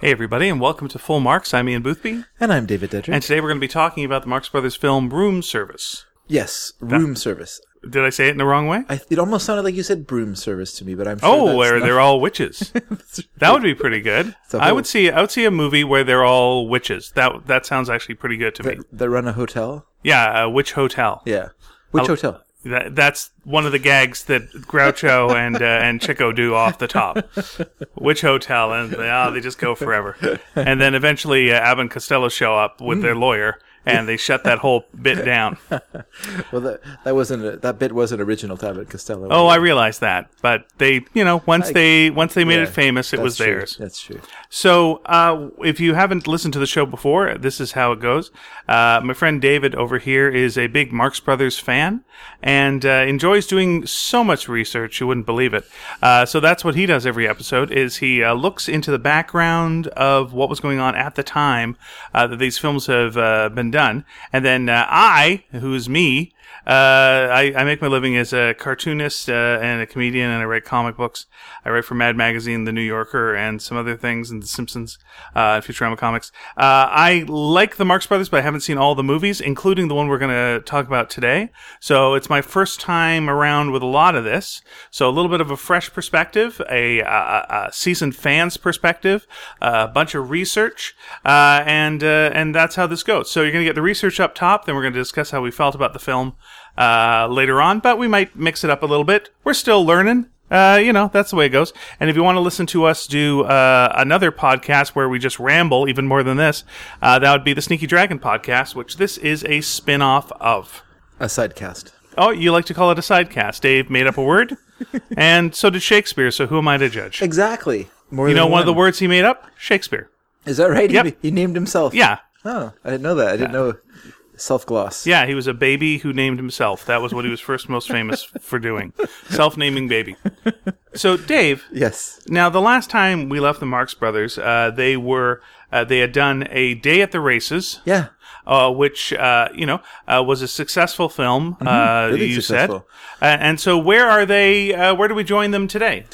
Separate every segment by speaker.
Speaker 1: Hey, everybody, and welcome to Full Marks. I'm Ian Boothby,
Speaker 2: And I'm David Detcher.
Speaker 1: and today we're going to be talking about the Marx Brothers film Room Service.
Speaker 2: yes, room service.
Speaker 1: Did I say it in the wrong way?
Speaker 2: I, it almost sounded like you said broom service to me, but I'm sure
Speaker 1: oh,
Speaker 2: that's
Speaker 1: where
Speaker 2: not-
Speaker 1: they're all witches. that would be pretty good.
Speaker 2: a
Speaker 1: I
Speaker 2: whole-
Speaker 1: would see. I would see a movie where they're all witches. That that sounds actually pretty good to me.
Speaker 2: that, that run a hotel.
Speaker 1: Yeah, a witch hotel.
Speaker 2: Yeah, which
Speaker 1: Oh.
Speaker 2: hotel?
Speaker 1: That, that's one of the gags that Groucho and uh, and Chico do off the top. Witch hotel, and they, oh, they just go forever. And then eventually, uh, Abbott and Costello show up with
Speaker 2: Hmm.
Speaker 1: their lawyer, and they shut that whole bit down.
Speaker 2: Well, that that wasn't a, that bit wasn't original to Abbott Costello.
Speaker 1: Oh, I realized that, but they, you know, once they once they made
Speaker 2: Yeah,
Speaker 1: it famous, it
Speaker 2: that's
Speaker 1: was
Speaker 2: true.
Speaker 1: theirs.
Speaker 2: That's true.
Speaker 1: So, uh, if you haven't listened to the show before, this is how it goes. Uh, my friend David over here is a big Marx Brothers fan and uh, enjoys doing so much research you wouldn't believe it. Uh, so that's what he does every episode: is he uh, looks into the background of what was going on at the time uh, that these films have uh, been done, and then uh, I, who's me. Uh, I, I make my living as a cartoonist uh, and a comedian, and I write comic books. I write for Mad Magazine, The New Yorker, and some other things, and The Simpsons, uh, and Futurama Comics. Uh, I like the Marx Brothers, but I haven't seen all the movies, including the one we're going to talk about today. So it's my first time around with a lot of this. So a little bit of a fresh perspective, a, uh, a seasoned fan's perspective, uh, a bunch of research, uh, and uh, and that's how this goes. So you're going to get the research up top, then we're going to discuss how we felt about the film uh, later on, but we might mix it up a little bit. We're still learning. Uh, you know, that's the way it goes. And if you want to listen to us do uh, another podcast where we just ramble even more than this, uh, that would be the Sneaky Dragon podcast, which this is a spin off of.
Speaker 2: A sidecast.
Speaker 1: Oh, you like to call it a sidecast. Dave made up a word, and so did Shakespeare, so who am I to judge?
Speaker 2: Exactly. More
Speaker 1: You know,
Speaker 2: than
Speaker 1: one of the words he made up? Shakespeare.
Speaker 2: Is that right?
Speaker 1: Yep.
Speaker 2: He, he named himself.
Speaker 1: Yeah.
Speaker 2: Oh, I didn't know that. I didn't know self gloss.
Speaker 1: Yeah, he was a baby who named himself. That was what he was first most famous for doing self naming baby. So, Dave,
Speaker 2: Yes.
Speaker 1: Now, the last time we left the Marx Brothers, uh, they were uh, they had done a day at the races,
Speaker 2: Yeah.
Speaker 1: uh, which uh, you know uh, was a successful film. uh,
Speaker 2: Mm-hmm. really
Speaker 1: you
Speaker 2: successful.
Speaker 1: said, uh, and so where are they? Uh, where do we join them today?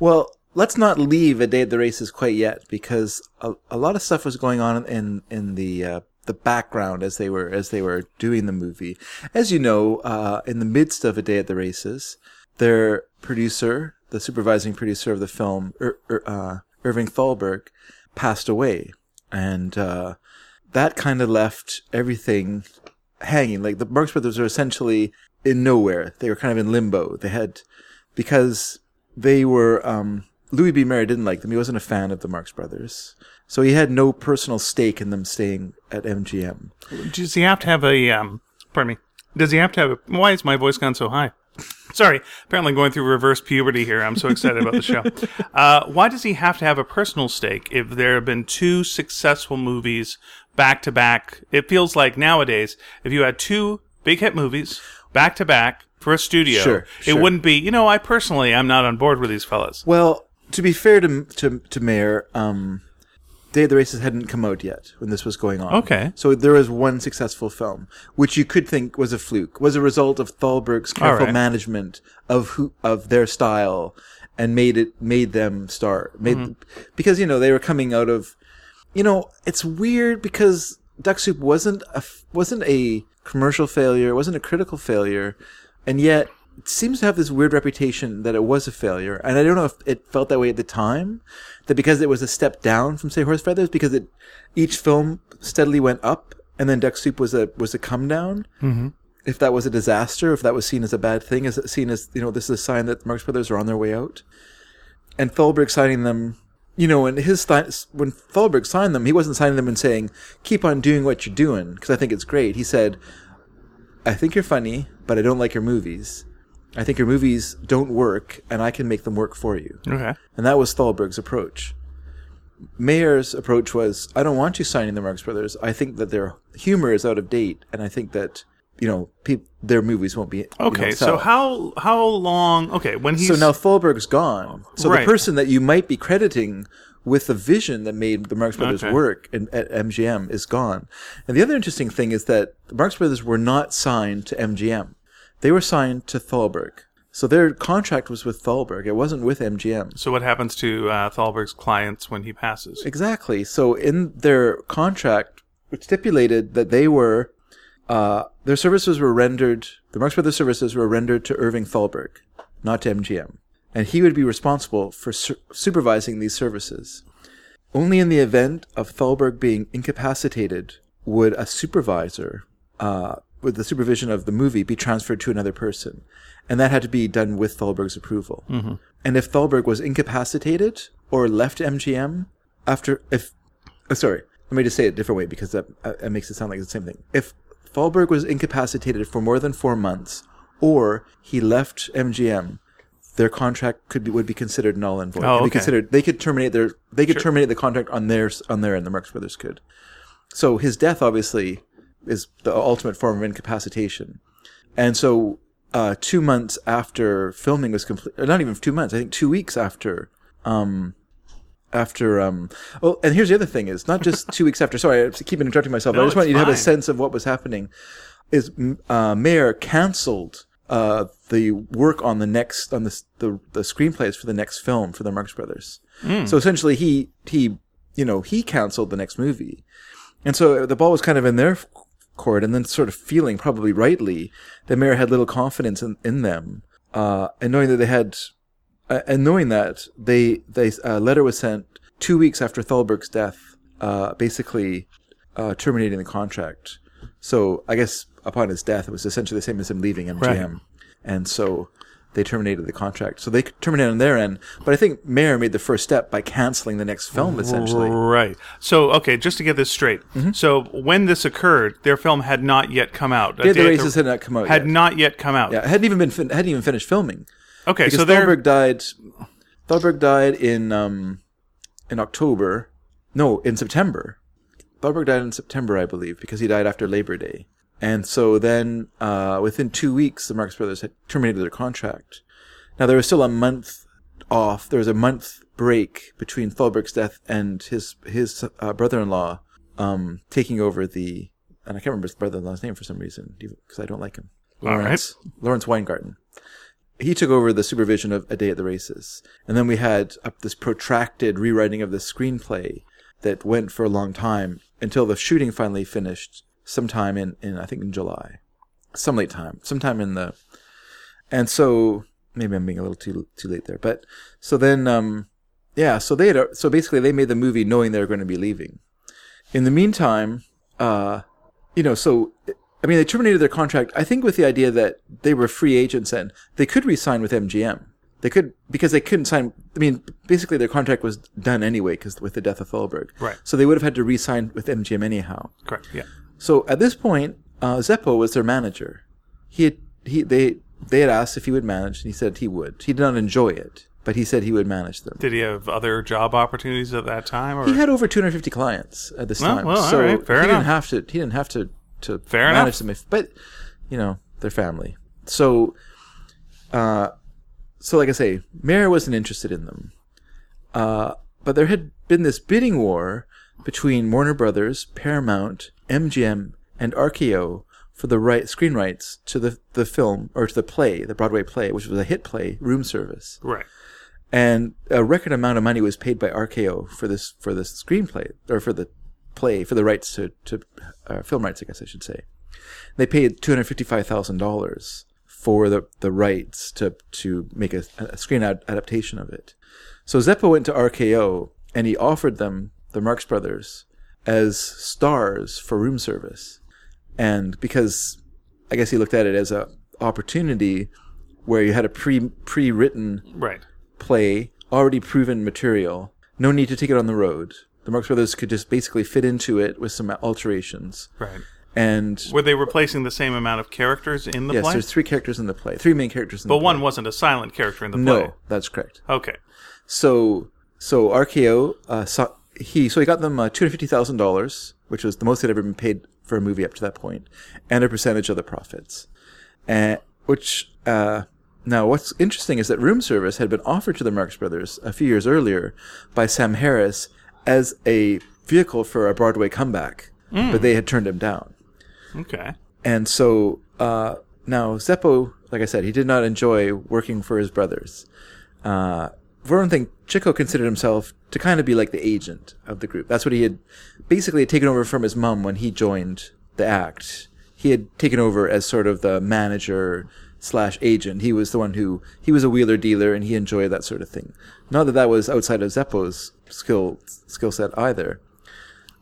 Speaker 2: Well, let's not leave a day at the races quite yet because a, a lot of stuff was going on in in the uh, the background as they were as they were doing the movie. As you know, uh, in the midst of a day at the races, their producer, the supervising producer of the film, Ir- Ir- uh, Irving Thalberg, passed away, and uh, that kind of left everything hanging. Like the Marx Brothers were essentially in nowhere. They were kind of in limbo. They had because they were um, Louis B. Mayer didn't like them. He wasn't a fan of the Marx Brothers, so he had no personal stake in them staying at MGM.
Speaker 1: Does he have to have a? Um, pardon me. Does he have to have? A, why is my voice gone so high? Sorry, apparently I'm going through reverse puberty here. I'm so excited about the show. Uh, why does he have to have a personal stake if there have been two successful movies back to back? It feels like nowadays, if you had two big hit movies back to back for a studio,
Speaker 2: Sure,
Speaker 1: it
Speaker 2: sure.
Speaker 1: wouldn't be. You know, I personally, I'm not on board with these fellas.
Speaker 2: Well, to be fair to to, to Mayer, um, Day of the Races hadn't come out yet when this was going on.
Speaker 1: Okay.
Speaker 2: so there was one successful film, which you could think was a fluke, was a result of Thalberg's careful
Speaker 1: right.
Speaker 2: management of who of their style, and made it made them star made
Speaker 1: Mm-hmm.
Speaker 2: because you know they were coming out of you know, it's weird because Duck Soup wasn't a f- wasn't a commercial failure, it wasn't a critical failure, and yet it seems to have this weird reputation that it was a failure. And I don't know if it felt that way at the time, that because it was a step down from say Horse Feathers, because it each film steadily went up, and then Duck Soup was a was a come down. Mm-hmm. If that was a disaster, if that was seen as a bad thing, is it seen as you know this is a sign that the Marx Brothers are on their way out? and Thalberg signing them, you know, when his th- when Thalberg signed them, he wasn't signing them and saying, "Keep on doing what you're doing because I think it's great." He said, "I think you're funny, but I don't like your movies. I think your movies don't work, and I can make them work for you."
Speaker 1: Okay.
Speaker 2: And that was Thalberg's approach. Mayer's approach was, I don't want you signing the Marx Brothers. I think that their humor is out of date, and I think that you know peop- their movies won't be you know,
Speaker 1: Okay.
Speaker 2: sell."
Speaker 1: So how how long? Okay, when he's
Speaker 2: So now Thalberg's gone. So
Speaker 1: Right.
Speaker 2: the person that you might be crediting with the vision that made the Marx Brothers
Speaker 1: Okay.
Speaker 2: work in, at MGM is gone. And the other interesting thing is that the Marx Brothers were not signed to MGM. They were signed to Thalberg. So their contract was with Thalberg. It wasn't with MGM.
Speaker 1: So what happens to uh, Thalberg's clients when he passes?
Speaker 2: Exactly. So in their contract, it stipulated that they were, uh, their services were rendered, the Marx Brothers services were rendered to Irving Thalberg, not to MGM. And he would be responsible for su- supervising these services. Only in the event of Thalberg being incapacitated would a supervisor, uh, with the supervision of the movie, be transferred to another person. And that had to be done with Thalberg's approval. And if Thalberg was incapacitated or left MGM after, if, uh, sorry, let me just say it a different way because that, uh, it makes it sound like it's the same thing. If Thalberg was incapacitated for more than four months or he left MGM, their contract could be, would be considered null and void.
Speaker 1: Oh,
Speaker 2: Could be
Speaker 1: okay.
Speaker 2: considered they could terminate their they could terminate the contract on their on their end. The Marx Brothers could. So his death obviously is the ultimate form of incapacitation, and so uh, two months after filming was complete, or not even two months, I think two weeks after. Um, after um oh and here's the other thing is not just two weeks after sorry i keep interrupting myself but i
Speaker 1: No,
Speaker 2: just want
Speaker 1: it's
Speaker 2: you to have a
Speaker 1: fine.
Speaker 2: sense of what was happening is m- uh, mayor canceled uh, the work on the next on the, s- the the screenplays for the next film for the Marx Brothers.
Speaker 1: Hmm.
Speaker 2: So essentially, he he you know he canceled the next movie, and so the ball was kind of in their f- court, and then sort of feeling probably rightly the mayor had little confidence in in them, uh, and knowing that they had, uh, and knowing that they they a letter was sent two weeks after Thalberg's death, uh, basically uh, terminating the contract. So I guess upon his death, it was essentially the same as him leaving MGM, and so they terminated the contract. So they could terminate on their end, but I think Mayer made the first step by canceling the next film. Essentially,
Speaker 1: Right. So, okay, just to get this straight.
Speaker 2: Mm-hmm.
Speaker 1: So, when this occurred, their film had not yet come out.
Speaker 2: Dead the Races had not come out.
Speaker 1: had
Speaker 2: yet.
Speaker 1: not yet come out.
Speaker 2: Yeah, it hadn't even been fin- hadn't even finished filming.
Speaker 1: Okay,
Speaker 2: Because
Speaker 1: so they're
Speaker 2: Thalberg died. Thalberg died in um, in October. No, in September. Thalberg died in September, I believe, because he died after Labor Day. And so then, uh, within two weeks, the Marx Brothers had terminated their contract. Now there was still a month off. There was a month break between Thalberg's death and his his uh, brother-in-law um, taking over the. And I can't remember his brother-in-law's name for some reason because I don't like him.
Speaker 1: right.
Speaker 2: Lawrence Lawrence Weingarten. He took over the supervision of A Day at the Races, and then we had up this protracted rewriting of the screenplay that went for a long time until the shooting finally finished sometime in, in I think in July, some late time, sometime in the and so maybe I'm being a little too too late there, but so then um yeah, so they had a- so basically they made the movie knowing they were going to be leaving. In the meantime, uh you know, so I mean they terminated their contract I think with the idea that they were free agents and they could re-sign with MGM. They could because they couldn't sign I mean basically their contract was done anyway cuz with the death of Thalberg.
Speaker 1: Right.
Speaker 2: So they would have had to re-sign with MGM anyhow.
Speaker 1: correct. Yeah.
Speaker 2: So at this point, uh, Zeppo was their manager. He had, he they they had asked if he would manage, and he said he would. He did not enjoy it, but he said he would manage them.
Speaker 1: Did he have other job opportunities at that time? Or
Speaker 2: He had over 250 clients at this
Speaker 1: Well,
Speaker 2: time,
Speaker 1: well, all
Speaker 2: so
Speaker 1: right, fair
Speaker 2: he
Speaker 1: enough.
Speaker 2: didn't have to. He didn't have to to
Speaker 1: Fair enough.
Speaker 2: manage them, if, but you know their family. So, uh, so like I say, Mayer wasn't interested in them, uh, but there had been this bidding war between Warner Brothers, Paramount, MGM, and RKO for the right screen rights to the the film or to the play, the Broadway play, which was a hit play, Room Service
Speaker 1: right.
Speaker 2: and a record amount of money was paid by RKO for this for this screenplay or for the play for the rights to to uh, film rights, I guess I should say. They paid two hundred fifty five thousand dollars for the the rights to to make a, a screen ad- adaptation of it. So Zeppo went to RKO and he offered them the Marx Brothers as stars for room service, and because I guess he looked at it as a opportunity where you had a pre pre written
Speaker 1: Right.
Speaker 2: play, already proven material. No need to take it on the road. The Marx Brothers could just basically fit into it with some alterations.
Speaker 1: Right.
Speaker 2: And
Speaker 1: Were they replacing the same amount of characters in the
Speaker 2: yes,
Speaker 1: play?
Speaker 2: there's three characters in the play, three main characters in
Speaker 1: but
Speaker 2: the
Speaker 1: one wasn't a silent character in the
Speaker 2: play. No,
Speaker 1: play.
Speaker 2: that's correct.
Speaker 1: Okay.
Speaker 2: So so RKO uh, saw, he so he got them uh, two hundred fifty thousand dollars, which was the most they'd ever been paid for a movie up to that point, and a percentage of the profits. And which uh, now what's interesting is that room service had been offered to the Marx Brothers a few years earlier by Sam Harris as a vehicle for a Broadway comeback, but they had turned him down
Speaker 1: Okay.
Speaker 2: and so uh, Now, Zeppo, like I said, he did not enjoy working for his brothers. Uh, for one thing, Chico considered himself to kind of be like the agent of the group. That's what he had basically had taken over from his mom when he joined the act. He had taken over as sort of the manager slash agent. He was the one who he was a wheeler dealer and he enjoyed that sort of thing. Not that that was outside of Zeppo's skill skill set either.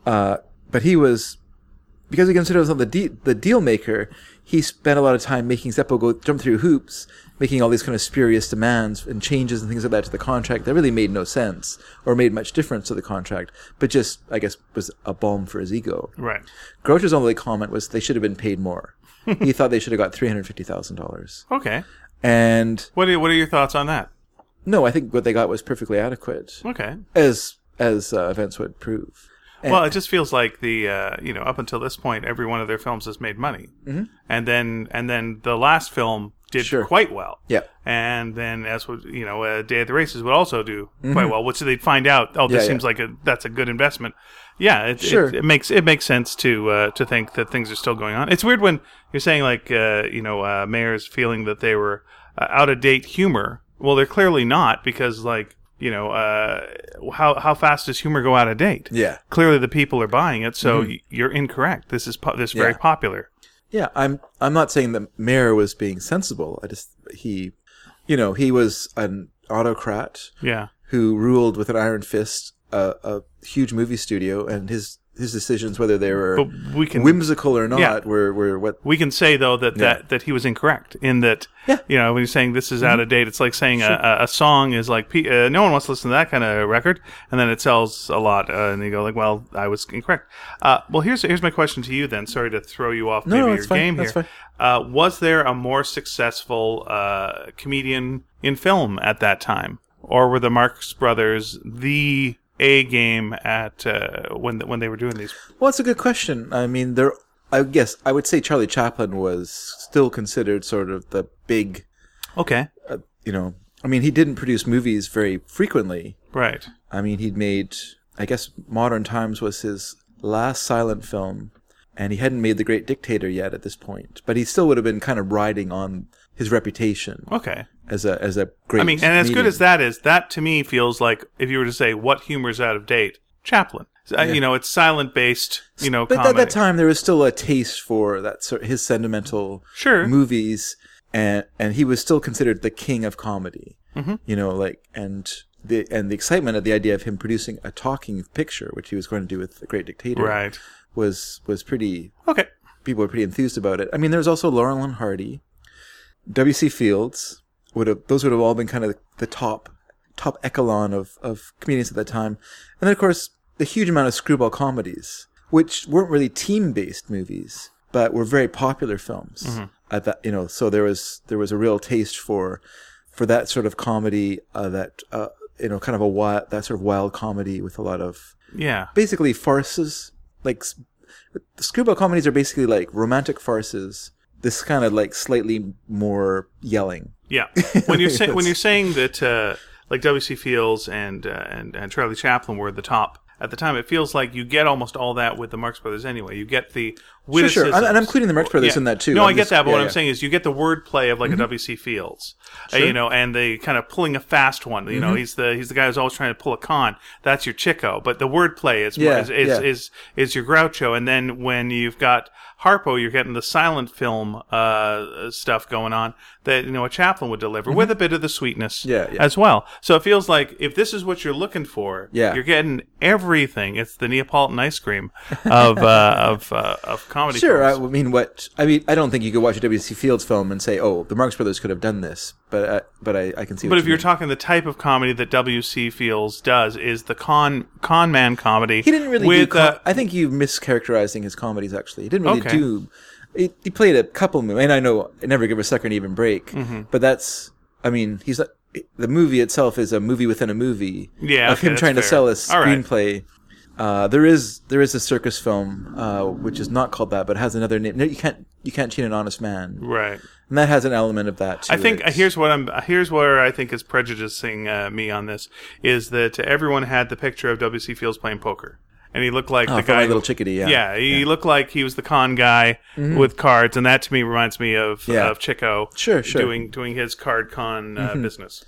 Speaker 2: Uh, but he was because he considered himself the de- the deal maker, he spent a lot of time making Zeppo go jump through hoops, making all these kind of spurious demands and changes and things like that to the contract that really made no sense or made much difference to the contract, but just I guess was a balm for his ego.
Speaker 1: Right.
Speaker 2: Grocer's only comment was they should have been paid more. he thought they should have got three hundred fifty thousand dollars,
Speaker 1: Okay.
Speaker 2: and
Speaker 1: What are, what are your thoughts on that?
Speaker 2: no, I think what they got was perfectly adequate,
Speaker 1: Okay.
Speaker 2: as as uh, events would prove.
Speaker 1: Well, it just feels like the uh, you know up until this point, every one of their films has made money, mm-hmm. and then and then the last film did
Speaker 2: Sure.
Speaker 1: quite well.
Speaker 2: Yeah.
Speaker 1: and then as what you know, uh, Day of the Races would also do quite well, which they'd find out. Oh, this
Speaker 2: Mm-hmm. Yeah, yeah.
Speaker 1: seems like a that's a good investment. Yeah, it,
Speaker 2: Sure.
Speaker 1: it, it makes it makes sense to uh, to think that things are still going on. It's weird when you're saying like uh, you know uh, Mayer's feeling that they were uh, out of date humor. Well, they're clearly not because like you know uh, how how fast does humor go out of date?
Speaker 2: Yeah. Mm-hmm.
Speaker 1: clearly the people are buying it, so y- you're incorrect. This is po- this is very
Speaker 2: Yeah.
Speaker 1: popular.
Speaker 2: Yeah, I'm I'm not saying that Mayer was being sensible. I just he you know, he was an autocrat
Speaker 1: Yeah,
Speaker 2: who ruled with an iron fist a, a huge movie studio and his his decisions whether they were
Speaker 1: but we can
Speaker 2: whimsical or not
Speaker 1: Yeah.
Speaker 2: were were what
Speaker 1: we can say though that,
Speaker 2: Yeah.
Speaker 1: that that he was incorrect in that
Speaker 2: Yeah. Mm-hmm.
Speaker 1: you know when you're saying this is out of date, it's like saying a a, a song is like pe- uh, no one wants to listen to that kind of record, and then it sells a lot, uh, and you go like, well, I was incorrect. Uh, well, here's here's my question to you then. Sorry to throw you off
Speaker 2: no,
Speaker 1: maybe your
Speaker 2: it's fine,
Speaker 1: game
Speaker 2: that's
Speaker 1: here.
Speaker 2: fine.
Speaker 1: Uh, was there a more successful uh, comedian in film at that time, or were the Marx Brothers the a game at uh, when when they were doing these?
Speaker 2: Well, it's a good question. I mean, there. I guess I would say Charlie Chaplin was still considered sort of the big,
Speaker 1: Okay,
Speaker 2: uh, you know. I mean, he didn't produce movies very frequently.
Speaker 1: right.
Speaker 2: I mean, he'd made, I guess, Modern Times was his last silent film, and he hadn't made The Great Dictator yet at this point. But he still would have been kind of riding on his reputation
Speaker 1: Okay.
Speaker 2: as a as a great.
Speaker 1: I mean, and as good
Speaker 2: medium.
Speaker 1: as that is, that to me feels like if you were to say what humor's out of date, Chaplin. Uh, You know, it's silent based. You know,
Speaker 2: But at
Speaker 1: comedy.
Speaker 2: that time, there was still a taste for that sort his sentimental
Speaker 1: Sure.
Speaker 2: movies, and and he was still considered the king of comedy. Mm-hmm. You know, like and the and the excitement at the idea of him producing a talking picture, which he was going to do with the Great Dictator,
Speaker 1: right?
Speaker 2: was was pretty
Speaker 1: Okay.
Speaker 2: people were pretty enthused about it. I mean, there's also Laurel and Hardy, W.C. Fields would have those would have all been kind of the top top echelon of of comedians at that time, and then of course the huge amount of screwball comedies, which weren't really team based movies, but were very popular films at that you know. So there was there was a real taste for for that sort of comedy uh, that uh, you know kind of a wild that sort of wild comedy with a lot of
Speaker 1: Yeah.
Speaker 2: basically farces. Like s- screwball comedies are basically like romantic farces. This kind of like slightly more yelling.
Speaker 1: Yeah, when you're say, when you're saying that uh, like W.C. Fields and, uh, and and Charlie Chaplin were the top at the time, it feels like you get almost all that with the Marx Brothers anyway. You get the
Speaker 2: sure.
Speaker 1: witticisms.
Speaker 2: And- and I'm including the Marx Brothers in that too.
Speaker 1: No,
Speaker 2: I'm
Speaker 1: i get
Speaker 2: just-
Speaker 1: that, but what
Speaker 2: yeah, yeah. Mm-hmm.
Speaker 1: I'm saying is you get the wordplay of like a W.C. Fields, uh, you know, and the kind of pulling a fast one. You
Speaker 2: Mm-hmm.
Speaker 1: know, he's the he's the guy who's always trying to pull a con. That's your Chico, but the wordplay is
Speaker 2: Yeah,
Speaker 1: is, is,
Speaker 2: yeah.
Speaker 1: is is your Groucho, and then when you've got Harpo, you're getting the silent film uh, stuff going on that you know a Chaplin would deliver with a bit of the sweetness
Speaker 2: Mm-hmm. Yeah, yeah.
Speaker 1: as well. So it feels like if this is what you're looking for,
Speaker 2: Yeah.
Speaker 1: you're getting everything. It's the Neapolitan ice cream of uh, of uh, of comedy.
Speaker 2: Sure, I
Speaker 1: films.
Speaker 2: mean, what I mean, I don't think you could watch a W.C. Fields film and say, "Oh, the Marx Brothers could have done this," but I, but I, I can see.
Speaker 1: but
Speaker 2: what
Speaker 1: if
Speaker 2: you
Speaker 1: you're
Speaker 2: mean.
Speaker 1: talking the type of comedy that W.C. Fields does is the con con man comedy.
Speaker 2: he didn't really
Speaker 1: with
Speaker 2: do. com-
Speaker 1: uh,
Speaker 2: I think you mischaracterizing his comedies. Actually, he didn't really
Speaker 1: Okay.
Speaker 2: do. He, he played a couple movies, and I know I never give a sucker an even break.
Speaker 1: Mm-hmm.
Speaker 2: But that's, I mean, he's not, the movie itself is a movie within a movie.
Speaker 1: Yeah,
Speaker 2: of
Speaker 1: okay,
Speaker 2: him
Speaker 1: that's
Speaker 2: trying to
Speaker 1: fair.
Speaker 2: sell a
Speaker 1: All right.
Speaker 2: screenplay. Uh, there is there is a circus film uh, which is not called that, but has another name. No, you can't you can't cheat an honest man,
Speaker 1: right.
Speaker 2: and that has an element of that. To
Speaker 1: I think
Speaker 2: it.
Speaker 1: uh, here's what I'm here's where I think is prejudicing uh, me on this is that everyone had the picture of W.C. Fields playing poker, and he looked like
Speaker 2: Oh,
Speaker 1: the
Speaker 2: for
Speaker 1: guy.
Speaker 2: my
Speaker 1: who-
Speaker 2: little chickadee. Yeah. Mm-hmm.
Speaker 1: yeah, he looked like he was the con guy with cards, and that to me reminds me of
Speaker 2: Yeah.
Speaker 1: of Chico.
Speaker 2: Sure, sure. Mm-hmm.
Speaker 1: Doing doing his card con uh, business.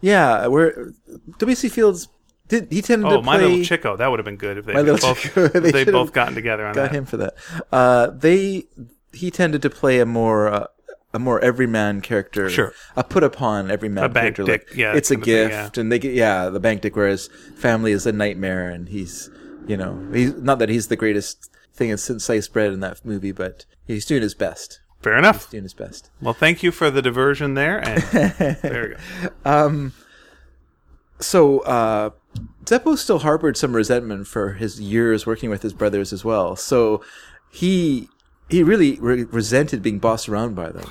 Speaker 2: Yeah, where W.C. Fields did he tended
Speaker 1: Oh,
Speaker 2: to
Speaker 1: my
Speaker 2: play
Speaker 1: little Chico. That would have been good if they
Speaker 2: My
Speaker 1: both
Speaker 2: Little Chico. They
Speaker 1: if they
Speaker 2: should've
Speaker 1: both gotten together on
Speaker 2: got
Speaker 1: that.
Speaker 2: him for that. Uh, they he tended to play a more uh, a more everyman character,
Speaker 1: Sure.
Speaker 2: a put upon everyman
Speaker 1: A bank
Speaker 2: character.
Speaker 1: dick, yeah,
Speaker 2: it's a
Speaker 1: kind of thing,
Speaker 2: gift, and they get yeah the bank dick. Whereas family is a nightmare, and he's you know he's not that he's the greatest thing since sliced bread in that movie, but he's doing his best.
Speaker 1: Fair enough.
Speaker 2: Doing his best.
Speaker 1: Well, thank you for the diversion there. And there we go.
Speaker 2: So uh, Zeppo still harbored some resentment for his years working with his brothers as well. So he he really re- resented being bossed around by them,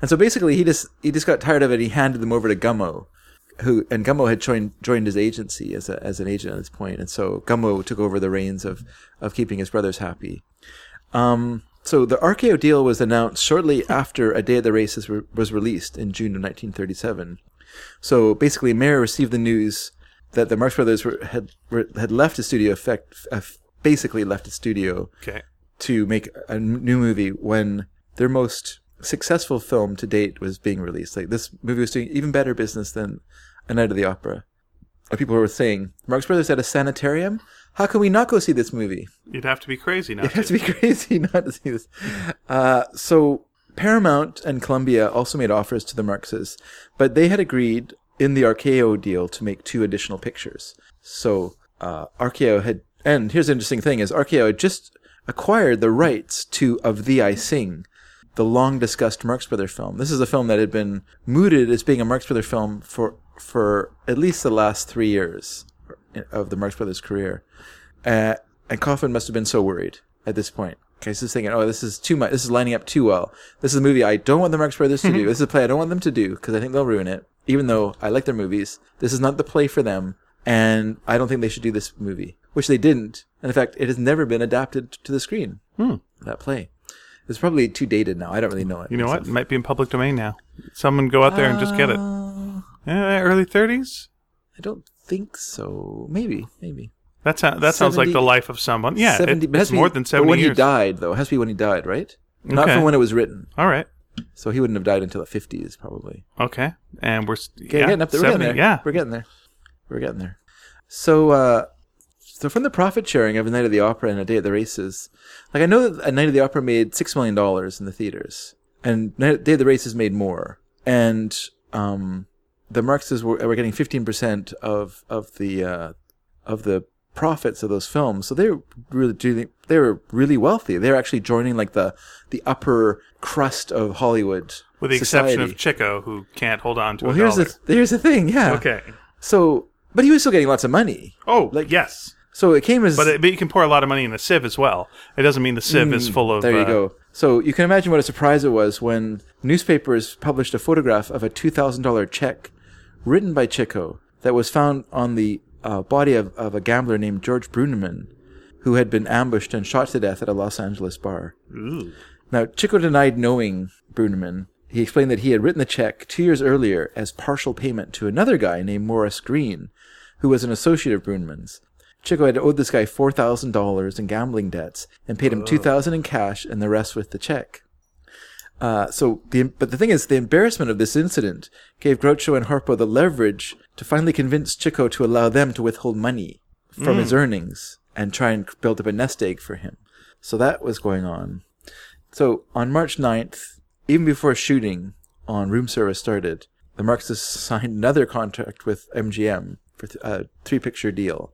Speaker 2: and so basically he just he just got tired of it. He handed them over to Gummo, who and Gummo had joined joined his agency as a, as an agent at this point, and so Gummo took over the reins of of keeping his brothers happy. Um, so the RKO deal was announced shortly after A Day of the Races re- was released in June of 1937. So basically, Mayer received the news that the Marx Brothers were, had were, had left the studio, effect, eff- basically left the studio
Speaker 1: Okay.
Speaker 2: to make a m- new movie when their most successful film to date was being released. Like this movie was doing even better business than A Night of the Opera. And people were saying, Marx Brothers at a sanitarium? How can we not go see this movie?
Speaker 1: You'd have to be crazy now.
Speaker 2: You have to be crazy not to see this. Uh, so Paramount and Columbia also made offers to the Marxes, but they had agreed in the RKO deal to make two additional pictures. So uh, RKO had, and here's the interesting thing: is RKO had just acquired the rights to "Of Thee I Sing," the long discussed Marx Brothers film. This is a film that had been mooted as being a Marx Brothers film for for at least the last three years of the Marx Brothers' career. Uh, and Coffin must have been so worried at this point. 'Cause he's thinking, oh, this is too much. This is lining up too well. This is a movie I don't want the Marx Brothers to do.
Speaker 1: Mm-hmm.
Speaker 2: This is a play I don't want them to do because I think they'll ruin it. Even though I like their movies, this is not the play for them. And I don't think they should do this movie, which they didn't. And in fact, it has never been adapted to the screen.
Speaker 1: Hmm.
Speaker 2: That play. It's probably too dated now. I don't really know it.
Speaker 1: You know what? It might be in public domain now. Someone go out there and just get
Speaker 2: Uh,
Speaker 1: it. Eh, early 30s?
Speaker 2: I don't think so. Maybe, maybe.
Speaker 1: That, sound, that sounds like
Speaker 2: 70
Speaker 1: the life of someone. Yeah, it-
Speaker 2: 70 but it has
Speaker 1: it's
Speaker 2: to be-
Speaker 1: more than
Speaker 2: but
Speaker 1: 70
Speaker 2: when
Speaker 1: years.
Speaker 2: he died, though. It has to be when he died, right? Not
Speaker 1: Okay.
Speaker 2: from when it was written.
Speaker 1: All right.
Speaker 2: So he wouldn't have died until the fifties, probably.
Speaker 1: Okay. And we're s-
Speaker 2: Okay,
Speaker 1: yeah,
Speaker 2: getting up there. We're
Speaker 1: 70,
Speaker 2: getting there.
Speaker 1: Yeah.
Speaker 2: We're getting there. We're getting there. So, uh, so from the profit sharing of A Night of the Opera and A Day at the Races, like I know that A Night of the Opera made six million dollars in the theaters, and Night- Day of the Races made more, and um, the Marxes were, were getting fifteen percent of of the uh, of the profits of those films. So they were really doing, they were really wealthy. They were actually joining like the the upper crust of Hollywood,
Speaker 1: With the exception
Speaker 2: society.
Speaker 1: of Chico, who can't hold on to
Speaker 2: Well,
Speaker 1: a
Speaker 2: here's
Speaker 1: dollar.
Speaker 2: the th- here's the thing, yeah.
Speaker 1: okay.
Speaker 2: So, but he was still getting lots of money.
Speaker 1: Oh,
Speaker 2: Like-
Speaker 1: yes.
Speaker 2: So it came as
Speaker 1: But, it, but you can pour a lot of money in a sieve as well. It doesn't mean the sieve is full of.
Speaker 2: Mm, there you
Speaker 1: uh,
Speaker 2: go. So you can imagine what a surprise it was when newspapers published a photograph of a two thousand dollar check written by Chico that was found on the uh, body of, of a gambler named George Bruneman, who had been ambushed and shot to death at a Los Angeles bar.
Speaker 1: Ooh.
Speaker 2: Now, Chico denied knowing Bruneman. He explained that he had written the check two years earlier as partial payment to another guy named Morris Green, who was an associate of Bruneman's. Chico had owed this guy $4,000 in gambling debts and paid him 2000 in cash and the rest with the check. Uh, so, the, but the thing is, the embarrassment of this incident gave Groucho and Harpo the leverage to finally convince Chico to allow them to withhold money from his earnings and try and build up a nest egg for him. So that was going on. So on March 9th, even before shooting on room service started, the Marxists signed another contract with MGM for th- a three picture deal.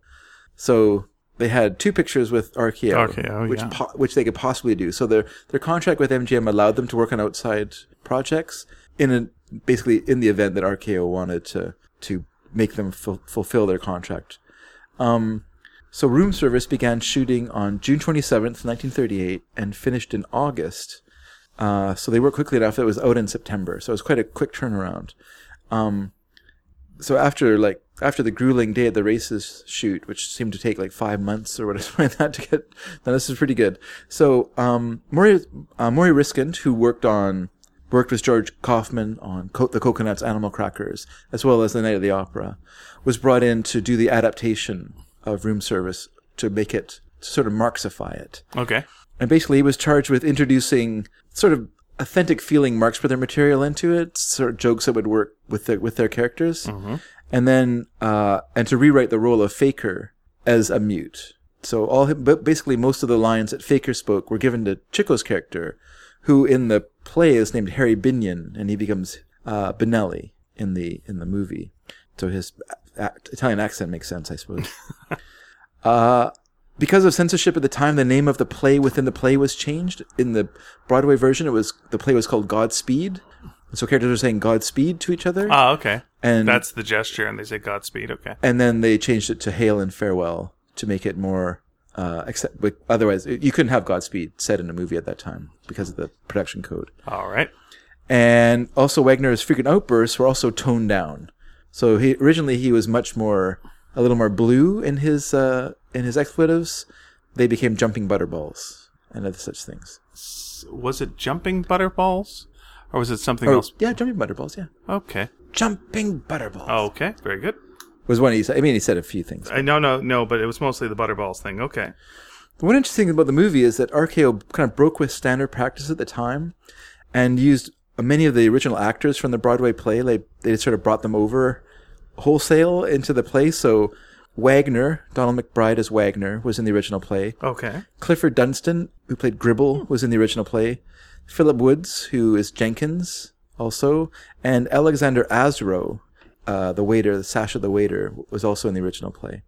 Speaker 2: So they had two pictures with RKO,
Speaker 1: RKO,
Speaker 2: which
Speaker 1: yeah.
Speaker 2: po- which they could possibly do. So their their contract with MGM allowed them to work on outside projects in a, basically in the event that RKO wanted to to make them ful- fulfill their contract. So Room Service began shooting on June 27th, 1938, and finished in August. Uh, so they worked quickly enough. It was out in September, so it was quite a quick turnaround. Um, so after like after the grueling day at the races shoot, which seemed to take like five months or whatever like that to get, now this is pretty good. So um, Maury uh, Maury Riskind, who worked on worked with George Kaufman on Co- the Coconuts Animal Crackers, as well as The Night of the Opera, was brought in to do the adaptation of Room Service to make it to sort of Marxify it.
Speaker 1: Okay.
Speaker 2: And basically, he was charged with introducing sort of authentic feeling Marx Brother material into it, sort of jokes that would work with their, with their characters, and then uh, and to rewrite the role of Faker as a mute. So all hi- but basically most of the lines that Faker spoke were given to Chico's character, who in the play is named Harry Binion, and he becomes uh, Benelli in the in the movie. So his a- act, Italian accent makes sense, I suppose. Because of censorship at the time, the name of the play within the play was changed. In the Broadway version, it was the play was called Godspeed. And so characters were saying Godspeed to each other,
Speaker 1: Ah, okay.
Speaker 2: and
Speaker 1: That's the gesture, and they say Godspeed. Okay.
Speaker 2: and then they changed it to Hail and Farewell to make it more uh, accept. But otherwise, you couldn't have Godspeed said in a movie at that time because of the production code.
Speaker 1: All right.
Speaker 2: and also Wagner's frequent outbursts were also toned down. So he originally he was much more a little more blue in his uh, in his expletives. They became jumping butterballs and other such things.
Speaker 1: Was it jumping butterballs, or was it something
Speaker 2: Oh,
Speaker 1: else?
Speaker 2: yeah, jumping butterballs. Yeah,
Speaker 1: Okay.
Speaker 2: jumping butterballs
Speaker 1: Okay. Very good.
Speaker 2: was one he said. I mean, he said a few things.
Speaker 1: I no no no, but it was mostly the butterballs thing. Okay.
Speaker 2: One interesting thing about the movie is that RKO kind of broke with standard practice at the time and used many of the original actors from the Broadway play. Like they sort of brought them over wholesale into the play. So Wagner, Donald McBride as Wagner, was in the original play.
Speaker 1: Okay.
Speaker 2: Clifford Dunstan, who played Gribble, was in the original play. Philip Woods, who is Jenkins, also, and Alexander Azro, uh, the waiter, Sasha the waiter, was also in the original play.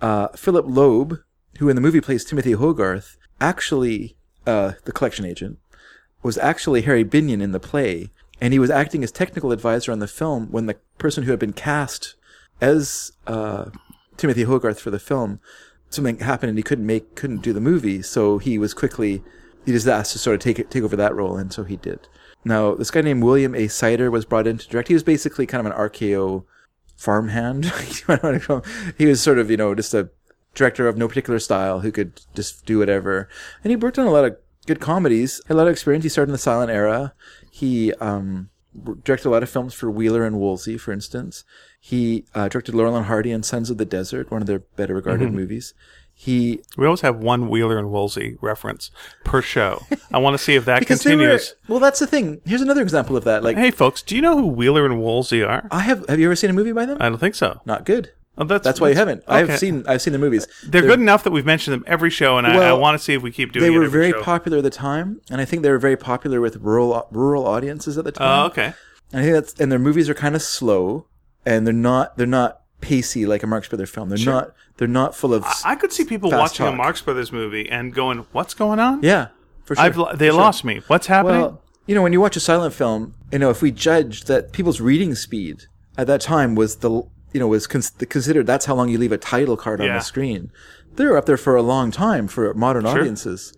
Speaker 2: Uh, Philip Loeb, who in the movie plays Timothy Hogarth, actually uh, the collection agent, was actually Harry Binion in the play, and he was acting as technical advisor on the film when the person who had been cast as uh, Timothy Hogarth for the film, something happened and he couldn't make couldn't do the movie, so he was quickly he just asked to sort of take it, take over that role, and so he did. Now this guy named William A. Sider was brought in to direct. He was basically kind of an RKO farmhand. You know what I call him? he was sort of you know just a director of no particular style who could just do whatever. And he worked on a lot of good comedies, had a lot of experience. He started in the silent era. He um, w- directed a lot of films for Wheeler and Woolsey, for instance. He uh, directed Laurel and Hardy and Sons of the Desert, one of their better regarded
Speaker 1: Mm-hmm.
Speaker 2: movies. He
Speaker 1: We always have one Wheeler and Woolsey reference per show. I want to see if that
Speaker 2: because they were,
Speaker 1: continues.
Speaker 2: well, that's the thing. Here's another example of that. Like
Speaker 1: Hey, folks, do you know who Wheeler and Woolsey are?
Speaker 2: I have, have you ever seen a movie by them?
Speaker 1: I don't think so.
Speaker 2: Not good.
Speaker 1: Oh, Uh, that's
Speaker 2: That's why you haven't.
Speaker 1: okay.
Speaker 2: I've seen I've seen the movies.
Speaker 1: They're, good enough that we've mentioned them every show, and I, I
Speaker 2: Well,
Speaker 1: want to see if we keep doing.
Speaker 2: They
Speaker 1: it
Speaker 2: were
Speaker 1: every
Speaker 2: very
Speaker 1: show.
Speaker 2: popular at the time, and I think they were very popular with rural rural audiences at the time.
Speaker 1: Oh, okay.
Speaker 2: And I think that's and their movies are kind of slow, and they're not they're not pacey like a Marx Brothers film. They're not they're not full of
Speaker 1: I could see people
Speaker 2: Fast
Speaker 1: watching a
Speaker 2: talk.
Speaker 1: Marx Brothers movie and going, "What's going on?
Speaker 2: yeah for sure.
Speaker 1: I've lo- they lost me. What's happening?"
Speaker 2: well, you know, when you watch a silent film, you know if we judge that people's reading speed at that time was the you know was cons- considered that's how long you leave a title card on
Speaker 1: Yeah.
Speaker 2: the screen. They were up there for a long time for modern audiences.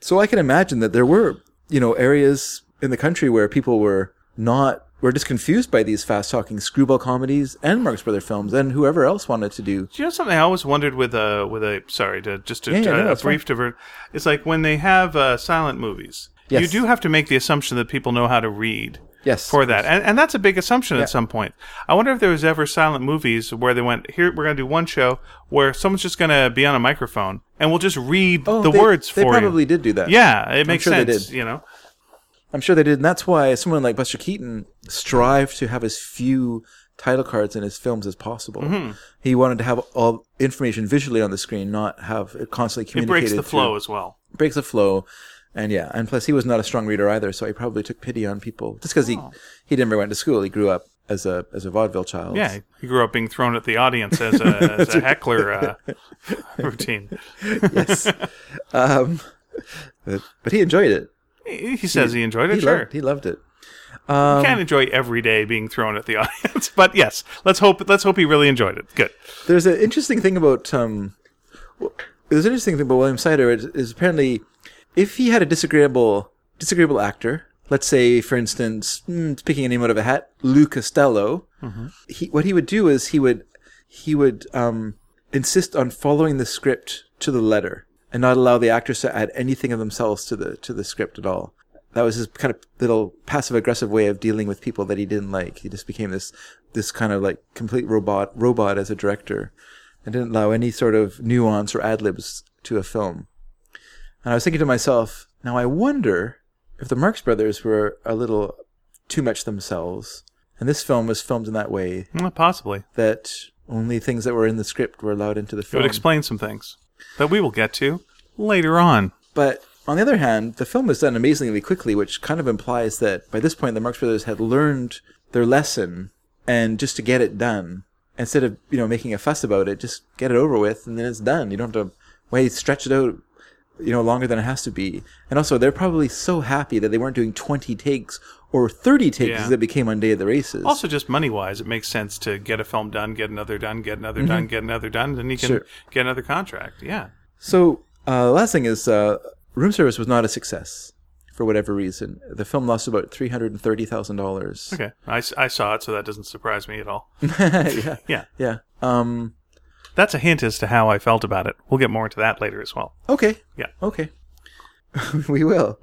Speaker 2: So I can imagine that there were you know areas in the country where people were not were just confused by these fast talking screwball comedies and Marx Brothers films and whoever else wanted to do
Speaker 1: Do you know something I always wondered with a with a sorry to just to,
Speaker 2: Yeah, yeah,
Speaker 1: uh,
Speaker 2: no,
Speaker 1: a
Speaker 2: it's fine.
Speaker 1: brief divert. It's like when they have uh, silent movies,
Speaker 2: Yes.
Speaker 1: you do have to make the assumption that people know how to read.
Speaker 2: Yes,
Speaker 1: for that, and, and that's a big assumption at some point. I wonder if there was ever silent movies where they went here. We're going to do one show where someone's just going to be on a microphone and we'll just read the
Speaker 2: Oh, They-
Speaker 1: words
Speaker 2: they
Speaker 1: for
Speaker 2: probably
Speaker 1: you.
Speaker 2: did do that.
Speaker 1: Yeah, it makes
Speaker 2: sure they
Speaker 1: sense.
Speaker 2: did.
Speaker 1: You know,
Speaker 2: I'm sure they did, and that's why someone like Buster Keaton strived to have as few title cards in his films as possible.
Speaker 1: Mm-hmm.
Speaker 2: He wanted to have all information visually on the screen, not have it constantly
Speaker 1: it
Speaker 2: communicated.
Speaker 1: breaks the
Speaker 2: through-
Speaker 1: flow as well.
Speaker 2: breaks the flow, and yeah, and plus he was not a strong reader either, so he probably took pity on people just because
Speaker 1: Oh.
Speaker 2: he he never went to school. He grew up as a as a vaudeville child.
Speaker 1: Yeah, he grew up being thrown at the audience as a, as a heckler uh, routine.
Speaker 2: yes. um, but, but he enjoyed it.
Speaker 1: He he says he, enjoyed it.
Speaker 2: He
Speaker 1: sure,
Speaker 2: loved he loved it. Um,
Speaker 1: can't enjoy every day being thrown at the audience, but yes, let's hope let's hope he really enjoyed it. Good.
Speaker 2: There's an interesting thing about um, w- there's an interesting thing about William Sider is, is apparently if he had a disagreeable disagreeable actor, let's say for instance, mm, picking a name out of a hat, Lou Costello, he, what he would do is he would he would um, insist on following the script to the letter and not allow the actors to add anything of themselves to the to the script at all. That was his kind of little passive aggressive way of dealing with people that he didn't like. He just became this this kind of like complete robot robot as a director. and didn't allow any sort of nuance or ad libs to a film. And I was thinking to myself, now I wonder if the Marx Brothers were a little too much themselves, and this film was filmed in that way
Speaker 1: Mm, Possibly.
Speaker 2: that only things that were in the script were allowed into the
Speaker 1: It would
Speaker 2: film.
Speaker 1: explain some things that we will get to later on.
Speaker 2: But on the other hand, the film was done amazingly quickly, which kind of implies that by this point the Marx Brothers had learned their lesson, and just to get it done, instead of you know making a fuss about it, just get it over with, and then it's done. You don't have to wait, stretch it out, you know, longer than it has to be. And also, they're probably so happy that they weren't doing twenty takes or thirty takes
Speaker 1: Yeah.
Speaker 2: as it became on Day of the Races.
Speaker 1: Also, just money wise, it makes sense to get a film done, get another done, get another done, get another done, then you can
Speaker 2: Mm-hmm. Sure.
Speaker 1: get another contract. Yeah.
Speaker 2: So, uh, last thing is, uh, room service was not a success for whatever reason. The film lost about three hundred and thirty thousand dollars.
Speaker 1: Okay. I, s- I saw it, so that doesn't surprise me at all.
Speaker 2: yeah,
Speaker 1: Yeah.
Speaker 2: yeah. Um,
Speaker 1: That's a hint as to how I felt about it. We'll get more into that later as well.
Speaker 2: okay.
Speaker 1: Yeah.
Speaker 2: Okay. we will.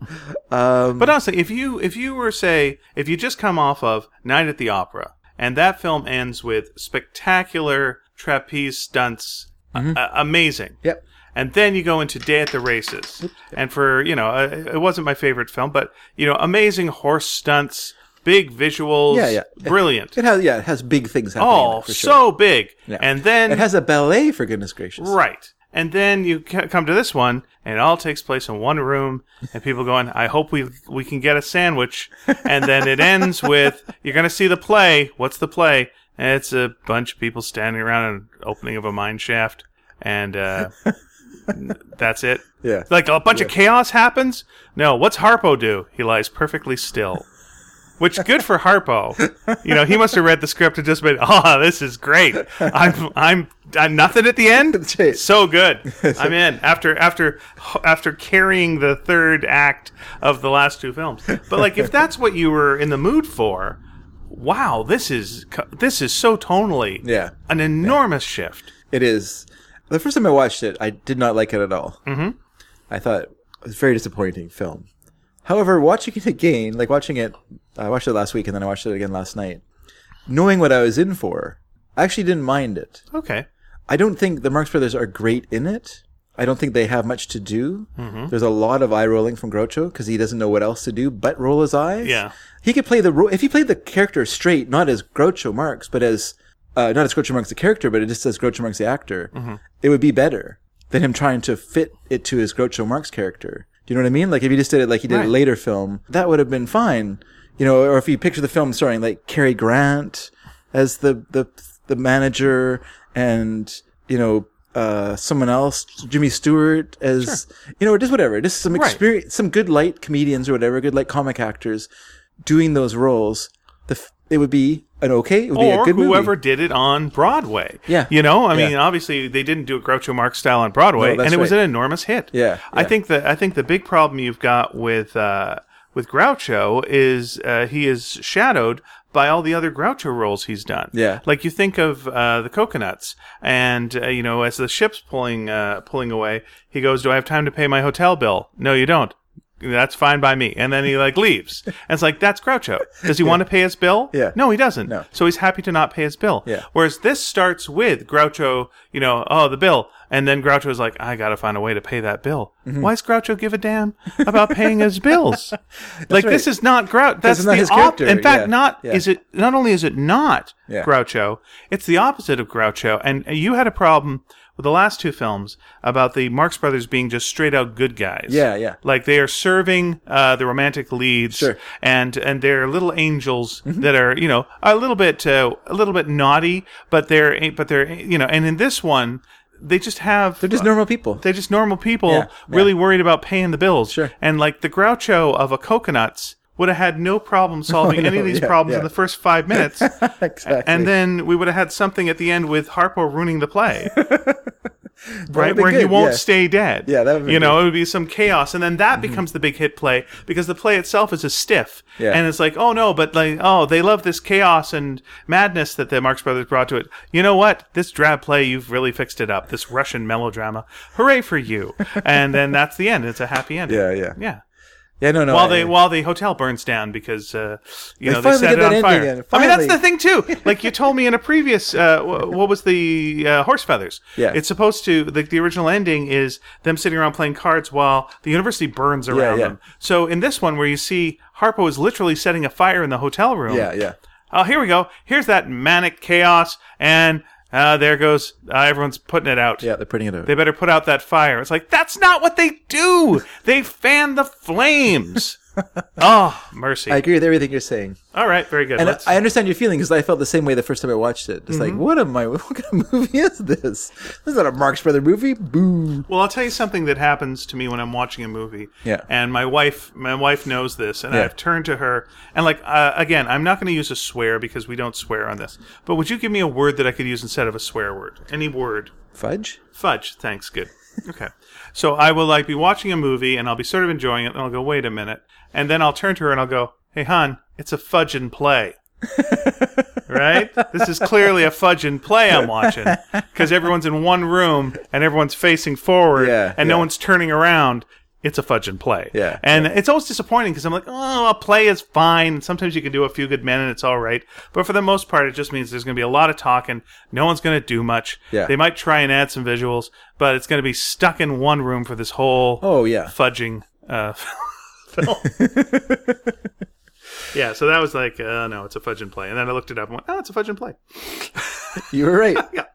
Speaker 2: Um,
Speaker 1: But honestly, if you if you were say if you just come off of Night at the Opera and that film ends with spectacular trapeze stunts, a- a- amazing.
Speaker 2: yep.
Speaker 1: And then you go into Day at the Races, and for you know, uh, it wasn't my favorite film, but you know, amazing horse stunts, big visuals,
Speaker 2: Yeah, yeah.
Speaker 1: brilliant,
Speaker 2: It has yeah, it has big things happening. in
Speaker 1: all
Speaker 2: it, for sure.
Speaker 1: Oh, so big.
Speaker 2: Yeah.
Speaker 1: And then
Speaker 2: it has a ballet for goodness gracious.
Speaker 1: Right. And then you c- come to this one, and it all takes place in one room, and people going, "I hope we we can get a sandwich." And then it ends with, "You're going to see the play. What's the play?" And it's a bunch of people standing around an opening of a mine shaft, and uh, n- that's it.
Speaker 2: Yeah.
Speaker 1: Like a bunch of chaos happens. No, what's Harpo do? He lies perfectly still. Which good for Harpo. You know, he must have read the script and just been, "Oh, this is great. I'm I'm, I'm nothing at the end.
Speaker 2: That's it.
Speaker 1: So good. I'm in after after after carrying the third act of the last two films. But like if that's what you were in the mood for, wow, this is co- this is so tonally
Speaker 2: Yeah.
Speaker 1: an enormous shift.
Speaker 2: It is. The first time I watched it, I did not like it at all. Mm-hmm. I thought it was a very disappointing film. However, watching it again, like watching it, I watched it last week and then I watched it again last night, knowing what I was in for, I actually didn't mind it.
Speaker 1: Okay.
Speaker 2: I don't think the Marx Brothers are great in it. I don't think they have much to do. There's a lot of eye rolling from Groucho because he doesn't know what else to do but roll his eyes.
Speaker 1: Yeah.
Speaker 2: he could play the ro- if he played the character straight, not as Groucho Marx, but as uh, not as Groucho Marx the character, but just as Groucho Marx the actor. It would be better than him trying to fit it to his Groucho Marx character. Do you know what I mean? Like if he just did it like he did a
Speaker 1: Right.
Speaker 2: later film, that would have been fine. You know, or if you picture the film starring like Cary Grant as the the the manager and you know uh someone else jimmy stewart as you know just whatever just some experience some good light comedians or whatever good light comic actors doing those roles the f- it would be an okay it would be
Speaker 1: or
Speaker 2: a good
Speaker 1: whoever
Speaker 2: movie
Speaker 1: did it on Broadway.
Speaker 2: Yeah.
Speaker 1: you know, I
Speaker 2: Yeah.
Speaker 1: mean, obviously they didn't do a Groucho Marx style on Broadway,
Speaker 2: No, that's
Speaker 1: and it was
Speaker 2: right.
Speaker 1: an enormous hit.
Speaker 2: Yeah,
Speaker 1: I
Speaker 2: yeah.
Speaker 1: think the I think the big problem you've got with uh, with Groucho is uh, he is shadowed by all the other Groucho roles he's done.
Speaker 2: Yeah.
Speaker 1: like you think of uh, the Coconuts, and uh, you know, as the ship's pulling uh, pulling away, he goes, "Do I have time to pay my hotel bill?" No, you don't. That's fine by me. And then he like leaves. And it's like that's Groucho. Does he want to pay his bill?
Speaker 2: Yeah.
Speaker 1: No, he doesn't.
Speaker 2: No.
Speaker 1: So he's happy to not pay his bill.
Speaker 2: Yeah.
Speaker 1: Whereas this starts with Groucho, you know, oh, the bill. And then Groucho's like, I got to find a way to pay that bill.
Speaker 2: Mm-hmm.
Speaker 1: Why does Groucho give a damn about paying his bills? like,
Speaker 2: right.
Speaker 1: this is not Groucho. That's
Speaker 2: it's not
Speaker 1: the
Speaker 2: his
Speaker 1: op-
Speaker 2: character.
Speaker 1: In fact,
Speaker 2: Yeah.
Speaker 1: not
Speaker 2: Yeah.
Speaker 1: is it not only is it not
Speaker 2: Yeah.
Speaker 1: Groucho, it's the opposite of Groucho. And you had a problem with the last two films about the Marx Brothers being just straight out good guys.
Speaker 2: Yeah, yeah.
Speaker 1: Like they are serving uh, the romantic leads,
Speaker 2: Sure.
Speaker 1: and and they're little angels
Speaker 2: Mm-hmm.
Speaker 1: that are you know a little bit uh, a little bit naughty, but they're but they're you know. And in this one, they just have
Speaker 2: they're just normal people
Speaker 1: they're just normal people
Speaker 2: Yeah, yeah.
Speaker 1: really worried about paying the bills.
Speaker 2: Sure.
Speaker 1: And like the Groucho of a Coconuts would have had no problem solving any of these
Speaker 2: Oh, yeah,
Speaker 1: problems
Speaker 2: yeah.
Speaker 1: in the first five minutes.
Speaker 2: exactly
Speaker 1: and then we would have had something at the end with Harpo ruining the play. right?
Speaker 2: be
Speaker 1: Where he
Speaker 2: good,
Speaker 1: won't
Speaker 2: yeah.
Speaker 1: stay dead.
Speaker 2: Yeah, that would be
Speaker 1: You know, it would be some chaos. And then
Speaker 2: Mm-hmm.
Speaker 1: that becomes the big hit play because the play itself is a stiff.
Speaker 2: Yeah.
Speaker 1: And it's like, oh no, but like, oh, they love this chaos and madness that the Marx Brothers brought to it. You know what? This drab play, you've really fixed it up. This Russian melodrama. Hooray for you. and then that's the end. It's a happy ending.
Speaker 2: Yeah, yeah.
Speaker 1: Yeah.
Speaker 2: Yeah, no, no.
Speaker 1: while
Speaker 2: I-
Speaker 1: they while the hotel burns down because uh, you
Speaker 2: They
Speaker 1: know they
Speaker 2: finally
Speaker 1: set
Speaker 2: get
Speaker 1: it
Speaker 2: that
Speaker 1: on
Speaker 2: ending
Speaker 1: fire.
Speaker 2: in.
Speaker 1: I mean that's
Speaker 2: Finally.
Speaker 1: the thing too. Like you told me in a previous uh, wh- what was the uh, horse feathers?
Speaker 2: Yeah.
Speaker 1: it's supposed to like the original ending is them sitting around playing cards while the university burns around
Speaker 2: yeah.
Speaker 1: them. So in this one where you see Harpo is literally setting a fire in the hotel room.
Speaker 2: yeah, yeah.
Speaker 1: Oh, here we go. Here's that manic chaos, and uh, there goes uh, everyone's putting it out.
Speaker 2: Yeah, they're putting it out.
Speaker 1: They better put out that fire. It's like that's not what they do. They fan the flames. oh mercy!
Speaker 2: I agree with everything you're saying.
Speaker 1: All right, very good.
Speaker 2: And I,
Speaker 1: Let's- Mm-hmm.
Speaker 2: I understand your feeling because I felt the same way the first time I watched it. It's like, what am I? What kind of movie is this? This is not a Marx Brother movie. Boo.
Speaker 1: well, I'll tell you something that happens to me when I'm watching a movie.
Speaker 2: Yeah.
Speaker 1: And my wife, my wife knows this, and
Speaker 2: Yeah.
Speaker 1: I've turned to her and like uh, again, I'm not going to use a swear because we don't swear on this. But would you give me a word that I could use instead of a swear word? Any word.
Speaker 2: Fudge.
Speaker 1: Fudge. Thanks. Good. Okay. So I will like be watching a movie and I'll be sort of enjoying it and I'll go, wait a minute. And then I'll turn to her and I'll go, hey, hon, it's a fudge and play. right? This is clearly a fudge and play I'm watching because everyone's in one room and everyone's facing forward
Speaker 2: Yeah,
Speaker 1: and no
Speaker 2: yeah.
Speaker 1: one's turning around. It's a fudge and play.
Speaker 2: Yeah,
Speaker 1: And it's always disappointing because I'm like, oh, a play is fine. Sometimes you can do a few good men and it's all right. But for the most part, it just means there's going to be a lot of talking. No one's going to do much.
Speaker 2: Yeah.
Speaker 1: They might try and add some visuals, but it's going to be stuck in one room for this whole
Speaker 2: Oh yeah.
Speaker 1: fudging uh, film. yeah, so that was like, uh, no, it's a fudge and play. And then I looked it up and went, oh, it's a fudge and play.
Speaker 2: You were right.
Speaker 1: Yeah.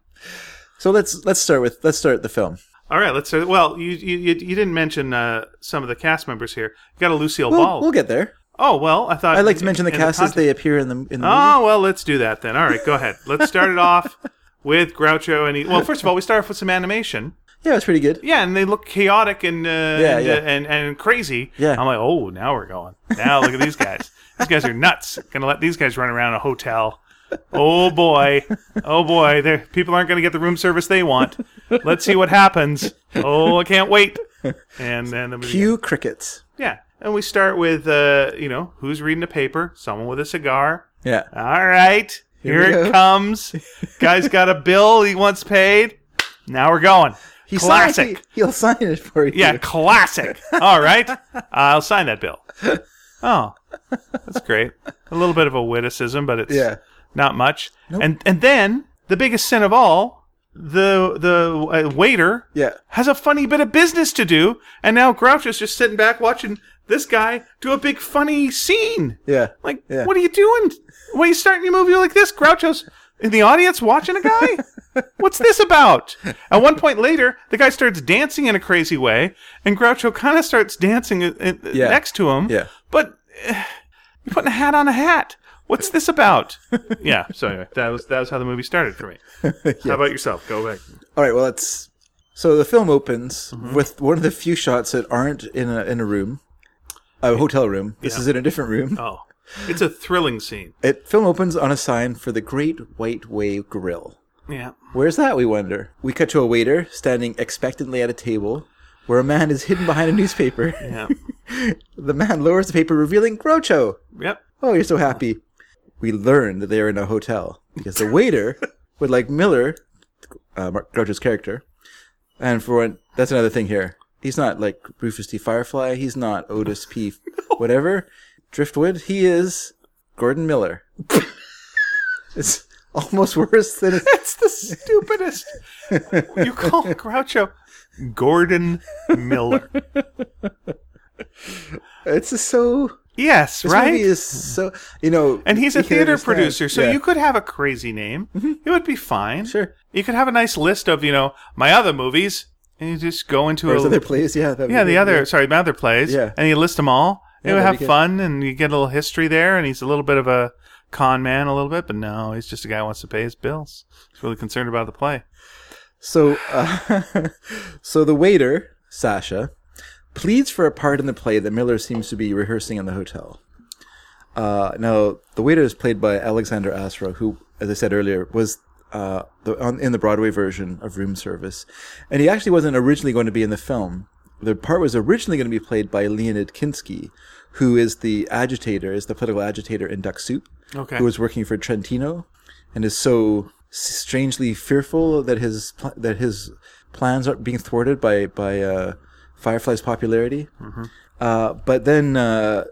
Speaker 2: So let's let's start with let's start the film.
Speaker 1: All right, let's start. Well, you you, you you didn't mention uh, some of the cast members here. You got a Lucille
Speaker 2: We'll,
Speaker 1: Ball.
Speaker 2: we'll get there.
Speaker 1: oh, well, I thought.
Speaker 2: I'd like to mention the
Speaker 1: in
Speaker 2: cast as
Speaker 1: context-
Speaker 2: they appear in the in the movie.
Speaker 1: Oh well, let's do that then. All right, go ahead. Let's start it off with Groucho and he, well, first of all, we start off with some animation.
Speaker 2: Yeah, it's pretty good.
Speaker 1: Yeah, and they look chaotic and uh, and,
Speaker 2: yeah.
Speaker 1: Uh, and and crazy.
Speaker 2: Yeah.
Speaker 1: I'm like, oh, now we're going. Now look at these guys. these guys are nuts. Gonna let these guys run around a hotel. Oh boy, oh boy. They're, people aren't gonna get the room service they want. Let's see what happens. Oh, I can't wait. And then the movie
Speaker 2: Cue crickets.
Speaker 1: yeah, and we start with uh, you know, who's reading the paper? Someone with a cigar.
Speaker 2: Yeah.
Speaker 1: All right, here,
Speaker 2: Here we
Speaker 1: it
Speaker 2: go.
Speaker 1: comes. Guy's got a bill he wants paid. Now we're going.
Speaker 2: He signed-
Speaker 1: classic.
Speaker 2: he, will sign it for you.
Speaker 1: yeah, classic. All right, I'll sign that bill. Oh, that's great. A little bit of a witticism, but it's
Speaker 2: Yeah.
Speaker 1: not much. And and then the biggest sin of all, the the uh, waiter
Speaker 2: Yeah.
Speaker 1: has a funny bit of business to do, and now Groucho's just sitting back watching this guy do a big funny scene.
Speaker 2: Yeah.
Speaker 1: Like,
Speaker 2: Yeah.
Speaker 1: what are you doing? Why are you starting your movie like this? Groucho's in the audience watching a guy? What's this about? At one point later, the guy starts dancing in a crazy way, and Groucho kind of starts dancing uh, uh,
Speaker 2: Yeah.
Speaker 1: next to him.
Speaker 2: Yeah.
Speaker 1: But eh, you're putting a hat on a hat. What's this about? yeah. So anyway, that was that was how the movie started for me. How about yourself? Go back.
Speaker 2: All right. Well, that's so the film opens
Speaker 1: Mm-hmm.
Speaker 2: with one of the few shots that aren't in a in a room, a hotel room. This is in a different room.
Speaker 1: Oh, it's a thrilling scene.
Speaker 2: It film opens on a sign for the Great White Wave Grill.
Speaker 1: Yeah.
Speaker 2: Where's that? We wonder. We cut to a waiter standing expectantly at a table, where a man is hidden behind a newspaper.
Speaker 1: Yeah.
Speaker 2: The man lowers the paper, revealing Groucho.
Speaker 1: yep.
Speaker 2: Oh, you're so happy. We learn that they are in a hotel because the waiter would like Miller, uh, Mark Groucho's character, and for one, that's another thing here. He's not like Rufus D. Firefly. He's not Otis P. Whatever, Driftwood. He is Gordon Miller. it's almost worse than it-
Speaker 1: That's the stupidest. you call Groucho Gordon Miller.
Speaker 2: it's just so.
Speaker 1: Yes,
Speaker 2: This
Speaker 1: right?
Speaker 2: movie is so you know,
Speaker 1: and he's a
Speaker 2: you can
Speaker 1: theater
Speaker 2: understand.
Speaker 1: producer, so
Speaker 2: Yeah. Mm-hmm.
Speaker 1: you could have a crazy name. It would be fine.
Speaker 2: Sure.
Speaker 1: You could have a nice list of, you know, my other movies, and you just go into
Speaker 2: Or
Speaker 1: a.
Speaker 2: his other plays, yeah, that
Speaker 1: yeah,
Speaker 2: would
Speaker 1: the
Speaker 2: be-
Speaker 1: other, sorry, my other plays,
Speaker 2: Yeah.
Speaker 1: and you list them all.
Speaker 2: Yeah,
Speaker 1: you
Speaker 2: that'd
Speaker 1: have
Speaker 2: be good.
Speaker 1: fun, and you get a little history there, and he's a little bit of a con man, a little bit, but no, he's just a guy who wants to pay his bills. He's really concerned about the play.
Speaker 2: So, uh, so the waiter Sasha pleads for a part in the play that Miller seems to be rehearsing in the hotel. Uh, now, the waiter is played by Alexander Asra, who, as I said earlier, was uh, the, on, in the Broadway version of Room Service, and he actually wasn't originally going to be in the film. The part was originally going to be played by Leonid Kinsky, who is the agitator, is the political agitator in Duck Soup,
Speaker 1: Okay.
Speaker 2: who was working for Trentino, and is so strangely fearful that his pl- that his plans are being thwarted by by uh, Firefly's popularity. Uh, but then uh,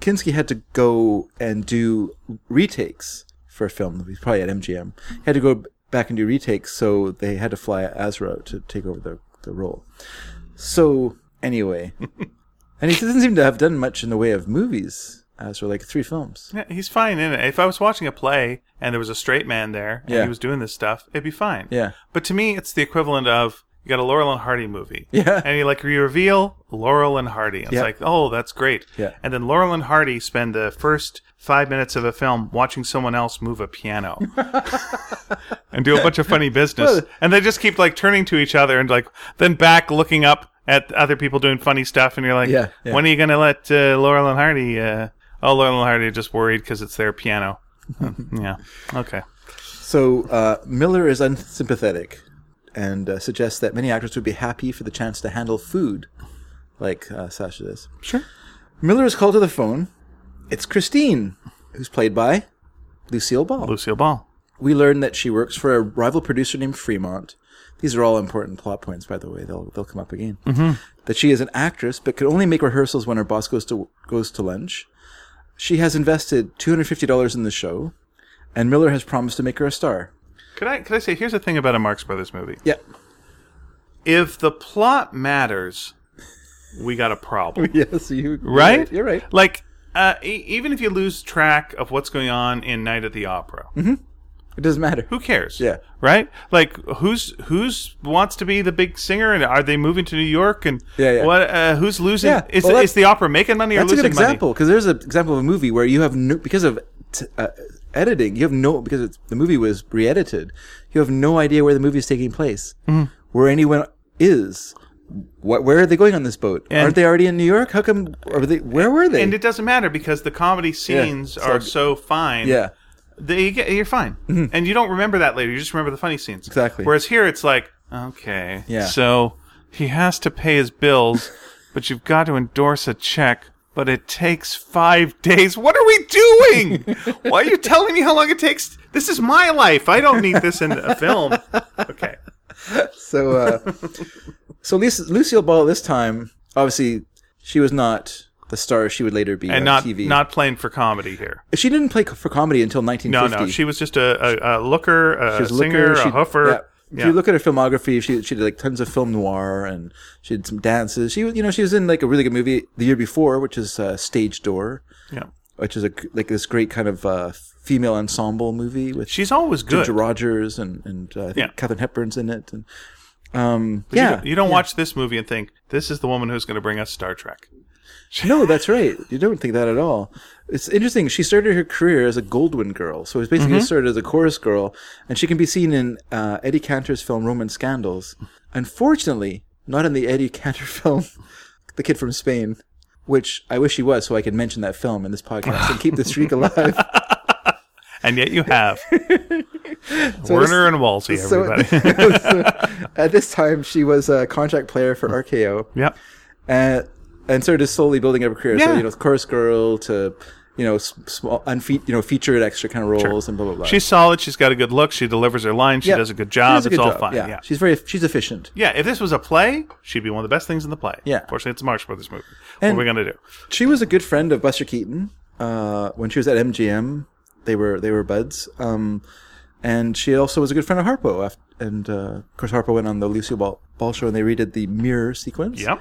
Speaker 2: Kinski had to go and do retakes for a film that was probably at MGM. He had to go back and do retakes, so they had to fly Azra to take over the, the role. So anyway, and he doesn't seem to have done much in the way of movies. Azra, like three films.
Speaker 1: Yeah, he's fine in it. If I was watching a play and there was a straight man there and
Speaker 2: Yeah.
Speaker 1: he was doing this stuff, it'd be fine.
Speaker 2: Yeah.
Speaker 1: But to me, it's the equivalent of you got a Laurel and Hardy movie.
Speaker 2: Yeah.
Speaker 1: And you like you reveal Laurel and Hardy. It's
Speaker 2: Yeah.
Speaker 1: like, oh, that's great.
Speaker 2: Yeah.
Speaker 1: And then Laurel and Hardy spend the first five minutes of a film watching someone else move a piano and do a bunch of funny business. And they just keep like turning to each other and like then back looking up at other people doing funny stuff. And you're like,
Speaker 2: Yeah, yeah.
Speaker 1: when are you going to let uh, Laurel and Hardy? Uh, oh, Laurel and Hardy are just worried because it's their piano. yeah. Okay.
Speaker 2: So uh, Miller is unsympathetic and uh, suggests that many actors would be happy for the chance to handle food, like uh, Sasha is.
Speaker 1: Sure.
Speaker 2: Miller is called to the phone. It's Christine, who's played by Lucille Ball.
Speaker 1: Lucille Ball.
Speaker 2: We learn that she works for a rival producer named Fremont. These are all important plot points, by the way. They'll they'll come up again. Mm-hmm. That she is an actress, but could only make rehearsals when her boss goes to goes to lunch. She has invested two hundred fifty dollars in the show, and Miller has promised to make her a star.
Speaker 1: Could I, could I say, here's the thing about a Marx Brothers movie.
Speaker 2: Yeah,
Speaker 1: If the plot matters, we got a problem.
Speaker 2: yes, you
Speaker 1: right?
Speaker 2: You're right.
Speaker 1: Like, uh, e- even if you lose track of what's going on in Night at the Opera,
Speaker 2: It doesn't matter.
Speaker 1: who cares?
Speaker 2: Mm-hmm. Yeah.
Speaker 1: Right? Like, who's who's wants to be the big singer, and are they moving to New York? And
Speaker 2: Yeah, yeah.
Speaker 1: what? Uh, who's losing?
Speaker 2: Yeah,
Speaker 1: Is,
Speaker 2: well, that's-
Speaker 1: is the opera making money or
Speaker 2: That's a
Speaker 1: losing
Speaker 2: good
Speaker 1: money?
Speaker 2: example because there's an example of a movie where you have no because of t- uh, editing you have no because it's, the movie was re-edited you have no idea where the movie is taking place
Speaker 1: Mm-hmm.
Speaker 2: where anyone is what where are they going on this boat aren't they already in New York how come are they where were they
Speaker 1: And it doesn't matter because the comedy scenes
Speaker 2: so-
Speaker 1: are so fine.
Speaker 2: yeah
Speaker 1: They, you get, you're fine, and you don't remember that later. You just remember the funny scenes.
Speaker 2: Mm-hmm. Exactly.
Speaker 1: Whereas here, it's like, okay,
Speaker 2: Yeah.
Speaker 1: So he has to pay his bills, but you've got to endorse a check. But it takes five days. What are we doing? Why are you telling me how long it takes? This is my life. I don't need this in a film. Okay.
Speaker 2: so uh, so Lisa, Lucille Ball this time obviously she was not the star she would later be
Speaker 1: And
Speaker 2: on
Speaker 1: not
Speaker 2: TV
Speaker 1: not playing for comedy here.
Speaker 2: she didn't play for comedy until
Speaker 1: No,
Speaker 2: 1950
Speaker 1: no. She was just a, a, a looker, a
Speaker 2: She was
Speaker 1: singer,
Speaker 2: Looker,
Speaker 1: a
Speaker 2: she-
Speaker 1: huffer.
Speaker 2: yeah. If you look at her filmography, she she did like tons of film noir and she did some dances. She was you know she was in like a really good movie the year before, which is uh, Stage Door,
Speaker 1: yeah.
Speaker 2: which is a g- like this great kind of uh, female ensemble movie with
Speaker 1: She's always good.
Speaker 2: Ginger Rogers and and uh, I think
Speaker 1: Yeah.
Speaker 2: Catherine Hepburn's in it. And um,
Speaker 1: You
Speaker 2: yeah,
Speaker 1: don't- You, don't watch this movie and think, this is the woman who's going to bring us Star Trek.
Speaker 2: no, that's right. You don't think that at all. It's interesting. She started her career as a Goldwyn girl, so it's basically started as a chorus girl, and she can be seen in uh, Eddie Cantor's film Roman Scandals. Unfortunately, not in the Eddie Cantor film, The Kid from Spain, which I wish he was, so I could mention that film in this podcast and keep the streak alive.
Speaker 1: And yet you have. Werner and Walsey, everybody.
Speaker 2: so at this time, she was a contract player for RKO.
Speaker 1: yep.
Speaker 2: uh, and started just slowly building up a career. So
Speaker 1: Yeah.
Speaker 2: you know, chorus girl to you know s- small unfe- you know featured extra kind of roles and blah blah blah.
Speaker 1: She's solid. She's got a good look. She delivers her line. She
Speaker 2: Yeah.
Speaker 1: does a good
Speaker 2: She
Speaker 1: job.
Speaker 2: does a
Speaker 1: it's
Speaker 2: good
Speaker 1: all
Speaker 2: job,
Speaker 1: fine. Yeah.
Speaker 2: Yeah.
Speaker 1: Yeah.
Speaker 2: she's very she's efficient.
Speaker 1: If this was a play, she'd be one of the best things in the play.
Speaker 2: Yeah.
Speaker 1: Fortunately, it's a Marx Brothers movie.
Speaker 2: And-
Speaker 1: what are we going to do?
Speaker 2: She was a good friend of Buster Keaton uh, when she was at MGM. They were they were buds, um, and she also was a good friend of Harpo. After, and uh, of course, Harpo went on the Lucille Ball, Ball show, and they redid the mirror sequence.
Speaker 1: Yep.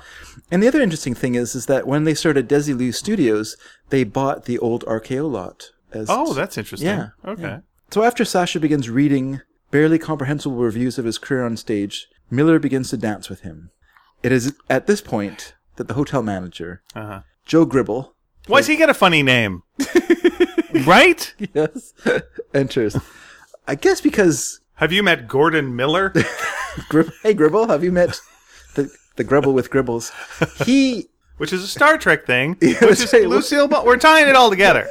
Speaker 2: And the other interesting thing is, is that when they started Desilu Studios, they bought the old RKO lot. As
Speaker 1: Oh, that's interesting.
Speaker 2: Yeah,
Speaker 1: Okay.
Speaker 2: So after Sasha begins reading barely comprehensible reviews of his career on stage, Miller begins to dance with him. It is at this point that the hotel manager,
Speaker 1: Uh-huh.
Speaker 2: Joe Gribble,
Speaker 1: Why's he got a funny name? right?
Speaker 2: yes, enters. I guess because
Speaker 1: Have you met Gordon Miller?
Speaker 2: Grib- hey Gribble, have you met the the Gribble with Gribbles? He
Speaker 1: Which is a Star Trek thing. which
Speaker 2: that's
Speaker 1: is
Speaker 2: right.
Speaker 1: Lucille Ball. We're tying it all together.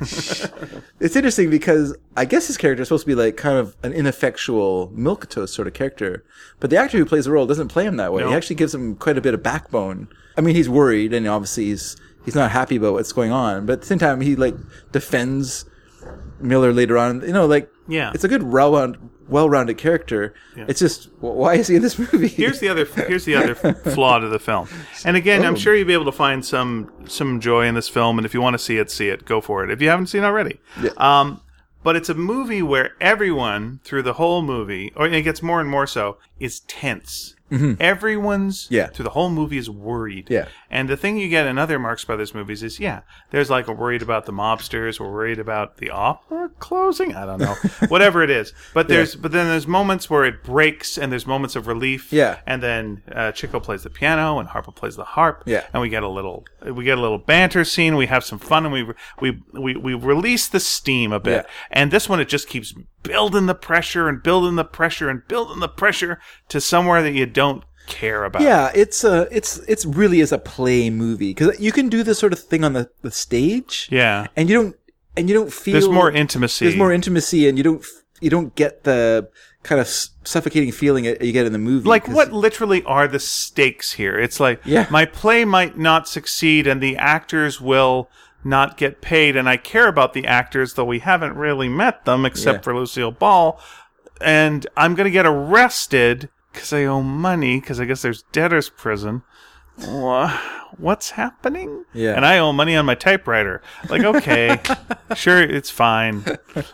Speaker 2: it's interesting because I guess his character is supposed to be like kind of an ineffectual milk toast sort of character, but the actor who plays the role doesn't play him that way. He actually gives him quite a bit of backbone. I mean, he's worried and obviously he's he's not happy about what's going on, but at the same time he like defends Miller later on. You know, like
Speaker 1: Yeah.
Speaker 2: it's a good well well-rounded character. It's just wh- why is he in this movie?
Speaker 1: here's the other here's the other flaw to the film. And again,
Speaker 2: Oh.
Speaker 1: I'm sure you'll be able to find some some joy in this film. And if you want to see it, see it. Go for it. If you haven't seen it already, um, but it's a movie where everyone through the whole movie, or it gets more and more so, is tense. Everyone's
Speaker 2: Mm-hmm. Yeah.
Speaker 1: through the whole movie is worried.
Speaker 2: Yeah.
Speaker 1: And the thing you get in other Marx Brothers movies is, yeah, there's like a worried about the mobsters, we're worried about the opera closing. I don't know, whatever it is. But there's, but then there's moments where it breaks, and there's moments of relief.
Speaker 2: Yeah.
Speaker 1: And then uh, Chico plays the piano, and Harpo plays the harp.
Speaker 2: Yeah.
Speaker 1: And we get a little, we get a little banter scene. We have some fun, and we we we we release the steam a bit.
Speaker 2: Yeah.
Speaker 1: And this one, it just keeps building the pressure and building the pressure and building the pressure to somewhere that you don't care about.
Speaker 2: Yeah, it's a it's it's really is a play movie because you can do this sort of thing on the, the stage.
Speaker 1: Yeah.
Speaker 2: and you don't and you don't feel
Speaker 1: There's more intimacy.
Speaker 2: There's more intimacy, and you don't f- you don't get the kind of s- suffocating feeling that you get in the movie.
Speaker 1: like
Speaker 2: 'cause-
Speaker 1: what literally are the stakes here it's like
Speaker 2: Yeah.
Speaker 1: my play might not succeed and the actors will not get paid and i care about the actors though we haven't really met them except
Speaker 2: Yeah.
Speaker 1: for lucille ball and i'm going to get arrested because i owe money because i guess there's debtor's prison Wha- what's happening
Speaker 2: Yeah.
Speaker 1: and i owe money on my typewriter like okay sure it's fine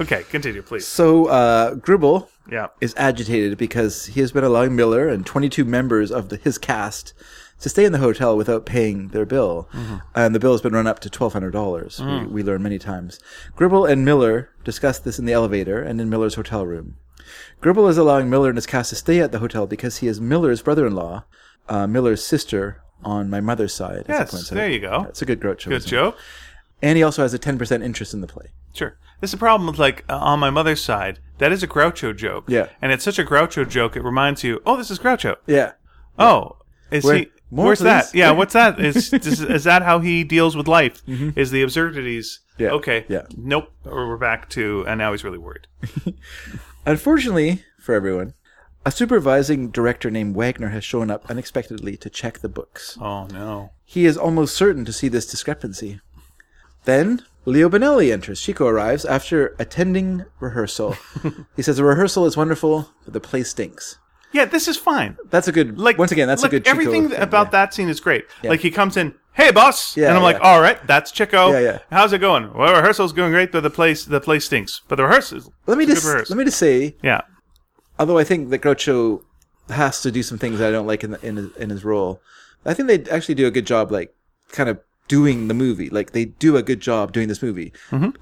Speaker 1: okay continue please
Speaker 2: So uh, Gribble
Speaker 1: yeah
Speaker 2: is agitated because he has been allowing Miller and 22 members of the, his cast to stay in the hotel without paying their bill,
Speaker 1: Mm-hmm.
Speaker 2: and the bill has been run up to $1,200.
Speaker 1: Mm.
Speaker 2: We, we learn many times. Gribble and Miller discuss this in the elevator and in Miller's hotel room. Gribble is allowing Miller and his cast to stay at the hotel because he is Miller's brother-in-law, uh, Miller's sister on my mother's side. as it
Speaker 1: Yes,
Speaker 2: points
Speaker 1: there you go.
Speaker 2: It's a good groat
Speaker 1: good joke
Speaker 2: And he also has a 10% interest in the play.
Speaker 1: Sure. This is a problem with like uh, on my mother's side. That is a Groucho joke.
Speaker 2: Yeah.
Speaker 1: And it's such a Groucho joke. It reminds you, oh, this is Groucho.
Speaker 2: Yeah.
Speaker 1: Oh, is
Speaker 2: Where-
Speaker 1: he?
Speaker 2: more,
Speaker 1: where's
Speaker 2: please.
Speaker 1: that? Yeah. What's that? Is is, is that how he deals with life? Is the absurdities?
Speaker 2: Mm-hmm. Yeah.
Speaker 1: Okay.
Speaker 2: Yeah.
Speaker 1: Nope. Or we're back to, and now he's really worried.
Speaker 2: Unfortunately for everyone, a supervising director named Wagner has shown up unexpectedly to check the books.
Speaker 1: Oh no.
Speaker 2: He is almost certain to see this discrepancy. Then, Leo Benelli enters. Chico arrives after attending rehearsal. he says, The rehearsal is wonderful, but the play stinks.
Speaker 1: Yeah. This is fine.
Speaker 2: That's a good,
Speaker 1: Like
Speaker 2: like, once again, that's
Speaker 1: look,
Speaker 2: a good Chico
Speaker 1: Everything
Speaker 2: thing,
Speaker 1: about
Speaker 2: yeah.
Speaker 1: that scene is great. Like he comes in, hey boss,
Speaker 2: Yeah,
Speaker 1: and I'm like,
Speaker 2: yeah.
Speaker 1: all right, that's Chico.
Speaker 2: Yeah, yeah.
Speaker 1: How's it going? Well, rehearsal's going great, but the place the place stinks. But the rehearsal.
Speaker 2: Let me
Speaker 1: it's a good
Speaker 2: just,
Speaker 1: rehearsal.
Speaker 2: let me just say,
Speaker 1: Yeah.
Speaker 2: although I think that Groucho has to do some things that I don't like in the, in his, in his role. I think they actually do a good job, like kind of doing the movie. Like they do a good job doing this movie.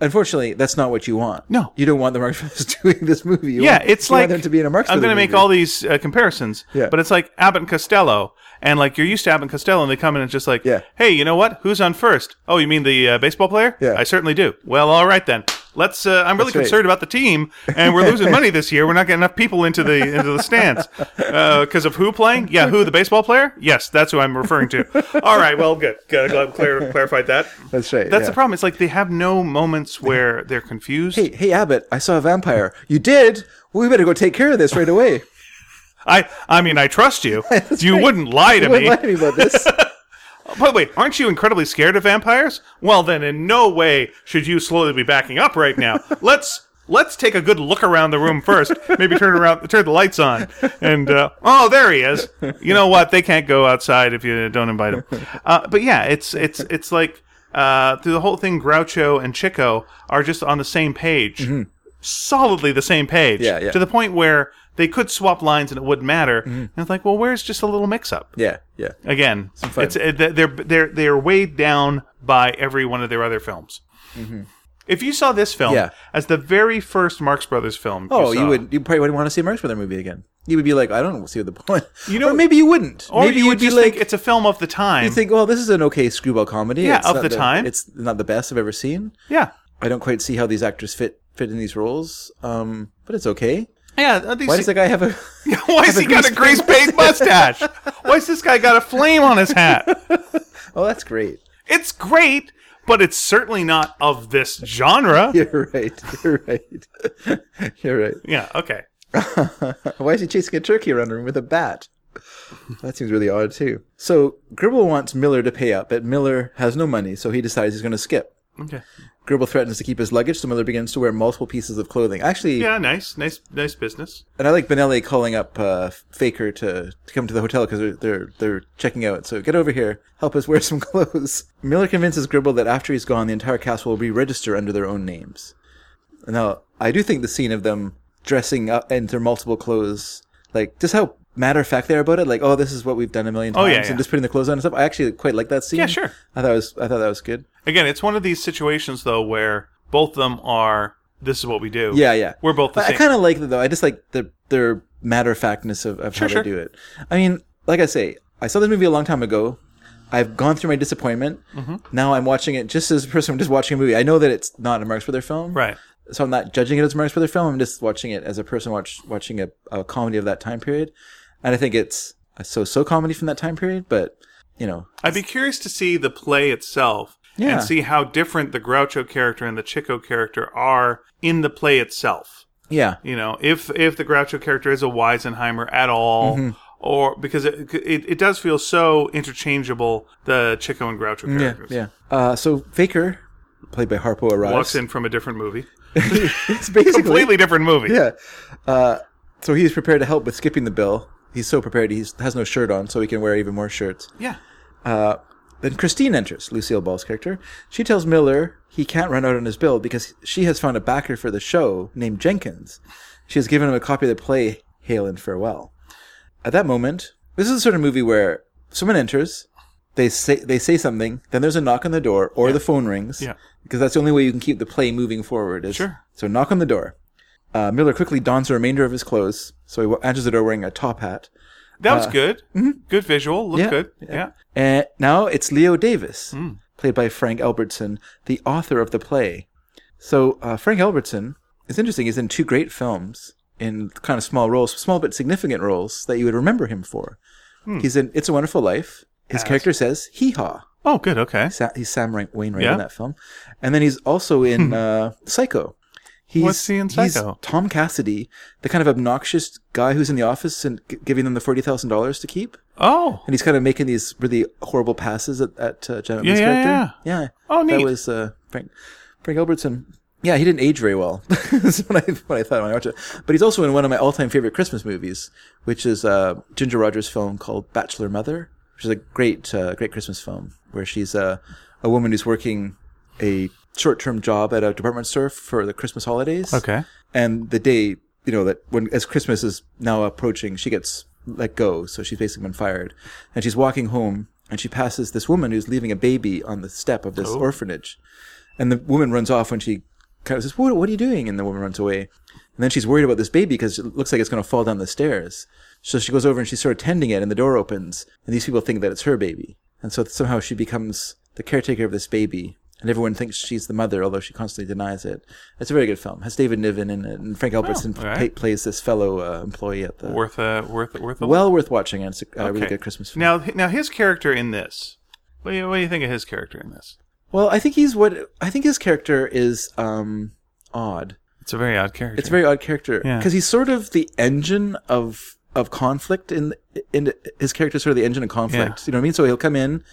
Speaker 2: Unfortunately, that's not what you want.
Speaker 1: Mm-hmm. No.
Speaker 2: you don't want the Marx Brothers doing this movie. You
Speaker 1: Yeah,
Speaker 2: want-
Speaker 1: it's
Speaker 2: you
Speaker 1: like
Speaker 2: want them to be in a Marx.
Speaker 1: I'm
Speaker 2: going to
Speaker 1: make all these uh, comparisons,
Speaker 2: Yeah.
Speaker 1: but it's like Abbott and Costello, and like you're used to Abbott and Costello, and they come in and just like,
Speaker 2: Yeah.
Speaker 1: hey, you know what? Who's on first? Oh, you mean the uh, baseball player?
Speaker 2: Yeah.
Speaker 1: I certainly do. Well, all right then. Let's. Uh, I'm really
Speaker 2: right.
Speaker 1: concerned about the team, and we're losing money this year. We're not getting enough people into the into the stands because of who playing. Yeah, who the baseball player? Yes, that's who I'm referring to. All right, well, good. Glad glad- clar- clarified that.
Speaker 2: That's right.
Speaker 1: That's
Speaker 2: yeah.
Speaker 1: the problem. It's like they have no moments where they're confused.
Speaker 2: Hey, hey, Abbott! I saw a vampire. You did. Well, we better go take care of this right away.
Speaker 1: I I mean, I trust you. you wouldn't lie to
Speaker 2: Don't
Speaker 1: me.
Speaker 2: lie to me about this.
Speaker 1: But wait, aren't you incredibly scared of vampires? Well, then, in no way should you slowly be backing up right now. let's let's take a good look around the room first. Maybe turn around, turn the lights on, and uh, oh, there he is. You know what? They can't go outside if you don't invite them. Uh, but yeah, it's it's it's like uh, through the whole thing. Groucho and Chico are just on the same page, solidly the same page.
Speaker 2: Mm-hmm. Yeah, yeah. Mm-hmm.
Speaker 1: To the point where they could swap lines and it wouldn't matter. And it's like, well, where's just a little mix-up?
Speaker 2: yeah, yeah.
Speaker 1: again it's uh, they're they're they're weighed down by every one of their other films if you saw this film
Speaker 2: Mm-hmm. Yeah.
Speaker 1: as the very first marx brothers film
Speaker 2: Oh, you
Speaker 1: saw,
Speaker 2: would. You probably wouldn't want to see a Marx Brothers movie again. You would be like, I don't see the point. You
Speaker 1: know-
Speaker 2: or maybe you wouldn't.
Speaker 1: or
Speaker 2: maybe
Speaker 1: you would
Speaker 2: you'd be
Speaker 1: just
Speaker 2: like,
Speaker 1: think it's a film of the time
Speaker 2: You think, well, this is an okay screwball comedy.
Speaker 1: Yeah,
Speaker 2: It's
Speaker 1: of
Speaker 2: not
Speaker 1: the time.
Speaker 2: It's not the best I've ever seen.
Speaker 1: yeah
Speaker 2: I don't quite see how these actors fit fit in these roles, um, but it's okay.
Speaker 1: yeah uh, these,
Speaker 2: Why does the guy have a?
Speaker 1: why has he got a grease paint mustache why's this guy got a flame on his hat
Speaker 2: oh, that's great.
Speaker 1: it's great but it's certainly not of this genre yeah,
Speaker 2: You're right. You're right. You're right.
Speaker 1: okay
Speaker 2: Why is he chasing a turkey around the room with a bat? That seems really odd too. So Gribble wants Miller to pay up, but Miller has no money, so he decides he's going to skip.
Speaker 1: Okay.
Speaker 2: Gribble threatens to keep his luggage, so Miller begins to wear multiple pieces of clothing. Actually,
Speaker 1: Yeah, nice, nice, nice business.
Speaker 2: and I like Benelli calling up uh, Faker to, to come to the hotel because they're, they're they're checking out. So get over here, help us wear some clothes. Miller convinces Gribble that after he's gone, the entire cast will re-register under their own names. Now, I do think the scene of them dressing up in their multiple clothes, like just how matter of fact they're about it, like oh, this is what we've done a million times,
Speaker 1: Oh, yeah, yeah.
Speaker 2: and just putting the clothes on and stuff. I actually quite like that scene.
Speaker 1: Yeah, sure.
Speaker 2: I thought it was I thought that was good.
Speaker 1: Again, it's one of these situations though where both of them are. This is what we do.
Speaker 2: Yeah, yeah.
Speaker 1: We're both the
Speaker 2: I-
Speaker 1: same.
Speaker 2: I kind of like it though. I just like the their matter of factness of, of
Speaker 1: Sure,
Speaker 2: how
Speaker 1: sure.
Speaker 2: they do it. I mean, like I say, I saw this movie a long time ago. I've gone through my disappointment.
Speaker 1: Mm-hmm.
Speaker 2: Now I'm watching it just as a person. I'm just watching a movie. I know that it's not a Marx Brothers film,
Speaker 1: Right.
Speaker 2: So I'm not judging it as a Marx Brothers film. I'm just watching it as a person watch, watching a, a comedy of that time period, and I think it's a so-so comedy from that time period. But you know,
Speaker 1: I'd be curious to see the play itself
Speaker 2: Yeah.
Speaker 1: and see how different the Groucho character and the Chico character are in the play itself.
Speaker 2: yeah,
Speaker 1: You know, if if the Groucho character is a Weisenheimer at all,
Speaker 2: Mm-hmm.
Speaker 1: or because it, it it does feel so interchangeable, the Chico and Groucho
Speaker 2: yeah,
Speaker 1: characters.
Speaker 2: yeah. Uh, so Faker, played by Harpo, arrives.
Speaker 1: Walks in from a different movie,
Speaker 2: It's basically
Speaker 1: completely different movie.
Speaker 2: Yeah. Uh, so he's prepared to help with skipping the bill. He's so prepared he has no shirt on, so he can wear even more shirts.
Speaker 1: Yeah.
Speaker 2: Uh, then Christine enters, Lucille Ball's character. She tells Miller he can't run out on his bill because she has found a backer for the show named Jenkins. She has given him a copy of the play Hail and Farewell. At that moment, this is the sort of movie where someone enters, they say they say something, then there's a knock on the door or the phone rings.
Speaker 1: Yeah.
Speaker 2: Because that's the only way you can keep the play moving forward. Is,
Speaker 1: Sure.
Speaker 2: So knock on the door. Uh, Miller quickly dons the remainder of his clothes, so he wa- enters the door wearing a top hat.
Speaker 1: That
Speaker 2: Uh,
Speaker 1: was good.
Speaker 2: mm-hmm.
Speaker 1: Good visual. Looked good. Yeah.
Speaker 2: And Eh, now it's Leo Davis,
Speaker 1: Hmm.
Speaker 2: played by Frank Albertson, the author of the play. So uh, Frank Albertson is interesting. He's in two great films in kind of small roles, small but significant roles that you would remember him for.
Speaker 1: Hmm.
Speaker 2: He's in It's a Wonderful Life. His character says "hee haw."
Speaker 1: Oh, good. Okay.
Speaker 2: Sa- he's Sam Ra- Wainwright
Speaker 1: Yeah. Hmm.
Speaker 2: in that film, and then he's also in uh, Psycho. He's,
Speaker 1: What's he in
Speaker 2: he's
Speaker 1: Psycho?
Speaker 2: Tom Cassidy, the kind of obnoxious guy who's in the office and g- giving them the forty thousand dollars to keep
Speaker 1: Oh,
Speaker 2: and he's kind of making these really horrible passes at, at uh, Janet Leigh
Speaker 1: Yeah, yeah,
Speaker 2: character. Yeah,
Speaker 1: Oh, neat.
Speaker 2: That was uh, Frank Frank Albertson. Yeah, he didn't age very well. That's what I, what I thought when I watched it. But he's also in one of my all-time favorite Christmas movies, which is uh, Ginger Rogers' film called Bachelor Mother, which is a great, uh, great Christmas film where she's uh, a woman who's working a short-term job at a department store for the Christmas holidays
Speaker 1: okay.
Speaker 2: and the day you know that when as christmas is now approaching she gets let go so she's basically been fired and she's walking home and she passes this woman who's leaving a baby on the step of this orphanage and the woman runs off when she kind of says what, what are you doing and the woman runs away and then she's worried about this baby because it looks like it's going to fall down the stairs so she goes over and she's sort of tending it and the door opens and these people think that it's her baby and so somehow she becomes the caretaker of this baby and everyone thinks she's the mother, although she constantly denies it. It's a very good film. Has David Niven in it, and Frank Albertson
Speaker 1: all right.
Speaker 2: pla- plays this fellow uh, employee at the.
Speaker 1: Worth a worth worth a
Speaker 2: well worth watching, and it's a uh, really
Speaker 1: Okay.
Speaker 2: good Christmas film.
Speaker 1: Now, now his character in this. What do, you, what do you think of his character in this?
Speaker 2: well, I think he's what I think his character is um, odd.
Speaker 1: It's a very odd character.
Speaker 2: It's a very odd character
Speaker 1: Yeah.
Speaker 2: because he's sort of the engine of of conflict. In in his character, sort of the engine of conflict. You know what I mean? So he'll come in.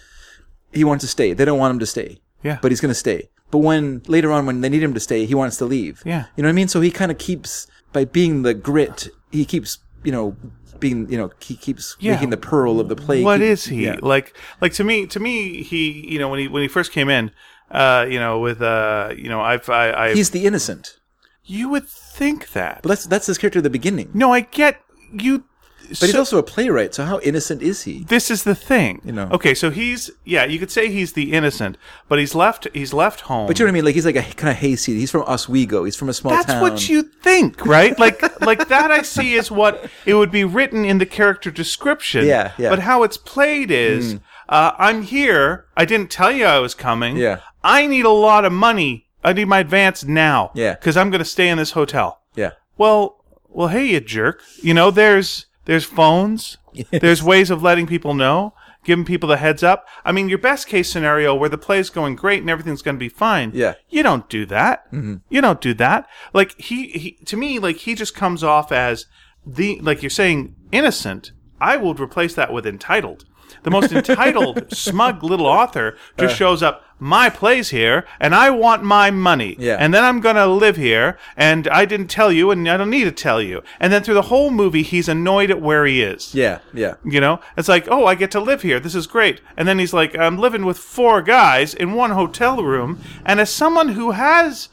Speaker 2: He wants to stay. They don't want him to stay.
Speaker 1: yeah,
Speaker 2: but he's going to stay. But when later on, when they need him to stay, he wants to leave.
Speaker 1: Yeah.
Speaker 2: you know what I mean. So he kind of keeps by being the grit. He keeps, you know, being, you know, he keeps
Speaker 1: Yeah.
Speaker 2: making the pearl of the play.
Speaker 1: What
Speaker 2: Keep-
Speaker 1: is he
Speaker 2: Yeah.
Speaker 1: like? Like to me, to me, he you know when he when he first came in, uh, you know with uh, you know I've I, I
Speaker 2: He's the innocent.
Speaker 1: you would think that.
Speaker 2: But that's that's his character at the beginning.
Speaker 1: no, I get you.
Speaker 2: but he's also a playwright. So how innocent is he?
Speaker 1: this is the thing, you
Speaker 2: know.
Speaker 1: Okay, so he's yeah, you could say he's the innocent, but he's left he's left home.
Speaker 2: But you know what I mean? Like he's like a kind of hayseed. He's from Oswego. He's from a small
Speaker 1: That's
Speaker 2: town.
Speaker 1: what you think, right? Like, like that I see is what it would be written in the character description.
Speaker 2: Yeah, yeah. Mm.
Speaker 1: But how it's played is, uh, I'm here. I didn't tell you I was coming.
Speaker 2: Yeah.
Speaker 1: I need a lot of money. I need my advance now.
Speaker 2: Yeah.
Speaker 1: Because I'm going to stay in this hotel.
Speaker 2: Yeah.
Speaker 1: Well, well, hey, you jerk. You know, there's there's phones. There's ways of letting people know, giving people the heads up. I mean, your best case scenario where the play's going great and everything's going to be fine.
Speaker 2: Yeah. Mm-hmm.
Speaker 1: you don't do that. You don't do that. Like he, he, to me, like he just comes off as the like you're saying innocent. I would replace that with entitled. The most entitled, smug little author
Speaker 2: Uh.
Speaker 1: just shows up. My play's here, and I want my money.
Speaker 2: Yeah.
Speaker 1: And then I'm gonna live here, and I didn't tell you, and I don't need to tell you. And then through the whole movie, he's annoyed at where he is.
Speaker 2: Yeah, yeah.
Speaker 1: You know, it's like, oh, I get to live here. This is great. And then he's like, I'm living with four guys in one hotel room. And as someone who has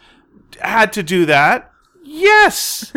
Speaker 1: had to do that, yes.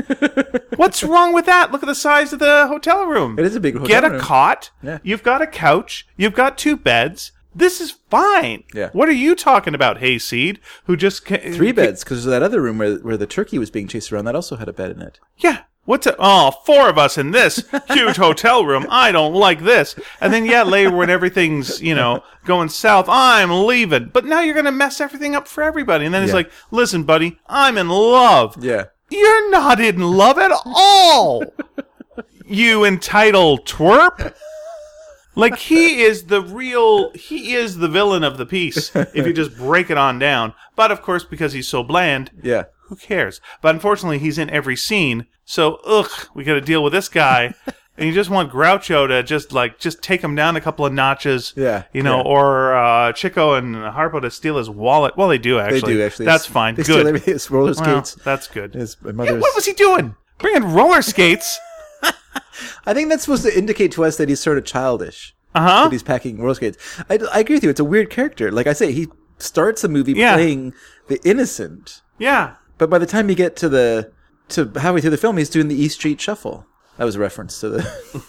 Speaker 1: What's wrong with that? Look at the size of the hotel room.
Speaker 2: It is a big hotel
Speaker 1: Get a
Speaker 2: room.
Speaker 1: cot.
Speaker 2: Yeah.
Speaker 1: You've got a couch. You've got two beds. This is fine.
Speaker 2: Yeah.
Speaker 1: What are you talking about, Hayseed? Who just ca-
Speaker 2: Three beds because that other room where where the turkey was being chased around that also had a bed in it.
Speaker 1: Yeah. What's a, oh, four of us in this huge hotel room. I don't like this. And then yeah, later when everything's you know going south, I'm leaving. But now you're gonna mess everything up for everybody. And then he's
Speaker 2: Yeah.
Speaker 1: like, "Listen, buddy, I'm in love.
Speaker 2: Yeah.
Speaker 1: You're not in love at all. you entitled twerp." Like he is the real, he is the villain of the piece. If you just break it on down, but of course because he's so bland,
Speaker 2: Yeah.
Speaker 1: who cares? But unfortunately, he's in every scene. So, ugh, we got to deal with this guy. and you just want Groucho to just like just take him down a couple of notches.
Speaker 2: Yeah,
Speaker 1: You know,
Speaker 2: yeah.
Speaker 1: or uh, Chico and Harpo to steal his wallet. Well, they do
Speaker 2: They
Speaker 1: actually.
Speaker 2: do actually.
Speaker 1: That's
Speaker 2: It's-
Speaker 1: fine.
Speaker 2: They
Speaker 1: good.
Speaker 2: Steal everything. It's roller
Speaker 1: Well,
Speaker 2: skates.
Speaker 1: that's good.
Speaker 2: His
Speaker 1: Yeah,
Speaker 2: mother's.
Speaker 1: what was he doing? Bringing roller skates?
Speaker 2: I think that's supposed to indicate to us that he's sort of childish.
Speaker 1: Uh huh.
Speaker 2: That he's packing roller skates. I, I agree with you. It's a weird character. Like I say, he starts the movie
Speaker 1: Yeah.
Speaker 2: playing the innocent,
Speaker 1: Yeah.
Speaker 2: but by the time you get to the to halfway through the film, he's doing the East Street Shuffle. That was a reference to the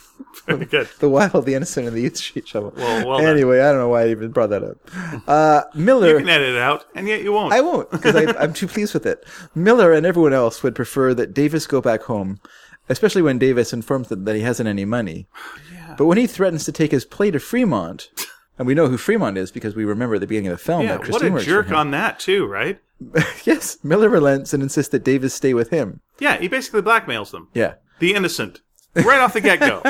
Speaker 1: Very good.
Speaker 2: the wild, the innocent, and the East Street Shuffle.
Speaker 1: Well- well done.
Speaker 2: anyway, I don't know why I even brought that up. Uh, Miller.
Speaker 1: You can edit it out, and yet you won't.
Speaker 2: I won't because I'm too pleased with it. Miller and everyone else would prefer that Davis go back home, especially when Davis informs them that he hasn't any money. But when he threatens to take his play to Fremont, and we know who Fremont is because we remember at the beginning of the film
Speaker 1: yeah,
Speaker 2: that
Speaker 1: what
Speaker 2: Christine
Speaker 1: a
Speaker 2: works for
Speaker 1: jerk
Speaker 2: him.
Speaker 1: on that, too, right?
Speaker 2: yes, Miller relents and insists that Davis stay with him.
Speaker 1: Yeah, he basically blackmails them.
Speaker 2: Yeah.
Speaker 1: The innocent. Right off the get go.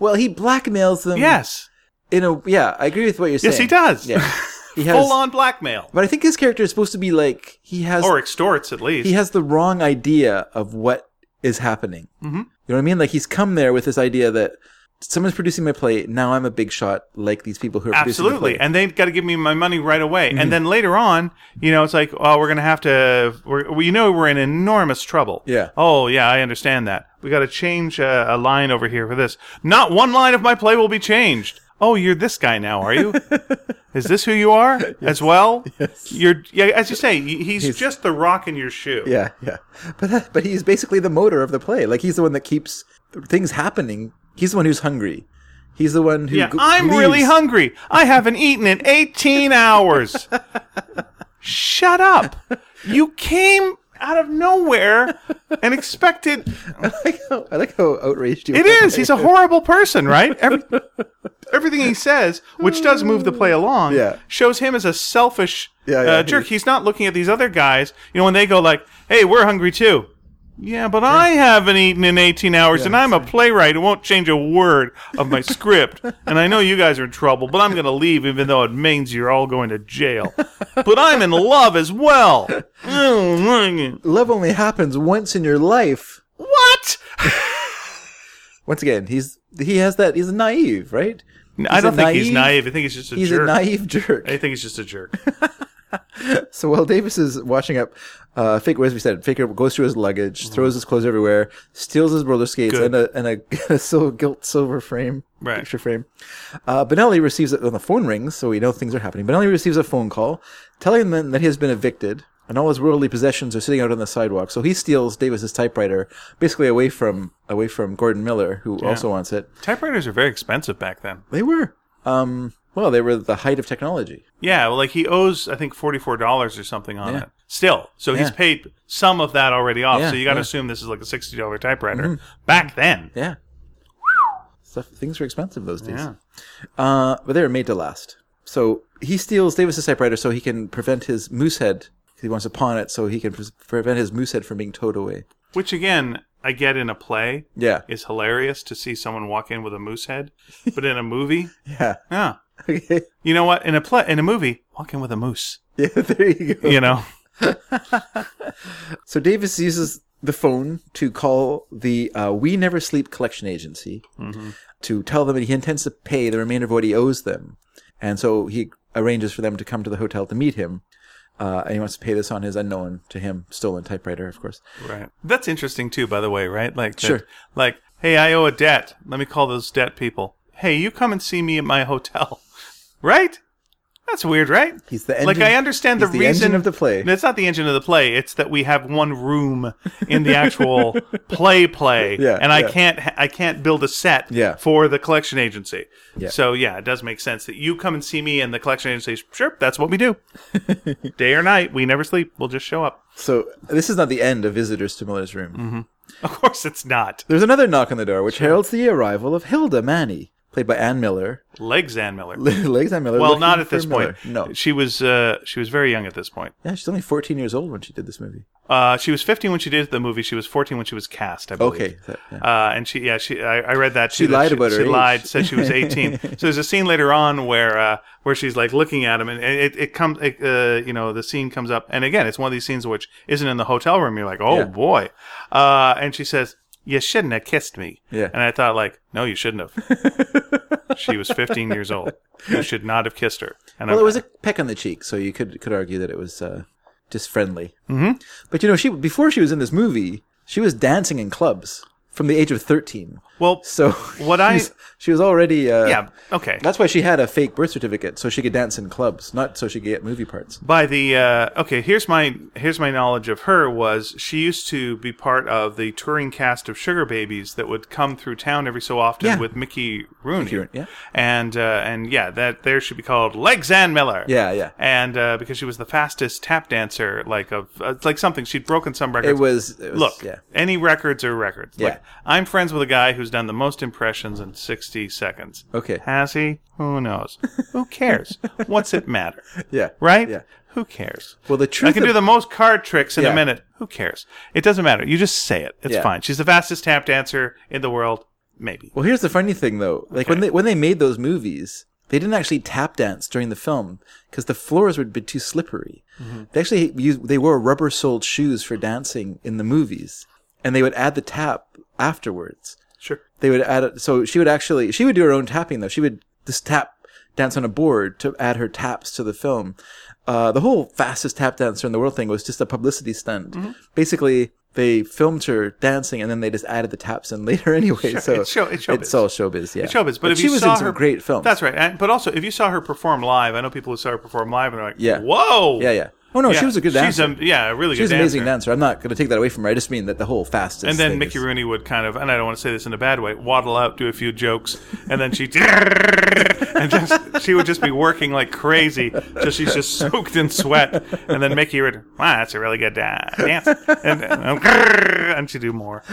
Speaker 2: Well, he blackmails them.
Speaker 1: yes.
Speaker 2: In a yeah, I agree with what you're saying.
Speaker 1: Yes, he does.
Speaker 2: Yeah. He has.
Speaker 1: full on blackmail
Speaker 2: But I think his character is supposed to be like he has
Speaker 1: or extorts at least.
Speaker 2: he has the wrong idea of what is happening. Mm-hmm. You know what I mean? Like he's come there with this idea that someone's producing my play. Now I'm a big shot, like these people who are Producing the
Speaker 1: Absolutely,
Speaker 2: play.
Speaker 1: and they've got to give me my money right away.
Speaker 2: Mm-hmm.
Speaker 1: And then later on, you know, it's like, oh, we're gonna have to. We're, we- you know, we're in enormous trouble.
Speaker 2: Yeah.
Speaker 1: Oh, yeah, I understand that. We got to change uh, a line over here for this. Not one line of my play will be changed. Oh, you're this guy now, are you? Is this who you are as well? You're, yeah, as you say, he- he's, just the rock in your shoe.
Speaker 2: Yeah, yeah. But that, but he's basically the motor of the play. Like he's the one that keeps things happening. He's the one who's hungry. He's the one who.
Speaker 1: Yeah,
Speaker 2: go-
Speaker 1: I'm really
Speaker 2: leaves.
Speaker 1: hungry. I haven't eaten in 18 hours. Shut up. You came out of nowhere and expected.
Speaker 2: I like how, I like how outraged you.
Speaker 1: It is. He's a horrible person, right? Every, everything he says, which does move the play along,
Speaker 2: Yeah.
Speaker 1: shows him as a selfish
Speaker 2: Yeah, yeah,
Speaker 1: uh, jerk. He's not looking at these other guys. You know, when they go like, "Hey, we're hungry too." Yeah, but I haven't eaten in 18 hours, and I'm a playwright who won't change a word of my script. And I know you guys are in trouble, but I'm going to leave, even though it means you're all going to jail. But I'm in love as well. Oh, my God.
Speaker 2: Love only happens once in your life.
Speaker 1: What?
Speaker 2: Once again, he's he has that. He's naive, right?
Speaker 1: I
Speaker 2: He's
Speaker 1: don't
Speaker 2: a
Speaker 1: think he's naive. I think he's just a
Speaker 2: He's
Speaker 1: jerk.
Speaker 2: a naive jerk.
Speaker 1: I think he's just a jerk.
Speaker 2: So while Davis is washing up, uh, Faker, as we said, Faker goes through his luggage, throws his clothes everywhere, steals his roller skates
Speaker 1: Mm-hmm. Good.
Speaker 2: and a and a, a silver, gilt silver frame
Speaker 1: Right.
Speaker 2: picture frame. Uh, Benelli receives it when the phone rings, so we know things are happening. Benelli receives a phone call telling them that he has been evicted and all his worldly possessions are sitting out on the sidewalk. So he steals Davis's typewriter, basically away from away from Gordon Miller, who also wants it.
Speaker 1: Typewriters are very expensive back then.
Speaker 2: They were, um, well, they were the height of technology.
Speaker 1: Yeah, well, like he owes, I think, forty-four dollars or something on
Speaker 2: Yeah.
Speaker 1: it. Still, so he's
Speaker 2: Yeah.
Speaker 1: paid some of that already off.
Speaker 2: Yeah,
Speaker 1: so you got to
Speaker 2: yeah. Mm-hmm.
Speaker 1: assume this is like a sixty-dollar typewriter back then.
Speaker 2: Yeah. Stuff, things were expensive those days.
Speaker 1: Yeah.
Speaker 2: Uh, but they were made to last. So he steals Davis's typewriter so he can prevent his moose head. He wants to pawn it so he can pre- prevent his moose head from being towed away.
Speaker 1: Which again, I get in a play
Speaker 2: Yeah.
Speaker 1: is hilarious to see someone walk in with a moose head, but in a movie,
Speaker 2: Yeah.
Speaker 1: yeah,
Speaker 2: Okay.
Speaker 1: you know what? In a play, in a movie, walk in with a moose.
Speaker 2: Yeah, there you go.
Speaker 1: You know,
Speaker 2: So Davis uses the phone to call the uh, We Never Sleep collection agency
Speaker 1: Mm-hmm.
Speaker 2: to tell them that he intends to pay the remainder of what he owes them. And so he arranges for them to come to the hotel to meet him. Uh, and he wants to pay this on his unknown to him stolen typewriter, of course.
Speaker 1: Right. That's interesting too, by the way, right? Like, that-
Speaker 2: Sure.
Speaker 1: Like, hey, I owe a debt. Let me call those debt people. Hey, you come and see me at my hotel, right? That's weird, right?
Speaker 2: He's the
Speaker 1: like
Speaker 2: engine-
Speaker 1: I understand the,
Speaker 2: he's the
Speaker 1: reason
Speaker 2: engine of the play.
Speaker 1: It's not the engine of the play. It's that we have one room in the actual play play,
Speaker 2: Yeah,
Speaker 1: and I
Speaker 2: yeah.
Speaker 1: can't I can't build a set
Speaker 2: Yeah.
Speaker 1: for the collection agency. So yeah, it does make sense that you come and see me, and the collection agency. says, Sure, that's what we do. Day or night, we never sleep. We'll just show up.
Speaker 2: So this is not the end of visitors to Miller's room.
Speaker 1: Mm-hmm. Of course, it's not.
Speaker 2: There's another knock on the door, which heralds the arrival of Hilda Manny, played by Ann Miller.
Speaker 1: Legs Ann Miller.
Speaker 2: Legs Ann Miller.
Speaker 1: Well,
Speaker 2: looking
Speaker 1: not at
Speaker 2: for
Speaker 1: this
Speaker 2: Miller.
Speaker 1: point.
Speaker 2: No.
Speaker 1: she was uh, she was very young at this point.
Speaker 2: Yeah, she's only 14 years old when she did this movie.
Speaker 1: Uh, she was 15 when she did the movie. She was 14 when she was cast. I believe.
Speaker 2: Okay. that- yeah.
Speaker 1: Uh, and she, yeah, she. I, I read that
Speaker 2: She
Speaker 1: too, that
Speaker 2: lied about her
Speaker 1: She
Speaker 2: age.
Speaker 1: lied, said she was 18. so there's a scene later on where uh, where she's like looking at him, and it, it comes, it, uh, you know, the scene comes up, and again, it's one of these scenes which isn't in the hotel room. You're like, oh
Speaker 2: Yeah.
Speaker 1: boy, uh, and she says, "You shouldn't have kissed me."
Speaker 2: Yeah.
Speaker 1: and I thought like, no, you shouldn't have. she was 15 years old. You should not have kissed her. And
Speaker 2: Well,
Speaker 1: I,
Speaker 2: it was a peck on the cheek, so you could could argue that it was uh, just friendly. Mm-hmm. But you know, she before she was in this movie, she was dancing in clubs from the age of 13.
Speaker 1: well,
Speaker 2: So
Speaker 1: What I-
Speaker 2: she was, she was already uh,
Speaker 1: yeah, okay.
Speaker 2: That's why she had a fake birth certificate, so she could dance in clubs, not so she could get movie parts.
Speaker 1: by the uh, okay here's my here's my knowledge of her was she used to be part of the touring cast of sugar babies that would come through town every so often
Speaker 2: Yeah.
Speaker 1: with mickey rooney,
Speaker 2: Rooney, yeah.
Speaker 1: and uh, and yeah that there should be called legs Ann miller
Speaker 2: Yeah, yeah.
Speaker 1: and uh, because she was the fastest tap dancer like of uh, like something she'd broken some records
Speaker 2: It was, it was
Speaker 1: look
Speaker 2: Yeah,
Speaker 1: any records are records
Speaker 2: Yeah.
Speaker 1: like i'm friends with a guy who's done the most impressions in 60 seconds
Speaker 2: Okay.
Speaker 1: has he who knows who cares what's it matter
Speaker 2: yeah,
Speaker 1: right?
Speaker 2: Yeah.
Speaker 1: Who cares?
Speaker 2: Well, the truth
Speaker 1: I can
Speaker 2: of-
Speaker 1: do the most card tricks in a
Speaker 2: Yeah.
Speaker 1: minute. Who cares? It doesn't matter. You just say it. It's
Speaker 2: Yeah.
Speaker 1: fine. She's the fastest tap dancer in the world, maybe.
Speaker 2: Well, here's the funny thing though. Like when they when they made those movies, they didn't actually tap dance during the film because the floors would be too slippery. They actually used, they wore rubber soled shoes for dancing in the movies, and they would add the tap afterwards.
Speaker 1: Sure.
Speaker 2: They would add it. So she would actually she would do her own tapping though. She would just tap dance on a board to add her taps to the film. Uh, the whole fastest tap dancer in the world thing was just a publicity stunt.
Speaker 1: Mm-hmm.
Speaker 2: Basically, they filmed her dancing and then they just added the taps in later anyway. so
Speaker 1: it's show- it's showbiz.
Speaker 2: all showbiz, yeah.
Speaker 1: It's showbiz, but, if
Speaker 2: she
Speaker 1: you
Speaker 2: was
Speaker 1: saw
Speaker 2: in some
Speaker 1: her,
Speaker 2: great films.
Speaker 1: That's right. And, but also, if you saw her perform live, I know people who saw her perform live and are like,
Speaker 2: Yeah.
Speaker 1: whoa.
Speaker 2: yeah, yeah. Oh no,
Speaker 1: Yeah.
Speaker 2: she was a good dancer.
Speaker 1: She's a, yeah, a really
Speaker 2: she was
Speaker 1: good
Speaker 2: an amazing
Speaker 1: dancer.
Speaker 2: dancer. I'm not going to take that away from her. I just mean that the whole fastest.
Speaker 1: And then
Speaker 2: thing
Speaker 1: Mickey
Speaker 2: is-
Speaker 1: Rooney would kind of, and I don't want to say this in a bad way, waddle out, do a few jokes, and then she and just she would just be working like crazy, just she's just soaked in sweat. And then Mickey would, wow, that's a really good da- dance, and, and, and she'd do more.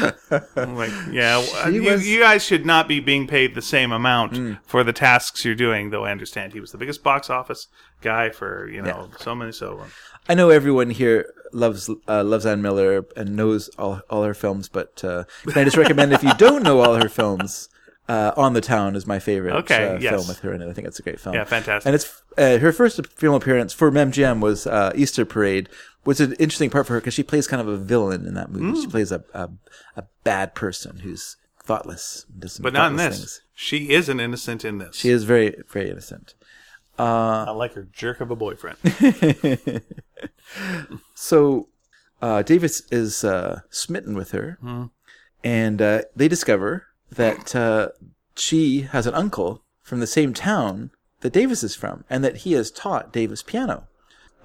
Speaker 1: I'm like, yeah, well, you,
Speaker 2: was- Mm.
Speaker 1: you guys should not be being paid the same amount for the tasks you're doing. Though I understand he was the biggest box office guy for you know so many so. On.
Speaker 2: I know everyone here loves uh, loves Ann Miller and knows all all her films, but uh, can I just recommend if you don't know all her films, uh, On the Town is my favorite
Speaker 1: Okay,
Speaker 2: uh,
Speaker 1: yes.
Speaker 2: film with her in it. I think it's a great film.
Speaker 1: Yeah, fantastic.
Speaker 2: And it's uh, her first film appearance for MGM was uh, Easter Parade, which is an interesting part for her because she plays kind of a villain in that movie.
Speaker 1: Mm.
Speaker 2: She plays a, a a bad person who's thoughtless, and does some
Speaker 1: But not in
Speaker 2: thoughtless
Speaker 1: this.
Speaker 2: things.
Speaker 1: She isn't innocent in this.
Speaker 2: She is very very innocent.
Speaker 1: I like her jerk of a boyfriend.
Speaker 2: So uh, Davis is uh, smitten with her,
Speaker 1: Hmm.
Speaker 2: and uh, they discover that uh, she has an uncle from the same town that Davis is from, and that he has taught Davis piano.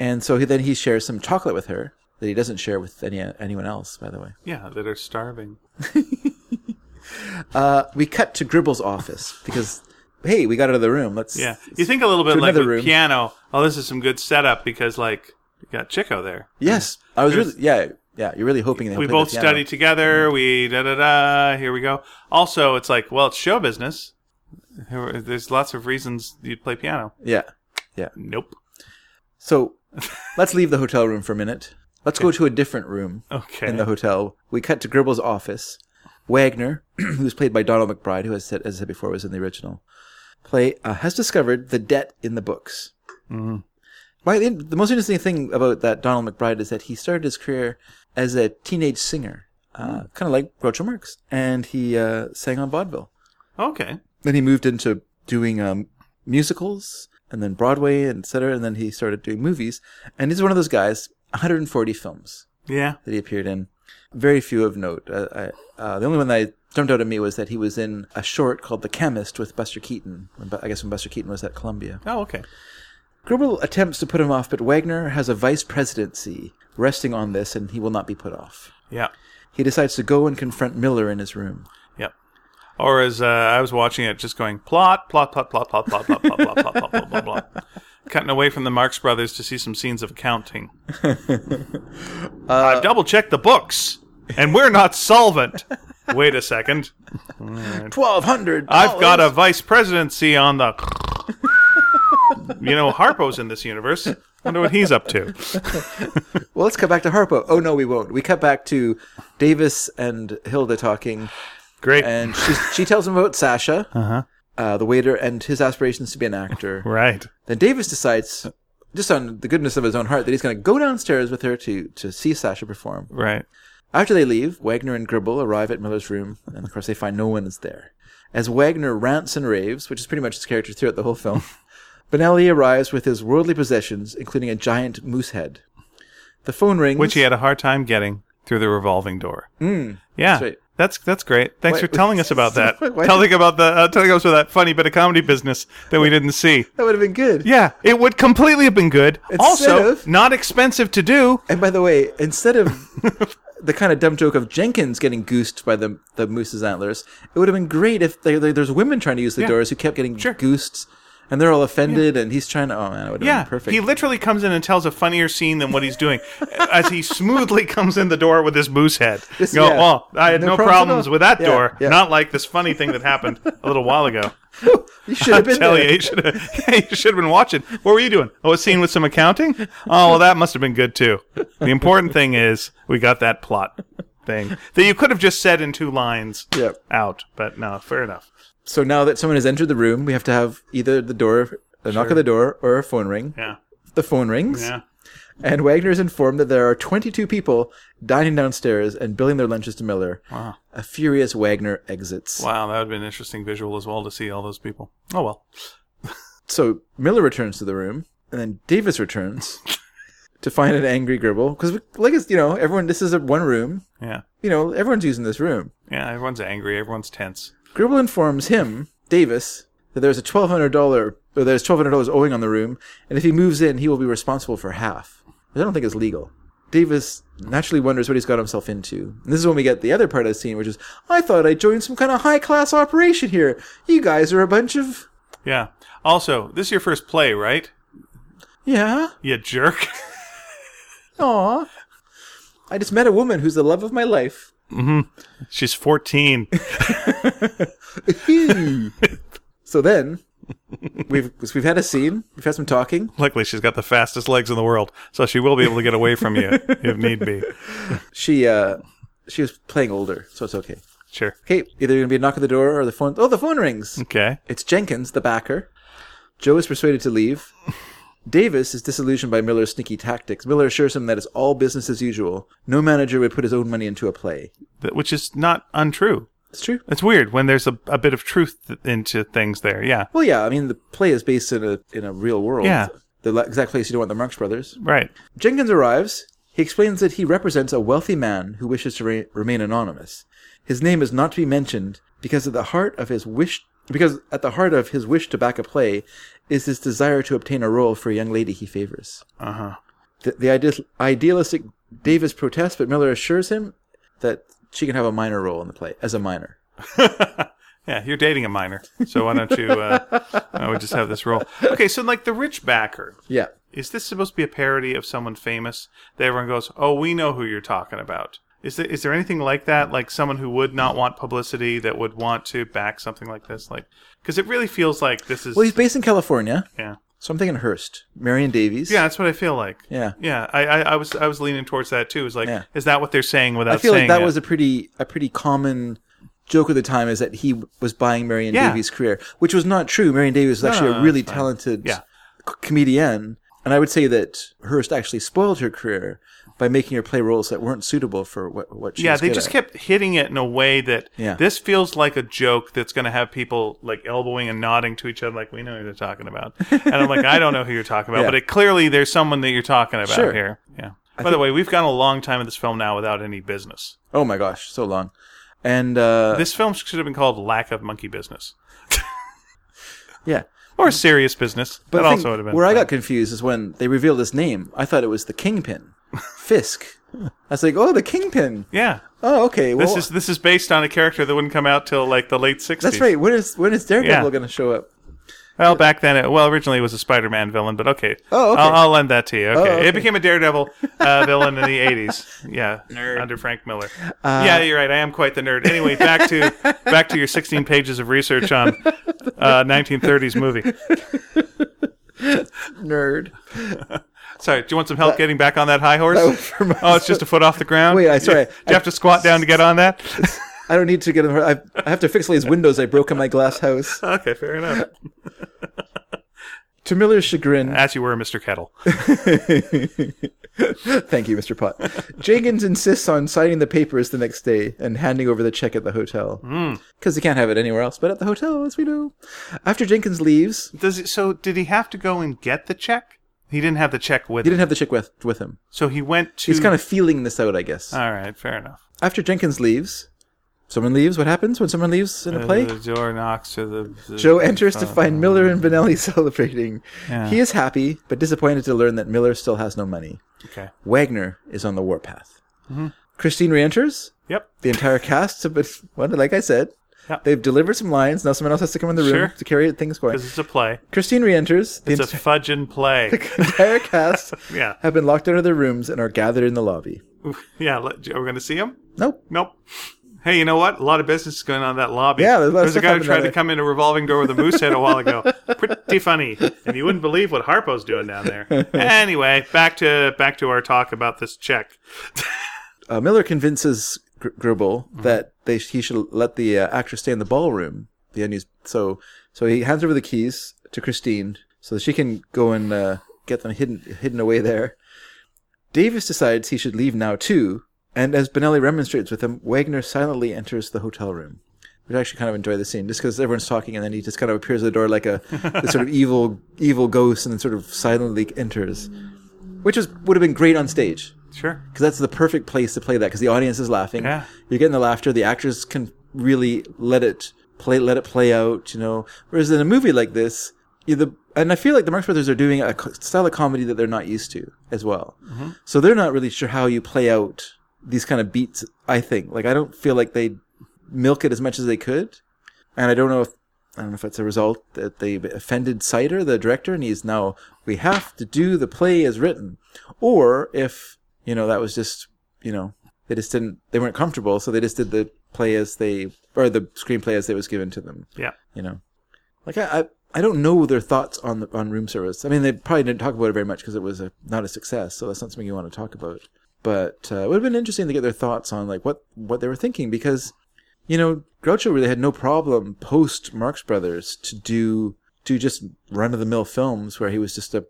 Speaker 2: And so he, then he shares some chocolate with her that he doesn't share with any anyone else, by the way.
Speaker 1: Yeah, that are starving.
Speaker 2: Uh, we cut to Gribble's office because, hey, we got out of the room. Let's
Speaker 1: Yeah, you think a little bit like
Speaker 2: another
Speaker 1: with
Speaker 2: room.
Speaker 1: piano. Oh, this is some good setup because like you got Chico there.
Speaker 2: yes. I was really yeah yeah. You're really hoping they
Speaker 1: We both study together. We da da da. Here we go. Also, it's like well, it's show business. There- There's lots of reasons you'd play piano.
Speaker 2: Yeah.
Speaker 1: Nope.
Speaker 2: So let's leave the hotel room for a minute. Let's go to a different room
Speaker 1: Okay.
Speaker 2: in the hotel. We cut to Gribble's office. Wagner, who's played by Donald McBride, who, as I said, as I said before, was in the original play, uh, has discovered the debt in the books. Why, the the most interesting thing about that Donald McBride is that he started his career as a teenage singer uh, kind of like Groucho Marx, and he uh, sang on vaudeville.
Speaker 1: Okay.
Speaker 2: Then he moved into doing um, musicals, and then Broadway, and et cetera. And then he started doing movies. And he's one of those guys, 140 films
Speaker 1: Yeah.
Speaker 2: that he appeared in. Very few of note. Uh, I, uh, the only one that jumped out at me was that he was in a short called The Chemist with Buster Keaton. when Bu- I guess when Buster Keaton was at Columbia.
Speaker 1: Oh, okay.
Speaker 2: Gribble attempts to put him off, but Wagner has a vice presidency resting on this, and he will not be put off.
Speaker 1: Yeah.
Speaker 2: He decides to go and confront Miller in his room.
Speaker 1: Yep. Or as uh, I was watching it, just going plot, plot, plot, plot, plot, plot, plot, plot, plot, plot, plot, plot, plot, plot. Cutting away from the Marx Brothers to see some scenes of counting. I've double checked the books, and we're not solvent. Wait a second.
Speaker 2: Twelve hundred.
Speaker 1: I've got a vice presidency on the. you know, Harpo's in this universe. Wonder what he's up to.
Speaker 2: Well, let's cut back to Harpo. Oh no, we won't. We cut back to Davis and Hilda talking,
Speaker 1: Great.
Speaker 2: and she she tells him about Sasha, uh-huh. the waiter, and his aspirations to be an actor.
Speaker 1: right.
Speaker 2: Then Davis decides, just on the goodness of his own heart, that he's going to go downstairs with her to to see Sasha perform.
Speaker 1: Right.
Speaker 2: After they leave, Wagner and Gribble arrive at Miller's room, and of course they find no one is there. As Wagner rants and raves, which is pretty much his character throughout the whole film, Benelli arrives with his worldly possessions, including a giant moose head. The phone rings.
Speaker 1: Which he had a hard time getting through the revolving door. yeah.
Speaker 2: Hmm. right.
Speaker 1: That's that's great. Thanks for
Speaker 2: Why-
Speaker 1: telling us about that.
Speaker 2: Why-
Speaker 1: telling about the uh, telling us about that funny bit of comedy business that we didn't see.
Speaker 2: that would have been good.
Speaker 1: Yeah, it would completely have been good. also,
Speaker 2: of-
Speaker 1: not expensive to do.
Speaker 2: And by the way, instead of the kind of dumb joke of Jenkins getting goosed by the the moose's antlers, it would have been great if they, they, there's women trying to use the doors who kept getting goosed, and they're all offended, and he's trying to. Oh man, it would have
Speaker 1: Yeah,
Speaker 2: been perfect.
Speaker 1: he literally comes in and tells a funnier scene than what he's doing, as he smoothly comes in the door with his moose head.
Speaker 2: This-
Speaker 1: Go,
Speaker 2: yeah.
Speaker 1: well, I had
Speaker 2: No
Speaker 1: no,
Speaker 2: problems at
Speaker 1: problems
Speaker 2: all."
Speaker 1: with that
Speaker 2: Yeah,
Speaker 1: door.
Speaker 2: yeah.
Speaker 1: Not like this funny thing that happened a little while ago.
Speaker 2: you should have been
Speaker 1: tell
Speaker 2: there.
Speaker 1: you, you should have, you should have been watching. What were you doing? Oh, a scene with some accounting. Oh, well, that must have been good too. The important thing is we got that plot thing that you could have just said in two lines.
Speaker 2: Yep.
Speaker 1: Out, but no, fair enough.
Speaker 2: So now that someone has entered the room, we have to have either the door, a knock at the door, or a phone ring.
Speaker 1: Yeah,
Speaker 2: The phone rings,
Speaker 1: yeah.
Speaker 2: and Wagner is informed that there are 22 people dining downstairs and billing their lunches to Miller. Wow. A furious Wagner exits.
Speaker 1: Wow, that would have been an interesting visual as well to see all those people. Oh well.
Speaker 2: So Miller returns to the room, and then Davis returns to find an angry Gribble. Because, like, it's, you know, everyone, this is a one room.
Speaker 1: Yeah,
Speaker 2: You know, everyone's using this room.
Speaker 1: yeah. Everyone's angry. Everyone's tense.
Speaker 2: Gribble informs him, Davis, that there's a $1,200, or there's $1,200 owing on the room, and if he moves in, he will be responsible for half, which I don't think is legal. Davis naturally wonders what he's got himself into. And this is when we get the other part of the scene, which is, I thought I joined some kind of high class operation here. You guys are a bunch of.
Speaker 1: Yeah. Also, this is your first play, right?
Speaker 2: Yeah.
Speaker 1: You jerk.
Speaker 2: Aw. I just met a woman who's the love of my life.
Speaker 1: She's fourteen.
Speaker 2: So then, we've we've had a scene. We've had some talking.
Speaker 1: Luckily, she's got the fastest legs in the world, so she will be able to get away from you if need be.
Speaker 2: She uh, she was playing older, so it's okay.
Speaker 1: Sure.
Speaker 2: Okay, either gonna be a knock at the door or the phone. Oh, the phone rings.
Speaker 1: Okay.
Speaker 2: It's Jenkins, the backer. Joe is persuaded to leave. Davis is disillusioned by Miller's sneaky tactics. Miller assures him that it's all business as usual. No manager would put his own money into a play.
Speaker 1: Th- which is not untrue.
Speaker 2: It's true.
Speaker 1: It's weird when there's a, a bit of truth th- into things there. Yeah,
Speaker 2: Well, yeah. I mean, the play is based in a in a real world.
Speaker 1: Yeah.
Speaker 2: The la- exact place you don't want the Marx Brothers.
Speaker 1: right.
Speaker 2: Jenkins arrives. He explains that he represents a wealthy man who wishes to re- remain anonymous. His name is not to be mentioned because at the heart of his wish, because at the heart of his wish to back a play, is his desire to obtain a role for a young lady he favors. Uh huh. The, the ideal, idealistic Davis protests, but Miller assures him that she can have a minor role in the play as a minor.
Speaker 1: Yeah, you're dating a minor, so why don't you? Uh, why don't we just have this role. Okay, so like the rich backer,
Speaker 2: Yeah.
Speaker 1: is this supposed to be a parody of someone famous that everyone goes, "Oh, we know who you're talking about." Is there is there anything like that, like someone who would not want publicity that would want to back something like this, like because it really feels like this is
Speaker 2: Well, he's based in California,
Speaker 1: yeah.
Speaker 2: so I'm thinking Hearst, Marion Davies.
Speaker 1: Yeah, that's what I feel like.
Speaker 2: Yeah.
Speaker 1: yeah. I, I, I was, I was leaning towards that too. Is like,
Speaker 2: Yeah.
Speaker 1: is that what they're saying without
Speaker 2: I feel
Speaker 1: saying
Speaker 2: like that
Speaker 1: it?
Speaker 2: was a pretty a pretty common joke of the time is that he was buying Marion
Speaker 1: Yeah.
Speaker 2: Davies' career, which was not true. Marion Davies was actually
Speaker 1: no,
Speaker 2: a
Speaker 1: no,
Speaker 2: really talented
Speaker 1: Yeah.
Speaker 2: c- comedian, and I would say that Hearst actually spoiled her career by making her play roles that weren't suitable for what what she
Speaker 1: yeah,
Speaker 2: was
Speaker 1: they
Speaker 2: good
Speaker 1: just
Speaker 2: at.
Speaker 1: kept hitting it in a way that
Speaker 2: Yeah.
Speaker 1: this feels like a joke that's going to have people like elbowing and nodding to each other, like we know who they're talking about. And I'm like, I don't know who you're talking about,
Speaker 2: Yeah.
Speaker 1: but it, clearly there's someone that you're talking about
Speaker 2: Sure.
Speaker 1: here. Yeah. By the way, we've gone a long time in this film now without any business.
Speaker 2: Oh my gosh, so long. And uh,
Speaker 1: This film should have been called "Lack of Monkey Business"
Speaker 2: yeah,
Speaker 1: or "Serious Business."
Speaker 2: but
Speaker 1: that
Speaker 2: I think
Speaker 1: also would have been
Speaker 2: where I
Speaker 1: fun.
Speaker 2: got confused is when they revealed his name. I thought it was the Kingpin, Fisk. I was like, oh, the Kingpin.
Speaker 1: Yeah,
Speaker 2: Oh, okay. Well,
Speaker 1: this is this is based on a character that wouldn't come out till like the late '60s.
Speaker 2: that's right. When is when is Daredevil
Speaker 1: Yeah.
Speaker 2: going to show up?
Speaker 1: Well, back then, it, well, originally it was a Spider-Man villain, but okay.
Speaker 2: Oh, okay. Oh,
Speaker 1: I'll, I'll lend that to you. Okay.
Speaker 2: okay.
Speaker 1: It became a Daredevil uh, villain in the '80s. Yeah, under Frank Miller.
Speaker 2: Uh,
Speaker 1: yeah, you're right. I am quite the nerd. Anyway, back to back to your 16 pages of research on uh, 1930s movie.
Speaker 2: Nerd.
Speaker 1: Sorry, do you want some help getting back on that high horse?
Speaker 2: Uh, was for my-
Speaker 1: oh, it's just a foot off the ground.
Speaker 2: Wait, I- sorry.
Speaker 1: Do you have to squat down to get on that?
Speaker 2: I don't need to get him. I, I have to fix all these windows I broke in my glass house.
Speaker 1: okay, fair enough.
Speaker 2: To Miller's chagrin,
Speaker 1: As you were, Mr. Kettle.
Speaker 2: Thank you, Mr. Pot. Jenkins insists on signing the papers the next day and handing over the check at the hotel.
Speaker 1: Hmm.
Speaker 2: Because he can't have it anywhere else but at the hotel, as we know. After Jenkins leaves, he
Speaker 1: Does it, so? Did he have to go and get the check? He didn't have the check with him,
Speaker 2: didn't have the check with, with him.
Speaker 1: so he went to.
Speaker 2: He's kind of feeling this out, I guess.
Speaker 1: All right, fair enough.
Speaker 2: After Jenkins leave, someone leaves. What happens when someone leaves in a play?
Speaker 1: The door knocks to the. the-
Speaker 2: Joe enters to find Miller and Benelli celebrating.
Speaker 1: Yeah.
Speaker 2: He is happy, but disappointed to learn that Miller still has no money.
Speaker 1: Okay.
Speaker 2: Wagner is on the warpath.
Speaker 1: Mm-hmm.
Speaker 2: Christine re enters.
Speaker 1: Yep.
Speaker 2: the entire cast have been well, like I said.
Speaker 1: Yeah.
Speaker 2: They've delivered some lines. Now someone else has to come in the room
Speaker 1: Sure.
Speaker 2: to carry things going.
Speaker 1: Because it's a play.
Speaker 2: Christine re-enters. The
Speaker 1: It's a fudge and play.
Speaker 2: entire cast
Speaker 1: Yeah.
Speaker 2: have been locked out of their rooms and are gathered in the lobby.
Speaker 1: Yeah. let- Are we going to see him?
Speaker 2: Nope.
Speaker 1: Nope. Hey, you know what? A lot of business is going on in that lobby.
Speaker 2: Yeah, there's a lot of
Speaker 1: There's a
Speaker 2: stuff
Speaker 1: guy who
Speaker 2: happening
Speaker 1: tried to
Speaker 2: down there.
Speaker 1: come in a revolving door with a moose head a while ago. Pretty funny. And you wouldn't believe what Harpo's doing down there. Anyway, back to back to our talk about this check.
Speaker 2: Uh, Miller convinces Gr- Gribble that they he should let the uh, actress stay in the ballroom. The unused. So so he hands over the keys to Christine so that she can go and uh, get them hidden hidden away there. Davis decides he should leave now too, and as Benelli remonstrates with him, Wagner silently enters the hotel room. Which I actually kind of enjoy the scene, just because everyone's talking, and then he just kind of appears at the door like a this sort of evil, evil ghost, and then sort of silently enters, which is would have been great on stage
Speaker 1: Sure.
Speaker 2: because that's the perfect place to play that because the audience is laughing.
Speaker 1: Yeah.
Speaker 2: You're getting the laughter. The actors can really let it play, let it play out. You know, whereas in a movie like this, you the and I feel like the Marx Brothers are doing a co- style of comedy that they're not used to as well. So they're not really sure how you play out these kind of beats. I think like I don't feel like they milk it as much as they could, and I don't know if. I don't know if it's a result that they offended Sider, the director, and he's now we have to do the play as written, or if you know that was just you know they just didn't they weren't comfortable, so they just did the play as they or the screenplay as it was given to them.
Speaker 1: Yeah.
Speaker 2: You know, like I I, I don't know their thoughts on the on room service. I mean, they probably didn't talk about it very much because it was a, not a success, so that's not something you want to talk about. But uh, it would have been interesting to get their thoughts on like what what they were thinking because you know, Groucho really had no problem post Marx Brothers to do do just run of the mill films where he was just a,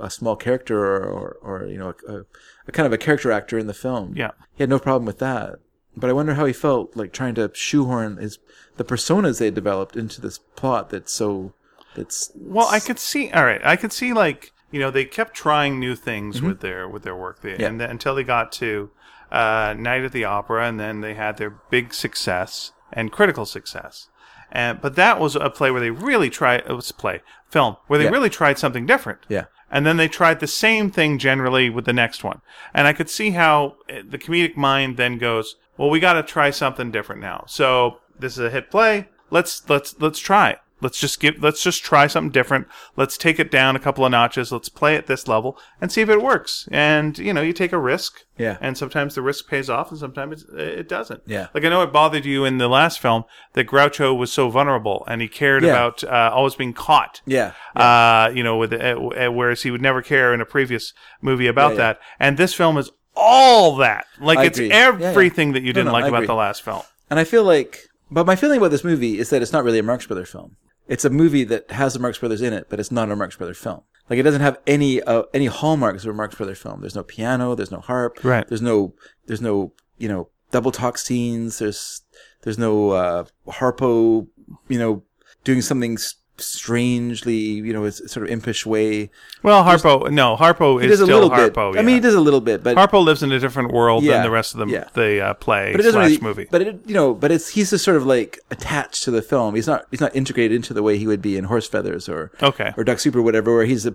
Speaker 2: a small character or, or, or you know a, a, a kind of a character actor in the film.
Speaker 1: Yeah.
Speaker 2: he had no problem with that. But I wonder how he felt like trying to shoehorn his the personas they had developed into this plot that's so that's
Speaker 1: Well, I could see. All right, I could see like you know they kept trying new things
Speaker 2: Mm-hmm.
Speaker 1: with their with their work, they, and then, until they got to uh, Night at the Opera, and then they had their big success and critical success. And but that was a play where they really tried. It was a play film where they
Speaker 2: Yeah.
Speaker 1: really tried something different.
Speaker 2: yeah
Speaker 1: And then they tried the same thing generally with the next one. And I could see how eh, the comedic mind then goes, "Well, we got to try something different now." So, this is a hit play. Let's let's let's try it. Let's just give let's just try something different. Let's take it down a couple of notches. Let's play at this level and see if it works. And, you know, you take a risk.
Speaker 2: Yeah.
Speaker 1: And sometimes the risk pays off and sometimes it's- eh, it doesn't.
Speaker 2: Yeah.
Speaker 1: Like I know it bothered you in the last film that Groucho was so vulnerable and he cared
Speaker 2: Yeah.
Speaker 1: about uh, always being caught
Speaker 2: yeah
Speaker 1: uh, you know, with uh, uh, whereas he would never care in a previous movie about
Speaker 2: yeah.
Speaker 1: that. And this film is all that. Like
Speaker 2: I
Speaker 1: it's
Speaker 2: agree. Yeah, yeah.
Speaker 1: everything that you didn't
Speaker 2: no,
Speaker 1: like
Speaker 2: I
Speaker 1: about the
Speaker 2: agree.
Speaker 1: last film.
Speaker 2: And I feel like, but my feeling about this movie is that it's not really a Marx Brothers film. It's a movie that has the Marx Brothers in it, but it's not a Marx Brothers film. Like it doesn't have any uh, any hallmarks of a Marx Brothers film. There's no piano. There's no harp.
Speaker 1: Right.
Speaker 2: There's no there's no you know double talk scenes. There's there's no uh, Harpo you know doing something s- strangely you know it's sort of impish way.
Speaker 1: Well, Harpo, no, Harpo
Speaker 2: He
Speaker 1: is
Speaker 2: does a
Speaker 1: still
Speaker 2: little
Speaker 1: Harpo.
Speaker 2: bit.
Speaker 1: Yeah.
Speaker 2: I mean, he does a little bit, but
Speaker 1: Harpo lives in a different world
Speaker 2: Yeah,
Speaker 1: than the rest of the
Speaker 2: yeah.
Speaker 1: the uh, play
Speaker 2: but it doesn't
Speaker 1: slash
Speaker 2: really,
Speaker 1: movie.
Speaker 2: But it, you know, but it's he's just sort of like attached to the film. He's not he's not integrated into the way he would be in Horse Feathers or
Speaker 1: Okay.
Speaker 2: or Duck Soup or whatever, where he's a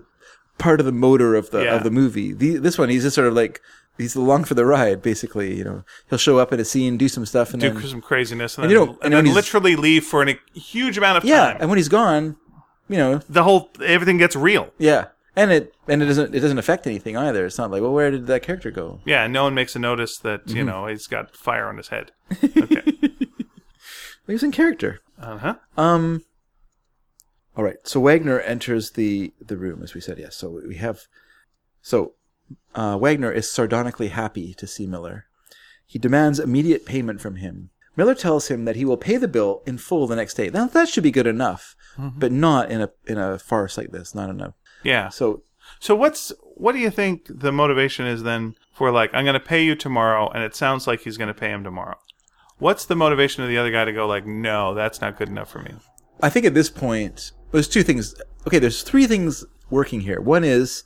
Speaker 2: part of the motor of the
Speaker 1: Yeah.
Speaker 2: of the movie. The, this one, he's just sort of like he's along for the ride, basically. You know, he'll show up in a scene, do some stuff, and
Speaker 1: do
Speaker 2: then
Speaker 1: some craziness and,
Speaker 2: and
Speaker 1: then,
Speaker 2: you know,
Speaker 1: and
Speaker 2: and when
Speaker 1: then
Speaker 2: he's-
Speaker 1: literally leave for an, a huge amount of
Speaker 2: yeah,
Speaker 1: time.
Speaker 2: and when he's gone, you know,
Speaker 1: the whole everything gets real.
Speaker 2: yeah, and it and it doesn't it doesn't affect anything either. It's not like well, where did that character go?
Speaker 1: Yeah, no one makes a notice that
Speaker 2: Mm-hmm.
Speaker 1: you know he's got fire on his head.
Speaker 2: He was in character.
Speaker 1: Uh huh.
Speaker 2: Um. All right. So Wagner enters the the room, as we said. Yes. So we have. So, uh, Wagner is sardonically happy to see Miller. He demands immediate payment from him. Miller tells him that he will pay the bill in full the next day. Now that should be good enough, but not in a in a farce like this. Not enough.
Speaker 1: Yeah.
Speaker 2: So
Speaker 1: So what's what do you think the motivation is then for like I'm going to pay you tomorrow, and it sounds like he's going to pay him tomorrow. What's the motivation of the other guy to go like, no, that's not good enough for me?
Speaker 2: I think at this point, there's two things. Okay, there's three things working here. One is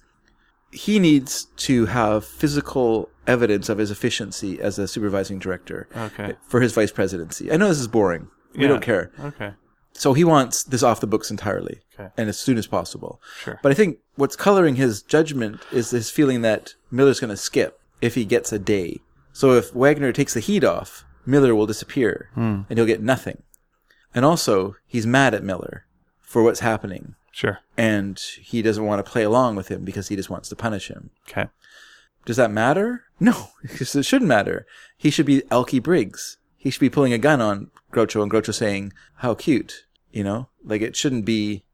Speaker 2: he needs to have physical evidence of his efficiency as a supervising director
Speaker 1: Okay.
Speaker 2: for his vice presidency. I know this is boring. We
Speaker 1: Yeah.
Speaker 2: don't care.
Speaker 1: Okay.
Speaker 2: So he wants this off the books entirely
Speaker 1: Okay.
Speaker 2: and as soon as possible.
Speaker 1: Sure.
Speaker 2: But I think what's coloring his judgment is his feeling that Miller's going to skip if he gets a day. So if Wagner takes the heat off, Miller will disappear
Speaker 1: Hmm.
Speaker 2: and he'll get nothing. And also, he's mad at Miller for what's happening
Speaker 1: Sure.
Speaker 2: and he doesn't want to play along with him because he just wants to punish him.
Speaker 1: Okay.
Speaker 2: Does that matter? No, because it shouldn't matter. He should be Elkie Briggs. He should be pulling a gun on Groucho and Groucho saying, how cute, you know? Like it shouldn't be,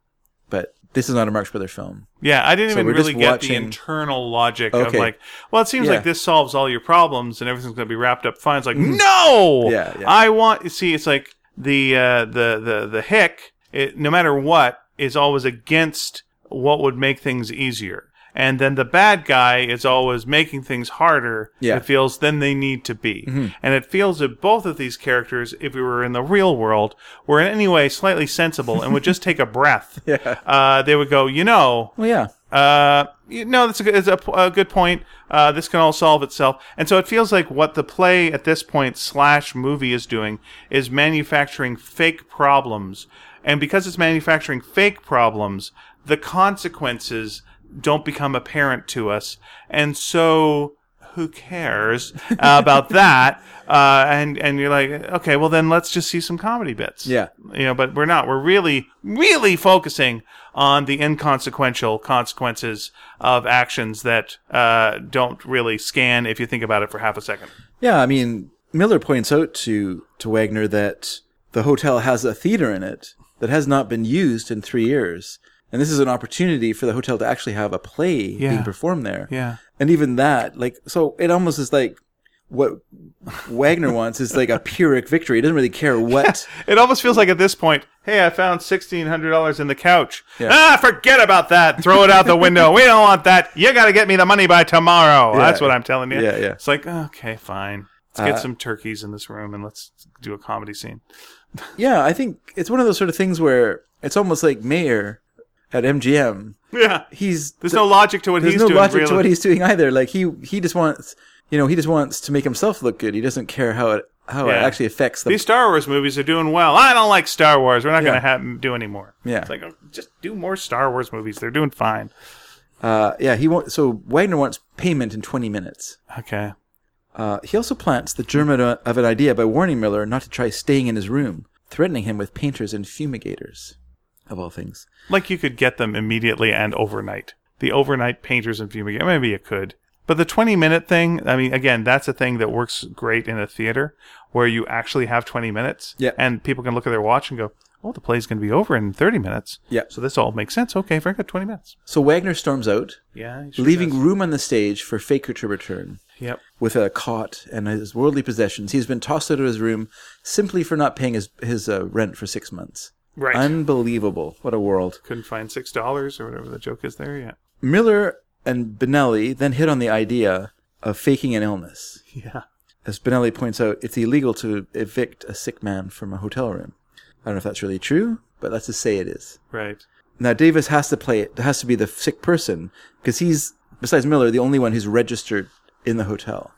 Speaker 2: but this is not a Marx Brothers film.
Speaker 1: Yeah, I didn't
Speaker 2: So
Speaker 1: even
Speaker 2: we're just
Speaker 1: really get the
Speaker 2: watching-
Speaker 1: internal logic of
Speaker 2: Okay.
Speaker 1: like, well, it seems
Speaker 2: Yeah. Mm-hmm.
Speaker 1: like this solves all your problems and everything's going to be wrapped up fine. It's like, no,
Speaker 2: Yeah, yeah.
Speaker 1: I want. you See, it's like the uh, the the the hick. It, no matter what is always against what would make things easier, and then the bad guy is always making things harder.
Speaker 2: Yeah. Mm-hmm.
Speaker 1: It feels than they need to be, and it feels that both of these characters, if we were in the real world, were in any way slightly sensible and would just take a breath.
Speaker 2: Yeah.
Speaker 1: Uh, they would go, you know,
Speaker 2: Well, yeah.
Speaker 1: uh, you- no, that's a, good- it's a, p- a good point. Uh, this can all solve itself. And so it feels like what the play at this point slash movie is doing is manufacturing fake problems. And because it's manufacturing fake problems, the consequences don't become apparent to us. And so who cares about that? Uh, and, and you're like, okay, well then let's just see some comedy bits
Speaker 2: Yeah.
Speaker 1: you know but we're not we're really really focusing on the inconsequential consequences of actions that uh, don't really scan if you think about it for half a second
Speaker 2: Yeah, I mean, Miller points out to, to Wagner that the hotel has a theater in it that has not been used in three years. And this is an opportunity for the hotel to actually have a play
Speaker 1: Yeah.
Speaker 2: being performed there.
Speaker 1: yeah
Speaker 2: And even that, like, so it almost is like what Wagner wants is like a Pyrrhic victory. He doesn't really care what.
Speaker 1: it almost feels like at this point hey i found $1600 in the couch
Speaker 2: Yeah.
Speaker 1: ah forget about that throw it out the window we don't want that you gotta get me the money by tomorrow
Speaker 2: Yeah.
Speaker 1: that's what i'm telling you
Speaker 2: Yeah, yeah.
Speaker 1: it's like okay fine let's get
Speaker 2: Uh,
Speaker 1: some turkeys in this room and let's do a comedy scene
Speaker 2: Yeah, I think it's one of those sort of things where it's almost like Mayer at MGM.
Speaker 1: yeah
Speaker 2: He's
Speaker 1: there's no logic to what
Speaker 2: there's
Speaker 1: he's
Speaker 2: no
Speaker 1: doing
Speaker 2: logic
Speaker 1: really.
Speaker 2: to what he's doing either. Like he he just wants you know he just wants to make himself look good. He doesn't care how it how it
Speaker 1: Yeah.
Speaker 2: actually affects the
Speaker 1: These Star Wars movies are doing well. I don't like Star Wars. We're not
Speaker 2: Yeah.
Speaker 1: going to have do any more.
Speaker 2: Yeah.
Speaker 1: It's like oh, just do more Star Wars movies. They're doing fine.
Speaker 2: uh, yeah he won't. So Wagner wants payment in 20 minutes.
Speaker 1: Okay.
Speaker 2: Uh, he also plants the germ of of an idea by warning Miller not to try staying in his room, threatening him with painters and fumigators, of all things.
Speaker 1: Like you could get them immediately and overnight. The overnight painters and fumigators. Maybe you could. But the 20 minute thing, I mean, again, that's a thing that works great in a theater where you actually have 20 minutes
Speaker 2: Yeah.
Speaker 1: and people can look at their watch and go, oh, the play's going to be over in 30 minutes.
Speaker 2: Yeah.
Speaker 1: So this all makes sense. Okay, Frank got 20 minutes.
Speaker 2: So Wagner storms out,
Speaker 1: Yeah. he sure
Speaker 2: leaving
Speaker 1: does.
Speaker 2: room on the stage for Faker to return.
Speaker 1: Yep.
Speaker 2: With a cot and his worldly possessions, he's been tossed out of his room simply for not paying his, his uh, rent for six months.
Speaker 1: Right.
Speaker 2: Unbelievable. What a world.
Speaker 1: Couldn't find six dollars or whatever the joke is there yet.
Speaker 2: Miller and Benelli then hit on the idea of faking an illness.
Speaker 1: Yeah.
Speaker 2: As Benelli points out, it's illegal to evict a sick man from a hotel room. I don't know if that's really true, but let's just say it is.
Speaker 1: Right.
Speaker 2: Now Davis has to play it. Has to be the sick person because he's besides Miller the only one who's registered in the hotel,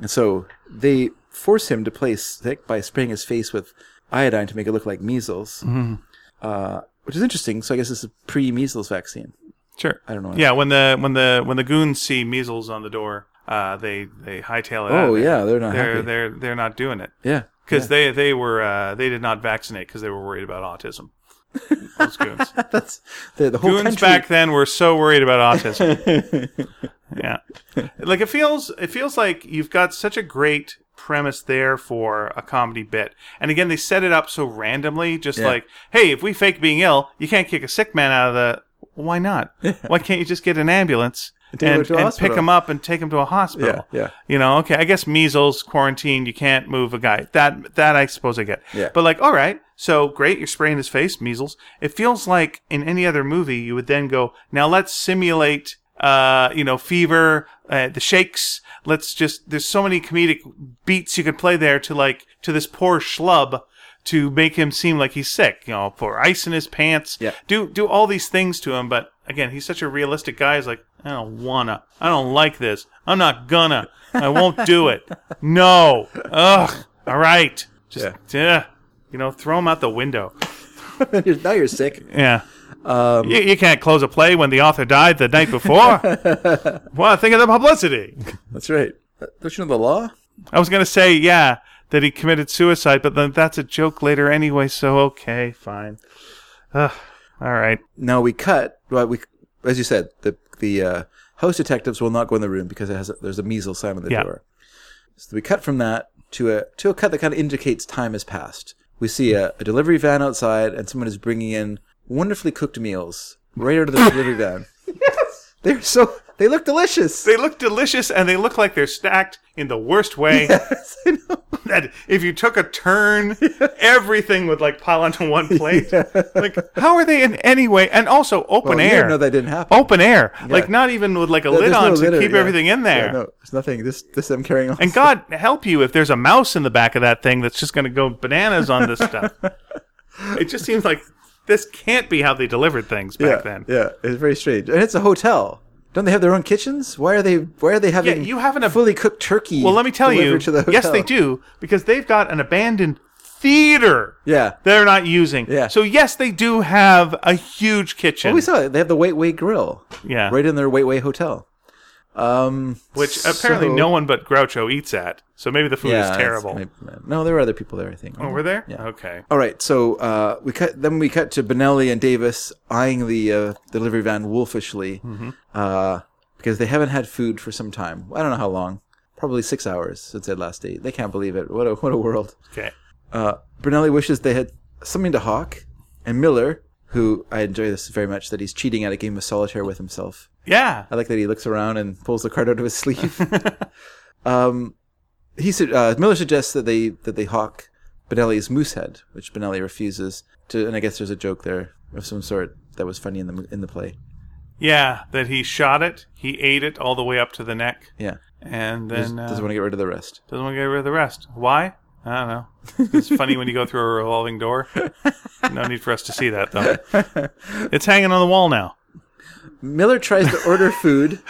Speaker 2: and so they force him to play sick by spraying his face with iodine to make it look like measles,
Speaker 1: Mm-hmm.
Speaker 2: uh, which is interesting. So I guess it's a pre-measles vaccine.
Speaker 1: Sure.
Speaker 2: I don't know.
Speaker 1: Yeah, when the when the when the goons see measles on the door, uh, they they hightail it. out.
Speaker 2: Oh yeah, they're not
Speaker 1: They're
Speaker 2: happy.
Speaker 1: they're they're not doing it
Speaker 2: yeah,
Speaker 1: because they they were uh, they did not vaccinate because they were worried about autism. Those goons.
Speaker 2: that's the, the whole
Speaker 1: Goons
Speaker 2: country.
Speaker 1: back then were so worried about autism. yeah, like it feels it feels like you've got such a great premise there for a comedy bit, and again they set it up so randomly, just like, hey, if we fake being ill, you can't kick a sick man out of the. Why not? Why can't you just get an ambulance
Speaker 2: him
Speaker 1: and,
Speaker 2: to a
Speaker 1: and pick
Speaker 2: hospital.
Speaker 1: him up and take him to a hospital?
Speaker 2: Yeah, yeah.
Speaker 1: You know, okay, I guess measles, quarantine, you can't move a guy. That that I suppose I get.
Speaker 2: Yeah.
Speaker 1: But like, all right, so great, you're spraying his face, measles. It feels like in any other movie, you would then go, now let's simulate, uh, you know, fever, uh, the shakes. Let's just. There's so many comedic beats you could play there to like to this poor schlub. To make him seem like he's sick, you know, pour ice in his pants,
Speaker 2: Yeah.
Speaker 1: do do all these things to him. But again, he's such a realistic guy. He's like, I don't wanna, I don't like this. I'm not gonna. I won't do it. No. Ugh. All right. Just yeah. You know, throw him out the window.
Speaker 2: now you're sick.
Speaker 1: Yeah. you, you can't close a play when the author died the night before. well, think of the publicity.
Speaker 2: That's right. Uh, Don't you know the law?
Speaker 1: I was gonna say yeah that he committed suicide, but then that's a joke later anyway. So okay, fine. Ugh. All right.
Speaker 2: Now we cut. Well, we, as you said, the the uh, house detectives will not go in the room because it has a, there's a measles sign on the
Speaker 1: Yeah.
Speaker 2: door. So we cut from that to a to a cut that kind of indicates time has passed. We see a, a delivery van outside, and someone is bringing in wonderfully cooked meals right out of the delivery van. Yes, they're so they look delicious.
Speaker 1: They look delicious and they look like they're stacked in the worst way.
Speaker 2: yes, I know.
Speaker 1: That if you took a turn, everything would like pile onto one plate. Like, how are they in any way? And also open
Speaker 2: Well, you
Speaker 1: air.
Speaker 2: didn't know Oh, that didn't happen.
Speaker 1: Open air. Like, not even with like a lid
Speaker 2: There's
Speaker 1: on
Speaker 2: no
Speaker 1: to
Speaker 2: litter,
Speaker 1: keep
Speaker 2: yeah.
Speaker 1: everything in there.
Speaker 2: Yeah, no, there's nothing. This this I'm carrying on.
Speaker 1: And God help you if there's a mouse in the back of that thing that's just going to go bananas on this stuff. It just seems like this can't be how they delivered things
Speaker 2: yeah,
Speaker 1: back then.
Speaker 2: yeah, it's very strange. And it's a hotel. Don't they have their own kitchens? Why are they Why are they having
Speaker 1: you haven't a-
Speaker 2: fully cooked turkey?
Speaker 1: Well, let me tell you.
Speaker 2: delivered to the
Speaker 1: yes,
Speaker 2: hotel?
Speaker 1: they do because they've got an abandoned theater.
Speaker 2: Yeah.
Speaker 1: they're not using.
Speaker 2: Yeah.
Speaker 1: So yes, they do have a huge kitchen.
Speaker 2: We saw it. They have the Wait Wait Grill.
Speaker 1: Yeah.
Speaker 2: right in their Wait Wait Hotel. Um,
Speaker 1: which apparently
Speaker 2: so-
Speaker 1: no one but Groucho eats at. So maybe the food
Speaker 2: yeah,
Speaker 1: is
Speaker 2: that's
Speaker 1: terrible. Oh,
Speaker 2: kind of- no, there were other people there. I think.
Speaker 1: Over there? Yeah. Okay.
Speaker 2: All right, so uh, we cut. Then we cut to Benelli and Davis eyeing the uh, delivery van wolfishly
Speaker 1: Mm-hmm.
Speaker 2: uh, because they haven't had food for some time. I don't know how long. Probably six hours since their last date. They can't believe it. What a what a world.
Speaker 1: Okay.
Speaker 2: Uh, Brunelli wishes they had something to hawk, and Miller, who I enjoy this very much, that he's cheating at a game of solitaire with himself.
Speaker 1: Yeah.
Speaker 2: I like that he looks around and pulls the card out of his sleeve. um, he su- uh, Miller suggests that they that they hawk Benelli's moose head, which Benelli refuses to. And I guess there's a joke there of some sort that was funny in the mo- in the play.
Speaker 1: Yeah. That he shot it. He ate it all the way up to the neck,
Speaker 2: Yeah,
Speaker 1: and then uh,
Speaker 2: doesn't want to get rid of the rest.
Speaker 1: Doesn't want to get rid of the rest. Why? I don't know. It's funny when you go through a revolving door. No need for us to see that, though. It's hanging on the wall now.
Speaker 2: Miller tries to order food,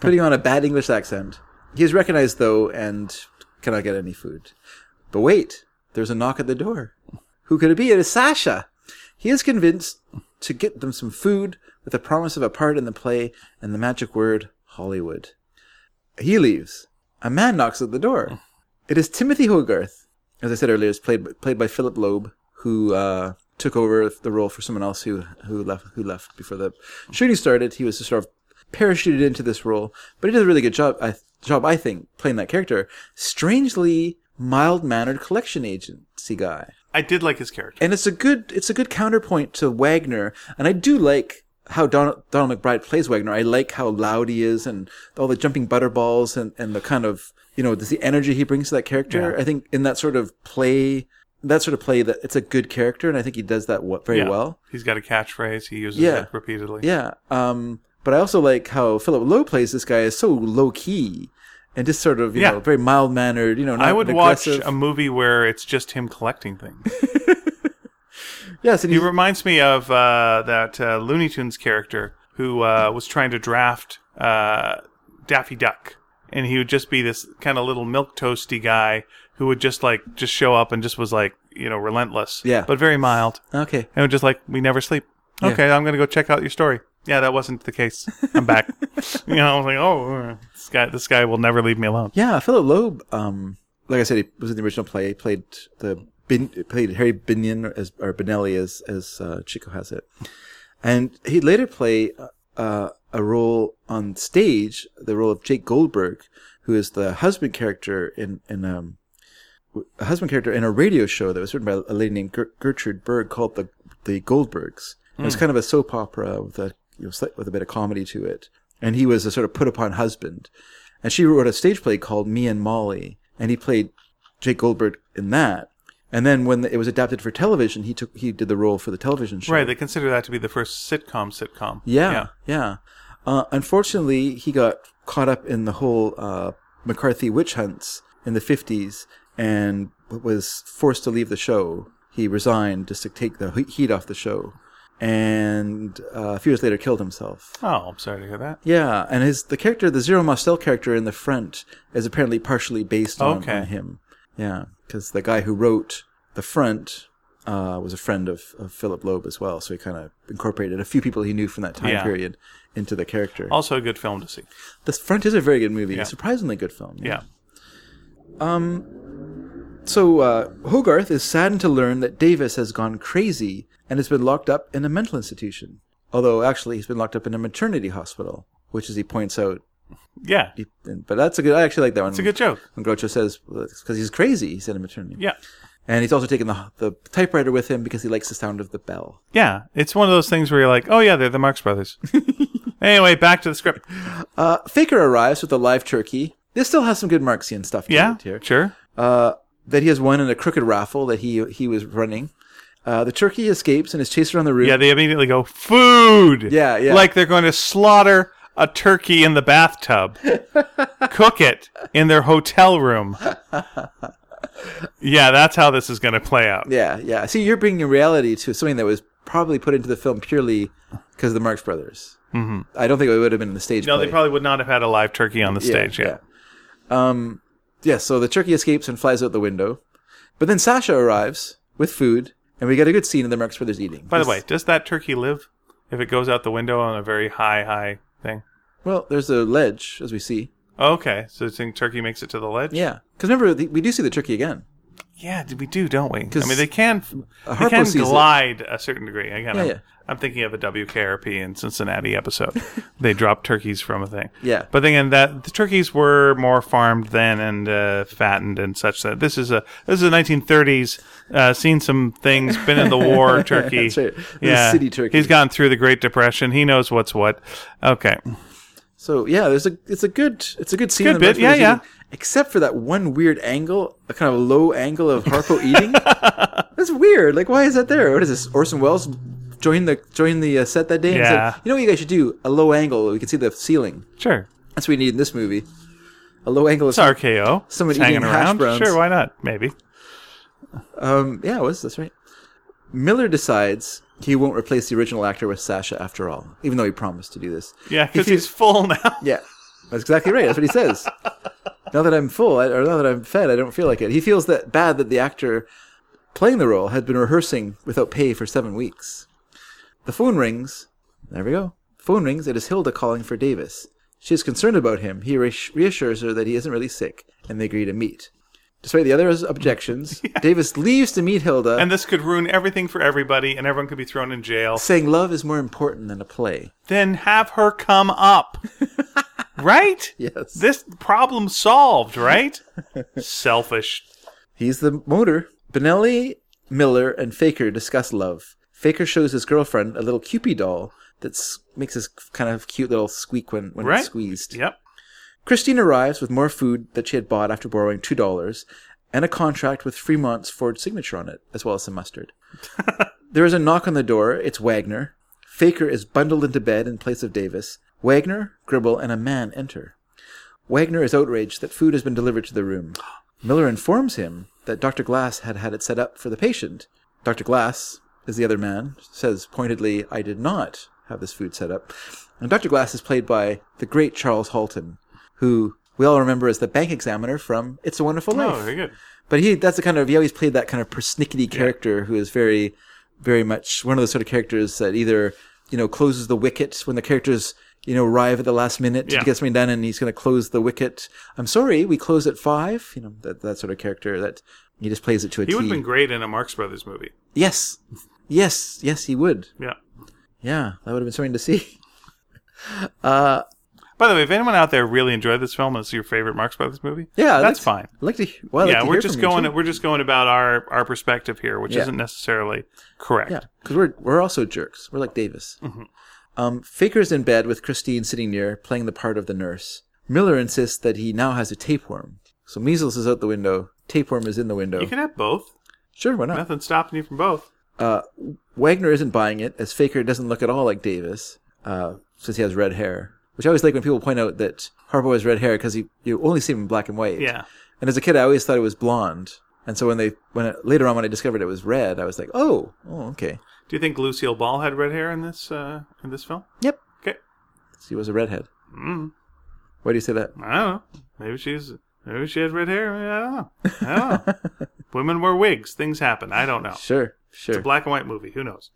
Speaker 2: putting on a bad English accent. He is recognized, though, and cannot get any food. But wait, there's a knock at the door. Who could it be? It is Sasha. He is convinced to get them some food with the promise of a part in the play and the magic word Hollywood. He leaves. A man knocks at the door. It is Timothy Hogarth, as I said earlier, is played played by Philip Loeb, who uh, took over the role for someone else who who left who left before the shooting started. He was just sort of parachuted into this role, but he does a really good job. I, job I think playing that character. Strangely mild mannered collection agency guy,
Speaker 1: I did like his character.
Speaker 2: and it's a good it's a good counterpoint to Wagner, and I do like. How Donald, Donald McBride plays Wagner. I like how loud he is and all the jumping butterballs and, and the kind of, you know, the energy he brings to that character. I think in that sort of play that sort of play that it's a good character, and I think he does that wa- very
Speaker 1: Yeah.
Speaker 2: well.
Speaker 1: He's got a catchphrase. He uses
Speaker 2: Yeah.
Speaker 1: it repeatedly.
Speaker 2: Yeah. Um, but I also like how Philip Lowe plays this guy is so low key and just sort of you
Speaker 1: Yeah.
Speaker 2: know very mild mannered. You know, not
Speaker 1: I would watch um,
Speaker 2: aggressive.
Speaker 1: a movie where it's just him collecting things.
Speaker 2: yes, and
Speaker 1: he
Speaker 2: he's-
Speaker 1: reminds me of uh, that uh, Looney Tunes character who uh, was trying to draft uh, Daffy Duck, and he would just be this kind of little milk toasty guy who would just like just show up and just was like you know relentless,
Speaker 2: Yeah.
Speaker 1: but very mild,
Speaker 2: okay.
Speaker 1: and would just like we never sleep. Okay, I'm gonna go check out your story. Yeah, that wasn't the case. I'm back. you know, I was like, oh, this guy, this guy will never leave me alone.
Speaker 2: Yeah, Philip Loeb. Um, like I said, he was in the original play. He played the Bin, played Harry Binion as or Benelli as as uh, Chico has it, and he later play uh, a role on stage, the role of Jake Goldberg, who is the husband character in in um, a husband character in a radio show that was written by a lady named Ger- Gertrude Berg called the the Goldbergs. It was kind of a soap opera with a you know, slight- with a bit of comedy to it, and he was a sort of put upon husband. And she wrote a stage play called Me and Molly, and he played Jake Goldberg in that. And then when it was adapted for television, he took he did the role for the television show.
Speaker 1: Right, they consider that to be the first sitcom. Sitcom.
Speaker 2: Yeah, yeah. Uh, unfortunately, he got caught up in the whole uh, McCarthy witch hunts in the 50s and was forced to leave the show. He resigned just to take the he- heat off the show, and uh, a few years later killed himself.
Speaker 1: Oh, I'm sorry to hear that.
Speaker 2: Yeah, and his the character, the Zero Mostel character in the front, is apparently partially based on,
Speaker 1: Okay.
Speaker 2: on him. Yeah, because the guy who wrote the front uh, was a friend of, of Philip Loeb as well, so he kind of incorporated a few people he knew from that time
Speaker 1: Yeah. Oh.
Speaker 2: period into the character.
Speaker 1: Also, a good film to see.
Speaker 2: the front is a very good movie, surprisingly good film.
Speaker 1: Yeah.
Speaker 2: So uh, Hogarth is saddened to learn that Davis has gone crazy and has been locked up in a mental institution. Although actually he's been locked up in a maternity hospital, which, as he points out,
Speaker 1: Yeah.
Speaker 2: he- but that's a good. I actually like that one.
Speaker 1: It's a good joke.
Speaker 2: And Groucho says, because he's crazy, he's in a maternity.
Speaker 1: Yeah.
Speaker 2: And he's also taken the, the typewriter with him because he likes the sound of the bell.
Speaker 1: Yeah. It's one of those things where you're like, oh, yeah, they're the Marx Brothers. anyway, back to the script.
Speaker 2: Uh, Faker arrives with a live turkey. This still has some good Marxian stuff to
Speaker 1: Yeah.
Speaker 2: it here.
Speaker 1: Sure.
Speaker 2: Uh, that he has won in a crooked raffle that he he was running. Uh, the turkey escapes and is chased around the room.
Speaker 1: Yeah. They immediately go, food.
Speaker 2: Yeah, yeah.
Speaker 1: Like they're going to slaughter a turkey in the bathtub, cook it in their hotel room. yeah. That's how this is going to play out.
Speaker 2: yeah, yeah. See, you're bringing reality to something that was probably put into the film purely because of the Marx Brothers. Mm-hmm. I don't think it would have been in the stage
Speaker 1: No,
Speaker 2: play.
Speaker 1: they probably would not have had a live turkey on the stage. Yeah.
Speaker 2: yeah. Um, yeah, so the turkey escapes and flies out the window. But then Sasha arrives with food, and we get a good scene of the Marx Brothers eating.
Speaker 1: By the
Speaker 2: This-
Speaker 1: way, does that turkey live if it goes out the window on a very high, high thing?
Speaker 2: Well, there's a ledge, as we see.
Speaker 1: Okay, so you think turkey makes it to the ledge?
Speaker 2: Yeah. Because remember, the, we do see the turkey again.
Speaker 1: Yeah, d- we do, don't we? I
Speaker 2: 'Cause
Speaker 1: mean, they can they
Speaker 2: Harpo
Speaker 1: can
Speaker 2: sees it.
Speaker 1: glide a certain degree. Again, I'm,
Speaker 2: yeah.
Speaker 1: I'm thinking of a WKRP in Cincinnati episode. they dropped turkeys from a thing.
Speaker 2: Yeah.
Speaker 1: but then again, that the turkeys were more farmed then and uh, fattened and such. That this is a this is a 1930s. Uh, seen some things, been in the war. Turkey,
Speaker 2: That's right. This is
Speaker 1: yeah,
Speaker 2: city turkey.
Speaker 1: He's gone through the Great Depression. He knows what's what. Okay,
Speaker 2: So yeah, there's a it's a good it's a good scene.
Speaker 1: Good
Speaker 2: of the Marx
Speaker 1: bit, yeah,
Speaker 2: Brothers
Speaker 1: yeah.
Speaker 2: eating, Except for that one weird angle, a kind of low angle of Harpo eating. That's weird. Like, why is that there? What is this? Orson Welles joined the joined the uh, set that day. and said,
Speaker 1: Yeah.
Speaker 2: you know what you guys should do? A low angle. We can see the ceiling.
Speaker 1: sure.
Speaker 2: That's what we need in this movie. A low angle
Speaker 1: It's
Speaker 2: of
Speaker 1: RKO.
Speaker 2: Someone
Speaker 1: It's hanging
Speaker 2: eating hash
Speaker 1: around.
Speaker 2: browns.
Speaker 1: Sure, why not? Maybe.
Speaker 2: Um, yeah, it was that's right. Miller decides he won't replace the original actor with Sasha after all, even though he promised to do this.
Speaker 1: Yeah,
Speaker 2: If
Speaker 1: because
Speaker 2: you-
Speaker 1: he's full now.
Speaker 2: yeah, that's exactly right. That's what he says. now that I'm full, I, or now that I'm fed, I don't feel like it. He feels that bad that the actor playing the role had been rehearsing without pay for seven weeks. The phone rings. There we go. Phone rings. It is Hilda calling for Davis. She is concerned about him. He reass- reassures her that he isn't really sick, and they agree to meet. Despite the other's objections, Davis leaves to meet Hilda
Speaker 1: And this could ruin everything for everybody, and everyone could be thrown in jail.
Speaker 2: saying love is more important than a play.
Speaker 1: Then have her come up. right?
Speaker 2: Yes.
Speaker 1: This problem solved, right? Selfish.
Speaker 2: He's the motor. Benelli, Miller, and Faker discuss love. Faker shows his girlfriend a little Cupid doll that s- makes this kind of cute little squeak when, when
Speaker 1: Right.
Speaker 2: it's squeezed.
Speaker 1: Yep.
Speaker 2: Christine arrives with more food that she had bought after borrowing $2 and a contract with Fremont's forged signature on it, as well as some mustard. there is a knock on the door. It's Wagner. Faker is bundled into bed in place of Davis. Wagner, Gribble, and a man enter. Wagner is outraged that food has been delivered to the room. Miller informs him that Dr. Glass had had it set up for the patient. Dr. Glass, as the other man, says pointedly, I did not have this food set up. And Dr. Glass is played by the great Charles Halton, who we all remember as the bank examiner from It's a Wonderful Life.
Speaker 1: Oh, very good.
Speaker 2: But he that's the kind of he always played that kind of persnickety character who is very very much one of those sort of characters that either, you know, closes the wicket when the characters, you know, arrive at the last minute
Speaker 1: Yeah.
Speaker 2: to get something done and he's gonna close the wicket. I'm sorry, we close at five. You know, that that sort of character that he just plays it to a
Speaker 1: He
Speaker 2: T.
Speaker 1: would have been great in a Marx Brothers movie.
Speaker 2: yes. Yes, yes, he would.
Speaker 1: Yeah.
Speaker 2: Yeah, that would have been something to see.
Speaker 1: By the way, if anyone out there really enjoyed this film and it's your favorite Marx Brothers movie,
Speaker 2: Yeah, I'd
Speaker 1: that's
Speaker 2: like to-
Speaker 1: fine.
Speaker 2: I'd like to, well, I'd like
Speaker 1: yeah,
Speaker 2: to
Speaker 1: we're
Speaker 2: hear
Speaker 1: just
Speaker 2: from you,
Speaker 1: going.
Speaker 2: too.
Speaker 1: We're just going about our our perspective here, which
Speaker 2: Yeah.
Speaker 1: isn't necessarily correct.
Speaker 2: Yeah, because we're we're also jerks. We're like Davis.
Speaker 1: Mm-hmm.
Speaker 2: Um, Faker's in bed with Christine sitting near, playing the part of the nurse. Miller insists that he now has a tapeworm. So measles is out the window. Tapeworm is in the window.
Speaker 1: You could have both.
Speaker 2: Sure, why not?
Speaker 1: Nothing's stopping you from both.
Speaker 2: Uh, Wagner isn't buying it, as Faker doesn't look at all like Davis, uh, since he has red hair. Which I always like when people point out that Harbaugh has red hair because you only see him in black and white.
Speaker 1: Yeah.
Speaker 2: And as a kid, I always thought it was blonde. And so when they when it, later on when I discovered it was red, I was like, oh, oh, okay.
Speaker 1: Do you think Lucille Ball had red hair in this uh, in this film?
Speaker 2: Yep,
Speaker 1: Okay.
Speaker 2: so he was a redhead.
Speaker 1: Mm,
Speaker 2: Why do you say that?
Speaker 1: I don't know. Maybe she's maybe she had red hair. I don't know. I don't know. Women wear wigs. Things happen. I don't know.
Speaker 2: Sure,
Speaker 1: It's a
Speaker 2: sure.
Speaker 1: black and white movie. Who knows?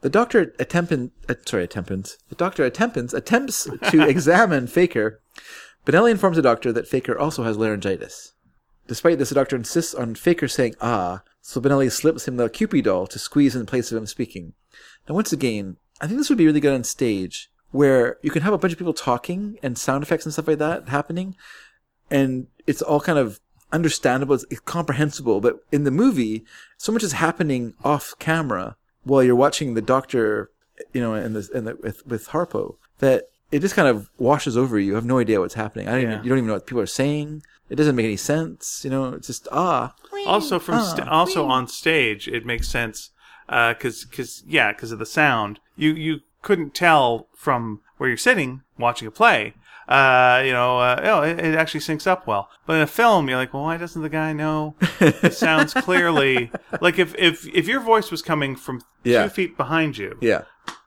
Speaker 2: The doctor attempin, uh, sorry, attempins. The doctor attempins attempts to examine Faker. Benelli informs the doctor that Faker also has laryngitis. Despite this, the doctor insists on Faker saying ah, so Benelli slips him the Cupid doll to squeeze in place of him speaking. Now, once again, I think this would be really good on stage, where you can have a bunch of people talking and sound effects and stuff like that happening, and it's all kind of understandable, it's, it's comprehensible. But in the movie, so much is happening off camera while you're watching the doctor, you know, and the, and the, with with Harpo that it just kind of washes over you. You have no idea what's happening. I don't
Speaker 1: Yeah.
Speaker 2: even, you don't even know what people are saying. It doesn't make any sense. You know, it's just ah.
Speaker 1: Also from sta- also on stage, it makes sense because cause, yeah, because of the sound, you you couldn't tell from where you're sitting watching a play. Uh, you know, uh, oh, it, it actually syncs up well. But in a film, you're like, well, why doesn't the guy know? It sounds clearly like if if if your voice was coming from
Speaker 2: Yeah.
Speaker 1: two feet behind you,
Speaker 2: Yeah,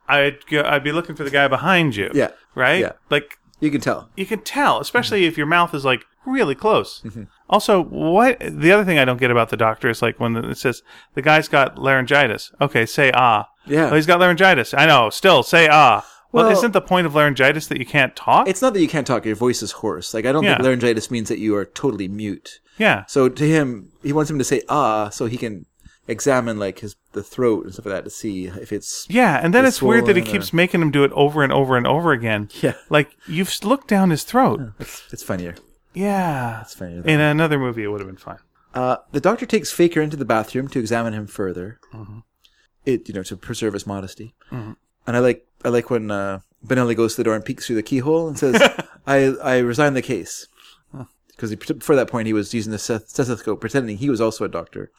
Speaker 1: I'd go, I'd be looking for the guy behind you.
Speaker 2: Yeah.
Speaker 1: right.
Speaker 2: Yeah.
Speaker 1: Like
Speaker 2: you can tell.
Speaker 1: you can tell, especially
Speaker 2: Mm-hmm.
Speaker 1: if your mouth is like really close. Also, what the other thing I don't get about the doctor is like when it says the guy's got laryngitis. Okay, say ah.
Speaker 2: Yeah.
Speaker 1: Oh, he's got laryngitis. I know. Still say ah. Well,
Speaker 2: Well-
Speaker 1: isn't the point of laryngitis that you can't talk?
Speaker 2: It's not that you can't talk; your voice is hoarse. Like I don't
Speaker 1: Yeah.
Speaker 2: think laryngitis means that you are totally mute.
Speaker 1: yeah.
Speaker 2: So to him, he wants him to say ah, so he can examine like his the throat and stuff like that to see if it's
Speaker 1: Yeah, and then
Speaker 2: It's
Speaker 1: it's weird that he
Speaker 2: swollen or-
Speaker 1: keeps making him do it over and over and over again.
Speaker 2: Yeah.
Speaker 1: Like you've s- looked down his throat.
Speaker 2: it's funnier.
Speaker 1: Yeah. That's
Speaker 2: funnier than
Speaker 1: In another movie, it would have been fine.
Speaker 2: Uh, the doctor takes Faker into the bathroom to examine him further. It you know to preserve his modesty. And I like I like when uh, Benelli goes to the door and peeks through the keyhole and says, "I I resign the case," because before that point he was using the steth- stethoscope pretending he was also a doctor.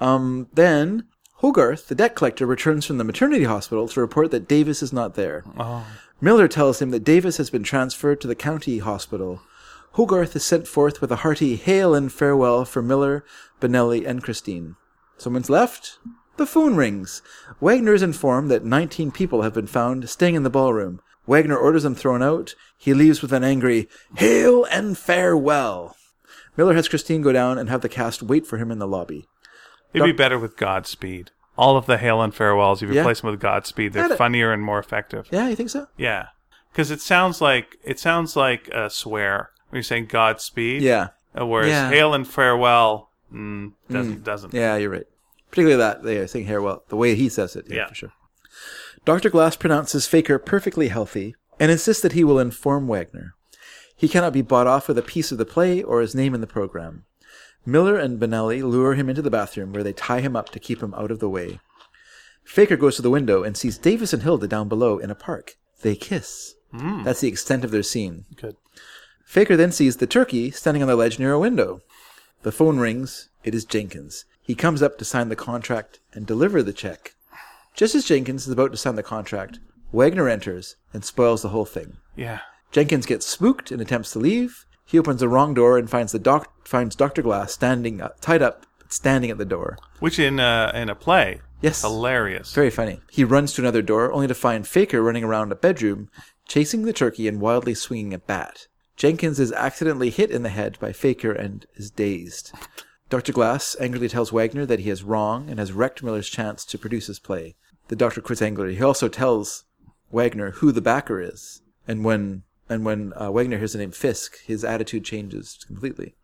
Speaker 2: Um, then Hogarth, the debt collector, returns from the maternity hospital to report that Davis is not there. Miller tells him that Davis has been transferred to the county hospital. Hogarth is sent forth with a hearty hail and farewell for Miller, Benelli, and Christine. Someone's left? The phone rings. Wagner is informed that 19 people have been found staying in the ballroom. Wagner orders them thrown out. He leaves with an angry, Hail and farewell! Miller has Christine go down and have the cast wait for him in the lobby.
Speaker 1: It'd be better with Godspeed. All of the hail and farewells, if you
Speaker 2: Yeah.
Speaker 1: replace them with Godspeed,
Speaker 2: Yeah,
Speaker 1: they're
Speaker 2: that-
Speaker 1: funnier and more effective.
Speaker 2: Yeah, you think so?
Speaker 1: Yeah, because it sounds like it sounds like a swear when you're saying Godspeed.
Speaker 2: Yeah.
Speaker 1: Uh, Whereas
Speaker 2: Yeah.
Speaker 1: hail and farewell mm, doesn't doesn't.
Speaker 2: Yeah, you're right. Particularly that they sing here well, the way he says it. Yeah,
Speaker 1: Yeah.
Speaker 2: for sure. Dr. Glass pronounces Faker perfectly healthy and insists that he will inform Wagner. He cannot be bought off with a piece of the play or his name in the program. Miller and Benelli lure him into the bathroom where they tie him up to keep him out of the way. Faker goes to the window and sees Davis and Hilda down below in a park. They kiss. That's the extent of their scene.
Speaker 1: Good.
Speaker 2: Faker then sees the turkey standing on the ledge near a window. The phone rings. It is Jenkins. He comes up to sign the contract and deliver the check. Just as Jenkins is about to sign the contract, Wagner enters and spoils the whole thing.
Speaker 1: Yeah.
Speaker 2: Jenkins gets spooked and attempts to leave. He opens the wrong door and finds the doc- finds Doctor Glass standing up, tied up, but standing at the door.
Speaker 1: Which in a, in a play,
Speaker 2: Yes,
Speaker 1: hilarious.
Speaker 2: very funny. He runs to another door only to find Faker running around a bedroom, chasing the turkey and wildly swinging a bat. Jenkins is accidentally hit in the head by Faker and is dazed. Dr. Glass angrily tells Wagner that he is wrong and has wrecked Miller's chance to produce his play. The doctor quits angrily. He also tells Wagner who the backer is, and when and when uh, Wagner hears the name Fisk, his attitude changes completely.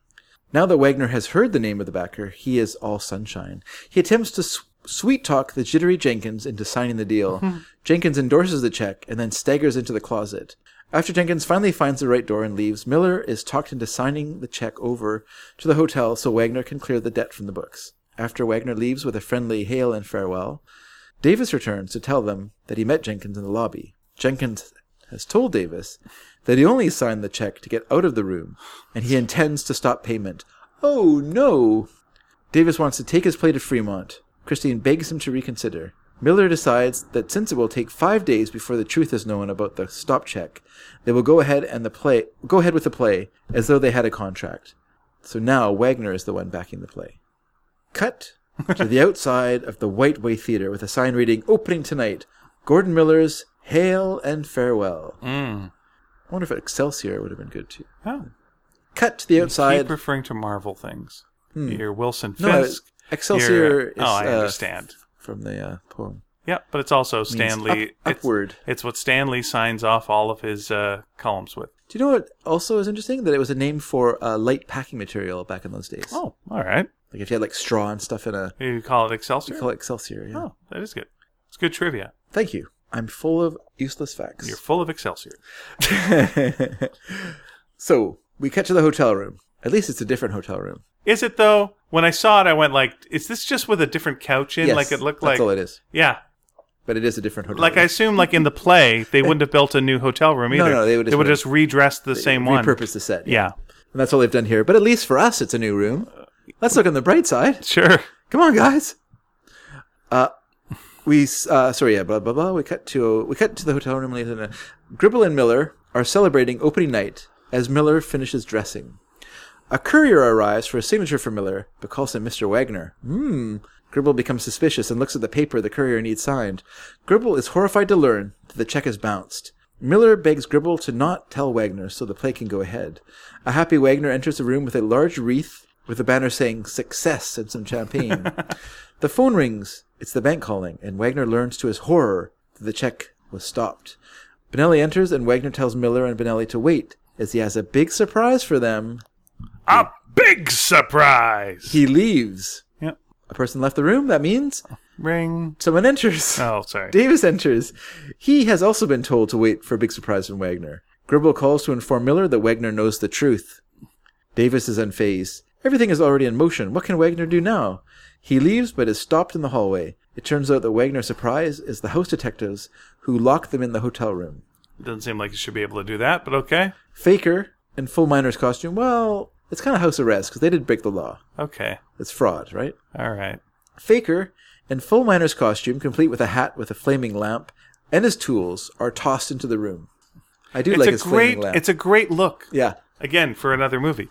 Speaker 2: Now that Wagner has heard the name of the backer, he is all sunshine. He attempts to s- sweet talk the jittery Jenkins into signing the deal. Jenkins endorses the check and then staggers into the closet. After Jenkins finally finds the right door and leaves, Miller is talked into signing the check over to the hotel so Wagner can clear the debt from the books. After Wagner leaves with a friendly hail and farewell, Davis returns to tell them that he met Jenkins in the lobby. Jenkins has told Davis that he only signed the check to get out of the room, and he intends to stop payment. Oh no! Davis wants to take his play to Fremont. Christine begs him to reconsider. Miller decides that since it will take five days before the truth is known about the stop check, they will go ahead and the play go ahead with the play as though they had a contract. So now Wagner is the one backing the play. Cut to the outside of the White Way Theater with a sign reading "Opening tonight." Gordon Miller's "Hail and Farewell."
Speaker 1: Mm.
Speaker 2: I wonder if Excelsior would have been good too.
Speaker 1: Oh.
Speaker 2: Cut to the
Speaker 1: I
Speaker 2: outside. Hmm.
Speaker 1: keep referring to Marvel things. Your Wilson Fisk.
Speaker 2: No, Excelsior
Speaker 1: your-
Speaker 2: is
Speaker 1: oh, I
Speaker 2: uh,
Speaker 1: understand.
Speaker 2: from the uh, poem.
Speaker 1: Yep, but it's also
Speaker 2: means
Speaker 1: Stanley.
Speaker 2: up- upward.
Speaker 1: It's, it's what Stanley signs off all of his uh, columns with.
Speaker 2: Do you know what also is interesting? That it was a name for uh, light packing material back in those days.
Speaker 1: Oh, all right.
Speaker 2: Like if you had like straw and stuff in a,
Speaker 1: You call it Excelsior.
Speaker 2: you call it Excelsior. Yeah.
Speaker 1: Oh, that is good. It's good trivia.
Speaker 2: Thank you. I'm full of useless facts.
Speaker 1: You're full of Excelsior.
Speaker 2: so we cut to the hotel room. At least it's a different hotel room.
Speaker 1: Is it though? When I saw it, I went like, "Is this just with a different couch in?
Speaker 2: Yes,
Speaker 1: like it looked
Speaker 2: that's
Speaker 1: like."
Speaker 2: all it is.
Speaker 1: Yeah,
Speaker 2: But it is a different hotel.
Speaker 1: like I
Speaker 2: room.
Speaker 1: assume, like in the play, they wouldn't have built a new hotel room
Speaker 2: No,
Speaker 1: either.
Speaker 2: no, they would just-
Speaker 1: just redressed the same one.
Speaker 2: repurpose the set.
Speaker 1: Yeah, Uh,
Speaker 2: and that's all they've done here. But at least for us, it's a new room. Let's look on the bright side.
Speaker 1: sure.
Speaker 2: Come on, guys. Uh, we uh, sorry, yeah, blah blah blah. We cut to we cut to the hotel room later. than- Gribble and Miller are celebrating opening night as Miller finishes dressing. A courier arrives for a signature for Miller, but calls him Mr. Wagner. Hmm. Gribble becomes suspicious and looks at the paper the courier needs signed. Gribble is horrified to learn that the check is bounced. Miller begs Gribble to not tell Wagner so the play can go ahead. A happy Wagner enters the room with a large wreath with a banner saying success and some champagne. the phone rings. It's the bank calling, and Wagner learns to his horror that the check was stopped. Benelli enters, and Wagner tells Miller and Benelli to wait, as he has a big surprise for them.
Speaker 1: A big surprise.
Speaker 2: He leaves.
Speaker 1: Yep.
Speaker 2: A person left the room. That means
Speaker 1: Ring.
Speaker 2: someone enters.
Speaker 1: Oh, sorry.
Speaker 2: Davis enters. He has also been told to wait for a big surprise from Wagner. Gribble calls to inform Miller that Wagner knows the truth. Davis is unfazed. Everything is already in motion. What can Wagner do now? He leaves but is stopped in the hallway. It turns out that Wagner's surprise is the house detectives who lock them in the hotel room.
Speaker 1: Doesn't seem like you should be able to do that, but okay.
Speaker 2: Faker, in full miner's costume, well, it's kind of house arrest because they did break the law.
Speaker 1: Okay.
Speaker 2: It's fraud, right?
Speaker 1: All right.
Speaker 2: Faker, in full miner's costume, complete with a hat with a flaming lamp, and his tools, are tossed into the room. I do
Speaker 1: It's
Speaker 2: like
Speaker 1: a
Speaker 2: his
Speaker 1: great.
Speaker 2: flaming lamp.
Speaker 1: It's a great look.
Speaker 2: yeah.
Speaker 1: Again, for another movie.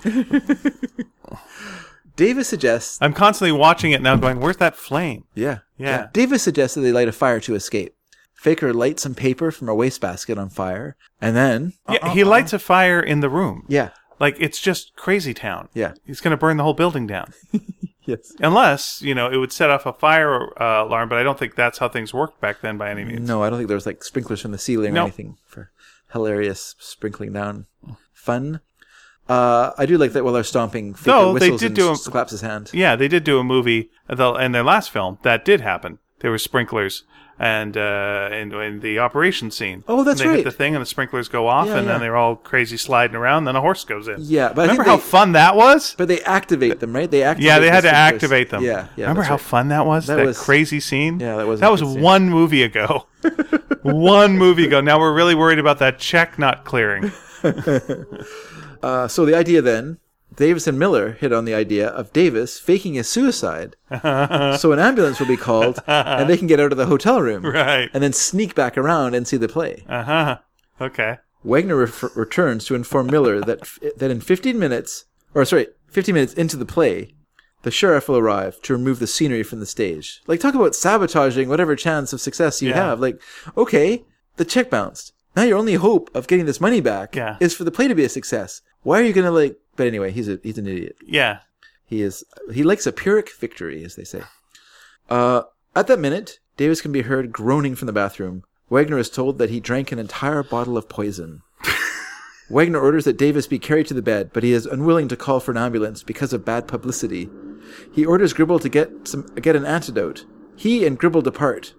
Speaker 2: Davis suggests.
Speaker 1: I'm constantly watching it now, going, "Where's that flame?"
Speaker 2: Yeah.
Speaker 1: Yeah.
Speaker 2: Davis suggests that they light a fire to escape. Faker lights some paper from a wastebasket on fire, and then.
Speaker 1: Yeah, he lights a fire in the room.
Speaker 2: Yeah.
Speaker 1: Like it's just crazy town.
Speaker 2: Yeah.
Speaker 1: He's going to burn the whole building down.
Speaker 2: Yes.
Speaker 1: Unless, you know, it would set off a fire uh, alarm, but I don't think that's how things worked back then by any means.
Speaker 2: No, I don't think there was like sprinklers from the ceiling or
Speaker 1: No.
Speaker 2: anything for hilarious sprinkling down fun. Uh, I do like that while they're stomping, Faker
Speaker 1: No, they
Speaker 2: whistles
Speaker 1: did
Speaker 2: and
Speaker 1: do a-
Speaker 2: s- claps his hand.
Speaker 1: Yeah, they did do a movie the, in their last film that did happen. There were sprinklers and uh, in, in the operation scene.
Speaker 2: Oh, that's
Speaker 1: And they
Speaker 2: right.
Speaker 1: hit the thing and the sprinklers go off,
Speaker 2: Yeah,
Speaker 1: and
Speaker 2: yeah.
Speaker 1: then they're all crazy sliding around, then a horse goes in.
Speaker 2: Yeah, but I
Speaker 1: Remember
Speaker 2: think
Speaker 1: how
Speaker 2: they-
Speaker 1: fun that was?
Speaker 2: But they activate them, right? They activate
Speaker 1: Yeah, they had
Speaker 2: the
Speaker 1: to
Speaker 2: sprinklers.
Speaker 1: activate them.
Speaker 2: Yeah, yeah.
Speaker 1: Remember
Speaker 2: that's
Speaker 1: how
Speaker 2: right.
Speaker 1: fun that was?
Speaker 2: That
Speaker 1: That,
Speaker 2: was-
Speaker 1: crazy scene.
Speaker 2: Yeah, that was a
Speaker 1: That
Speaker 2: good
Speaker 1: was
Speaker 2: scene.
Speaker 1: one movie ago. one movie ago. Now we're really worried about that check not clearing.
Speaker 2: Uh, so the idea then Davis and Miller hit on the idea of Davis faking a suicide so an ambulance will be called and they can get out of the hotel room
Speaker 1: Right.
Speaker 2: and then sneak back around and see the play.
Speaker 1: Uh huh. Okay.
Speaker 2: Wagner ref- returns to inform Miller that that in 15 minutes, or sorry, 15 minutes into the play, the sheriff will arrive to remove the scenery from the stage. Like talk about sabotaging whatever chance of success you
Speaker 1: Yeah.
Speaker 2: have. Like, okay, the check bounced. Now your only hope of getting this money back
Speaker 1: Yeah.
Speaker 2: is for the play to be a success. Why are you gonna like? But anyway, he's a he's an idiot.
Speaker 1: Yeah.
Speaker 2: He is he likes a Pyrrhic victory, as they say. Uh, at that minute, Davis can be heard groaning from the bathroom. Wagner is told that he drank an entire bottle of poison. Wagner orders that Davis be carried to the bed, but he is unwilling to call for an ambulance because of bad publicity. He orders Gribble to get some get an antidote. He and Gribble depart.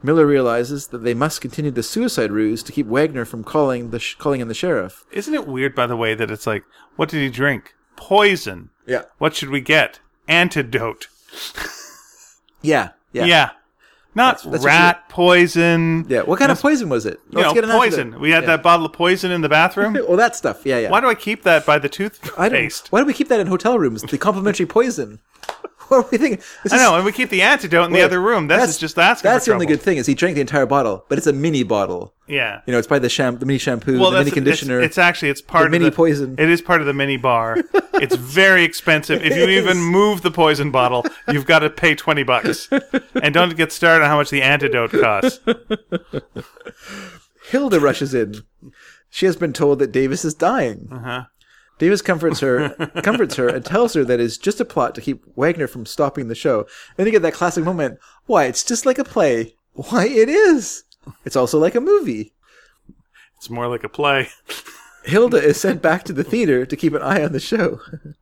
Speaker 2: Miller realizes that they must continue the suicide ruse to keep Wagner from calling the sh- calling in the sheriff.
Speaker 1: Isn't it weird, by the way, that it's like, what did he drink? Poison.
Speaker 2: Yeah.
Speaker 1: What should we get? Antidote.
Speaker 2: Yeah. Yeah.
Speaker 1: Yeah. Not
Speaker 2: That's- that's
Speaker 1: rat poison.
Speaker 2: Yeah, What kind of poison was it?
Speaker 1: You know, poison. We had that bottle of poison in the bathroom.
Speaker 2: Well, that stuff. Yeah, yeah.
Speaker 1: Why do I keep that by the
Speaker 2: I don't.
Speaker 1: toothpaste?
Speaker 2: Why do we keep that in hotel rooms? The complimentary poison. What are we thinking? This
Speaker 1: I,
Speaker 2: is-
Speaker 1: know, and we keep the antidote in the other room. That's, just asking
Speaker 2: That's
Speaker 1: for
Speaker 2: the only
Speaker 1: trouble.
Speaker 2: good thing is he drank the entire bottle, but it's a mini bottle.
Speaker 1: Yeah.
Speaker 2: You know, it's probably the sham, the mini shampoo, the mini
Speaker 1: that's- it's-
Speaker 2: conditioner.
Speaker 1: It's, actually it's part of
Speaker 2: mini
Speaker 1: the
Speaker 2: poison.
Speaker 1: It is part of the mini bar. it's very expensive. If you
Speaker 2: It
Speaker 1: even
Speaker 2: is.
Speaker 1: move the poison bottle, you've got to pay twenty bucks. and don't get started on how much the antidote costs.
Speaker 2: Hilda rushes in. She has been told that Davis is dying.
Speaker 1: Uh-huh.
Speaker 2: Davis comforts her, comforts her, and tells her that it's just a plot to keep Wagner from stopping the show. Then you get that classic moment. Why? It's just like a play. Why? It is. It's also like a movie.
Speaker 1: It's more like a play.
Speaker 2: Hilda is sent back to the theater to keep an eye on the show.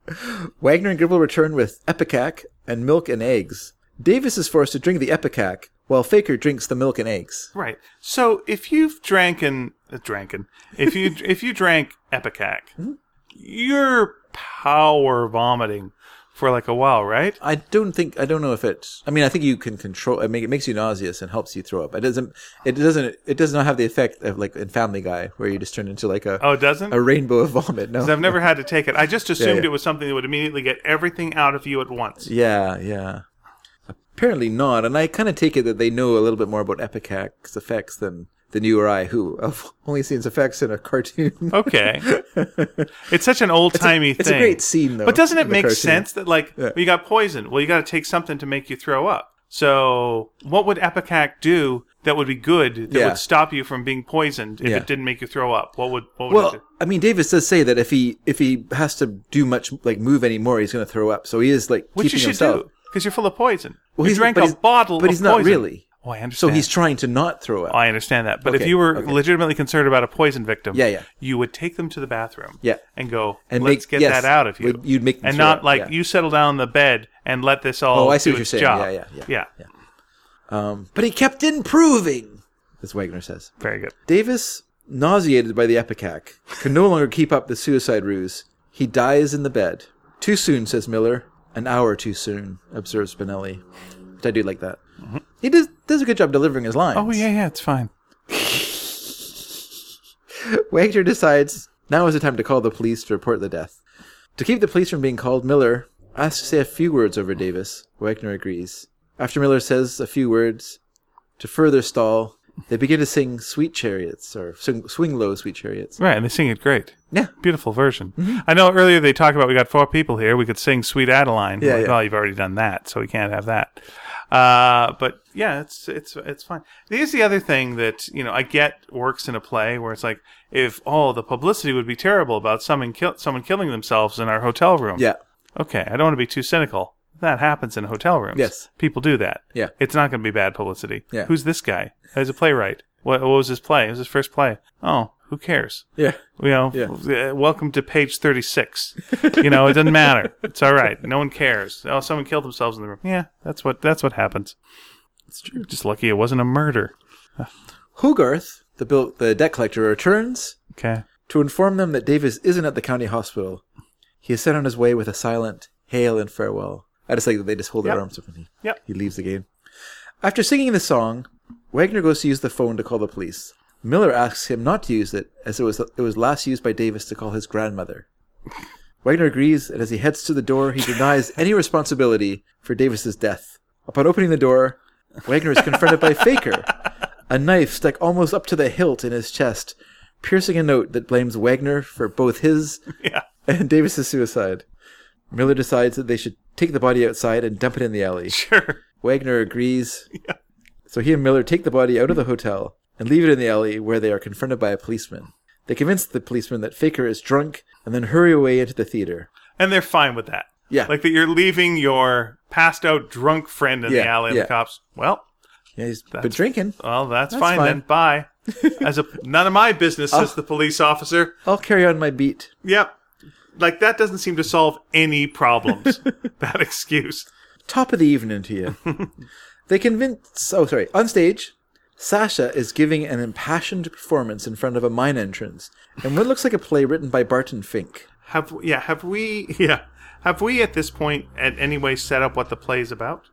Speaker 2: Wagner and Gribble return with epicac and milk and eggs. Davis is forced to drink the epicac while Faker drinks the milk and eggs.
Speaker 1: Right. So if you've drank an uh, dranken, if you if you drank Epicac,
Speaker 2: Hmm?
Speaker 1: you're power vomiting for like a while, right?
Speaker 2: I don't think I don't know if it. I mean, I think you can control. I mean, it makes you nauseous and helps you throw up. It doesn't. It doesn't. It does not have the effect of like in Family Guy where you just turn into like a
Speaker 1: Oh, it doesn't.
Speaker 2: a rainbow of vomit. No.
Speaker 1: 'Cause I've never had to take it. I just assumed
Speaker 2: yeah.
Speaker 1: it was something that would immediately get everything out of you at once.
Speaker 2: Yeah, yeah. Apparently not, and I kind of take it that they know a little bit more about Epicac's effects than than you or I, who have only seen his effects in a cartoon.
Speaker 1: Okay. it's such an old timey thing.
Speaker 2: it's a great scene, though,
Speaker 1: But doesn't
Speaker 2: in
Speaker 1: it
Speaker 2: the
Speaker 1: make
Speaker 2: cartoon.
Speaker 1: sense that, like, well, you got poison? Well, you got to take something to make you throw up. So, what would Epicac do that would be good that
Speaker 2: Yeah.
Speaker 1: would stop you from being poisoned if
Speaker 2: Yeah.
Speaker 1: it didn't make you throw up? What would, what would it
Speaker 2: well,
Speaker 1: do?
Speaker 2: I mean, Davis does say that if he if he has to do much like move anymore, he's going to throw up. So he is like
Speaker 1: Which you
Speaker 2: keeping
Speaker 1: should
Speaker 2: himself.
Speaker 1: do because you're full of poison.
Speaker 2: Well,
Speaker 1: you
Speaker 2: he's-
Speaker 1: drank
Speaker 2: but
Speaker 1: a
Speaker 2: he's-
Speaker 1: bottle,
Speaker 2: but
Speaker 1: of
Speaker 2: he's not
Speaker 1: poison.
Speaker 2: really.
Speaker 1: Oh, I
Speaker 2: So
Speaker 1: understand.
Speaker 2: he's trying to not throw up.
Speaker 1: I understand that, but if
Speaker 2: Okay,
Speaker 1: you were
Speaker 2: okay.
Speaker 1: legitimately concerned about a poison victim,
Speaker 2: Yeah, yeah.
Speaker 1: you would take them to the bathroom,
Speaker 2: Yeah.
Speaker 1: and go
Speaker 2: And
Speaker 1: let's
Speaker 2: make-
Speaker 1: get
Speaker 2: yes,
Speaker 1: that out of you.
Speaker 2: would- you'd make them
Speaker 1: and
Speaker 2: throw
Speaker 1: not
Speaker 2: up,
Speaker 1: like
Speaker 2: yeah.
Speaker 1: you settle down on the bed and let this all.
Speaker 2: Oh, I see
Speaker 1: do
Speaker 2: what
Speaker 1: its
Speaker 2: you're saying.
Speaker 1: job.
Speaker 2: Yeah, yeah,
Speaker 1: yeah, yeah.
Speaker 2: Um, but he kept improving, as Wagner says.
Speaker 1: Very good.
Speaker 2: Davis, nauseated by the epicac, can no longer keep up the suicide ruse. He dies in the bed. Too soon, says Miller. An hour too soon, observes Spinelli. Which I do like that. He does, does a good job delivering his lines.
Speaker 1: Mm-hmm. Oh yeah, yeah, it's fine.
Speaker 2: Wagner decides now is the time to call the police to report the death. To keep the police from being called, Miller asks to say a few words over Davis. Wagner agrees. After Miller says a few words, to further stall, they begin to sing Sweet Chariots, or sing, Swing Low Sweet Chariots.
Speaker 1: Right, and they sing it great.
Speaker 2: Yeah.
Speaker 1: Beautiful version.
Speaker 2: Mm-hmm.
Speaker 1: I know earlier they talked about we got four people here. We could sing "Sweet Adeline."
Speaker 2: Yeah,
Speaker 1: Like,
Speaker 2: yeah.
Speaker 1: Well, you've already done that, so we can't have that. Uh, but yeah, it's it's it's fine. Here's the other thing that you know I get works in a play where it's like if oh the publicity would be terrible about someone kill someone killing themselves in our hotel room.
Speaker 2: Yeah.
Speaker 1: Okay, I don't want to be too cynical. That happens in hotel rooms.
Speaker 2: Yes.
Speaker 1: People do that.
Speaker 2: Yeah.
Speaker 1: It's not going to be bad publicity.
Speaker 2: Yeah.
Speaker 1: Who's this guy? He's a playwright. What, what was his play? It was his first play. Oh, who cares?
Speaker 2: Yeah.
Speaker 1: You know,
Speaker 2: Yeah.
Speaker 1: uh, welcome to page 36. You know, it doesn't matter. It's all right. No one cares. Oh, someone killed themselves in the room. Yeah, that's what that's what happens. It's true. Just lucky it wasn't a murder.
Speaker 2: Hogarth, the bill, the debt collector, returns
Speaker 1: Okay.
Speaker 2: to inform them that Davis isn't at the county hospital. He is sent on his way with a silent hail and farewell. I just like that they just hold
Speaker 1: Yep.
Speaker 2: their arms up and he,
Speaker 1: Yep.
Speaker 2: he leaves the game. After singing the song, Wagner goes to use the phone to call the police. Miller asks him not to use it, as it was it was last used by Davis to call his grandmother. Wagner agrees, and as he heads to the door, he denies any responsibility for Davis's death. Upon opening the door, Wagner is confronted by Faker, a knife stuck almost up to the hilt in his chest, piercing a note that blames Wagner for both his
Speaker 1: Yeah.
Speaker 2: and Davis's suicide. Miller decides that they should take the body outside and dump it in the alley.
Speaker 1: Sure.
Speaker 2: Wagner agrees. So he and Miller take the body out of the hotel and leave it in the alley where they are confronted by a policeman. They convince the policeman that Faker is drunk and then hurry away into the theater.
Speaker 1: And they're fine with that.
Speaker 2: Yeah.
Speaker 1: Like that you're leaving your passed out drunk friend in
Speaker 2: Yeah,
Speaker 1: the alley and
Speaker 2: yeah.
Speaker 1: the cops. Well,
Speaker 2: Yeah, he's been drinking.
Speaker 1: well, that's, fine,
Speaker 2: fine. Oh.
Speaker 1: then. Bye. As a none of my business, says the police officer.
Speaker 2: I'll carry on my beat.
Speaker 1: Yep. Like that doesn't seem to solve any problems. that excuse.
Speaker 2: Top of the evening to you. they convince. Oh, sorry. On stage, Sasha is giving an impassioned performance in front of a mine entrance in what looks like a play written by Barton Fink.
Speaker 1: Have yeah, have we yeah. Have we at this point at any way set up what the play's about?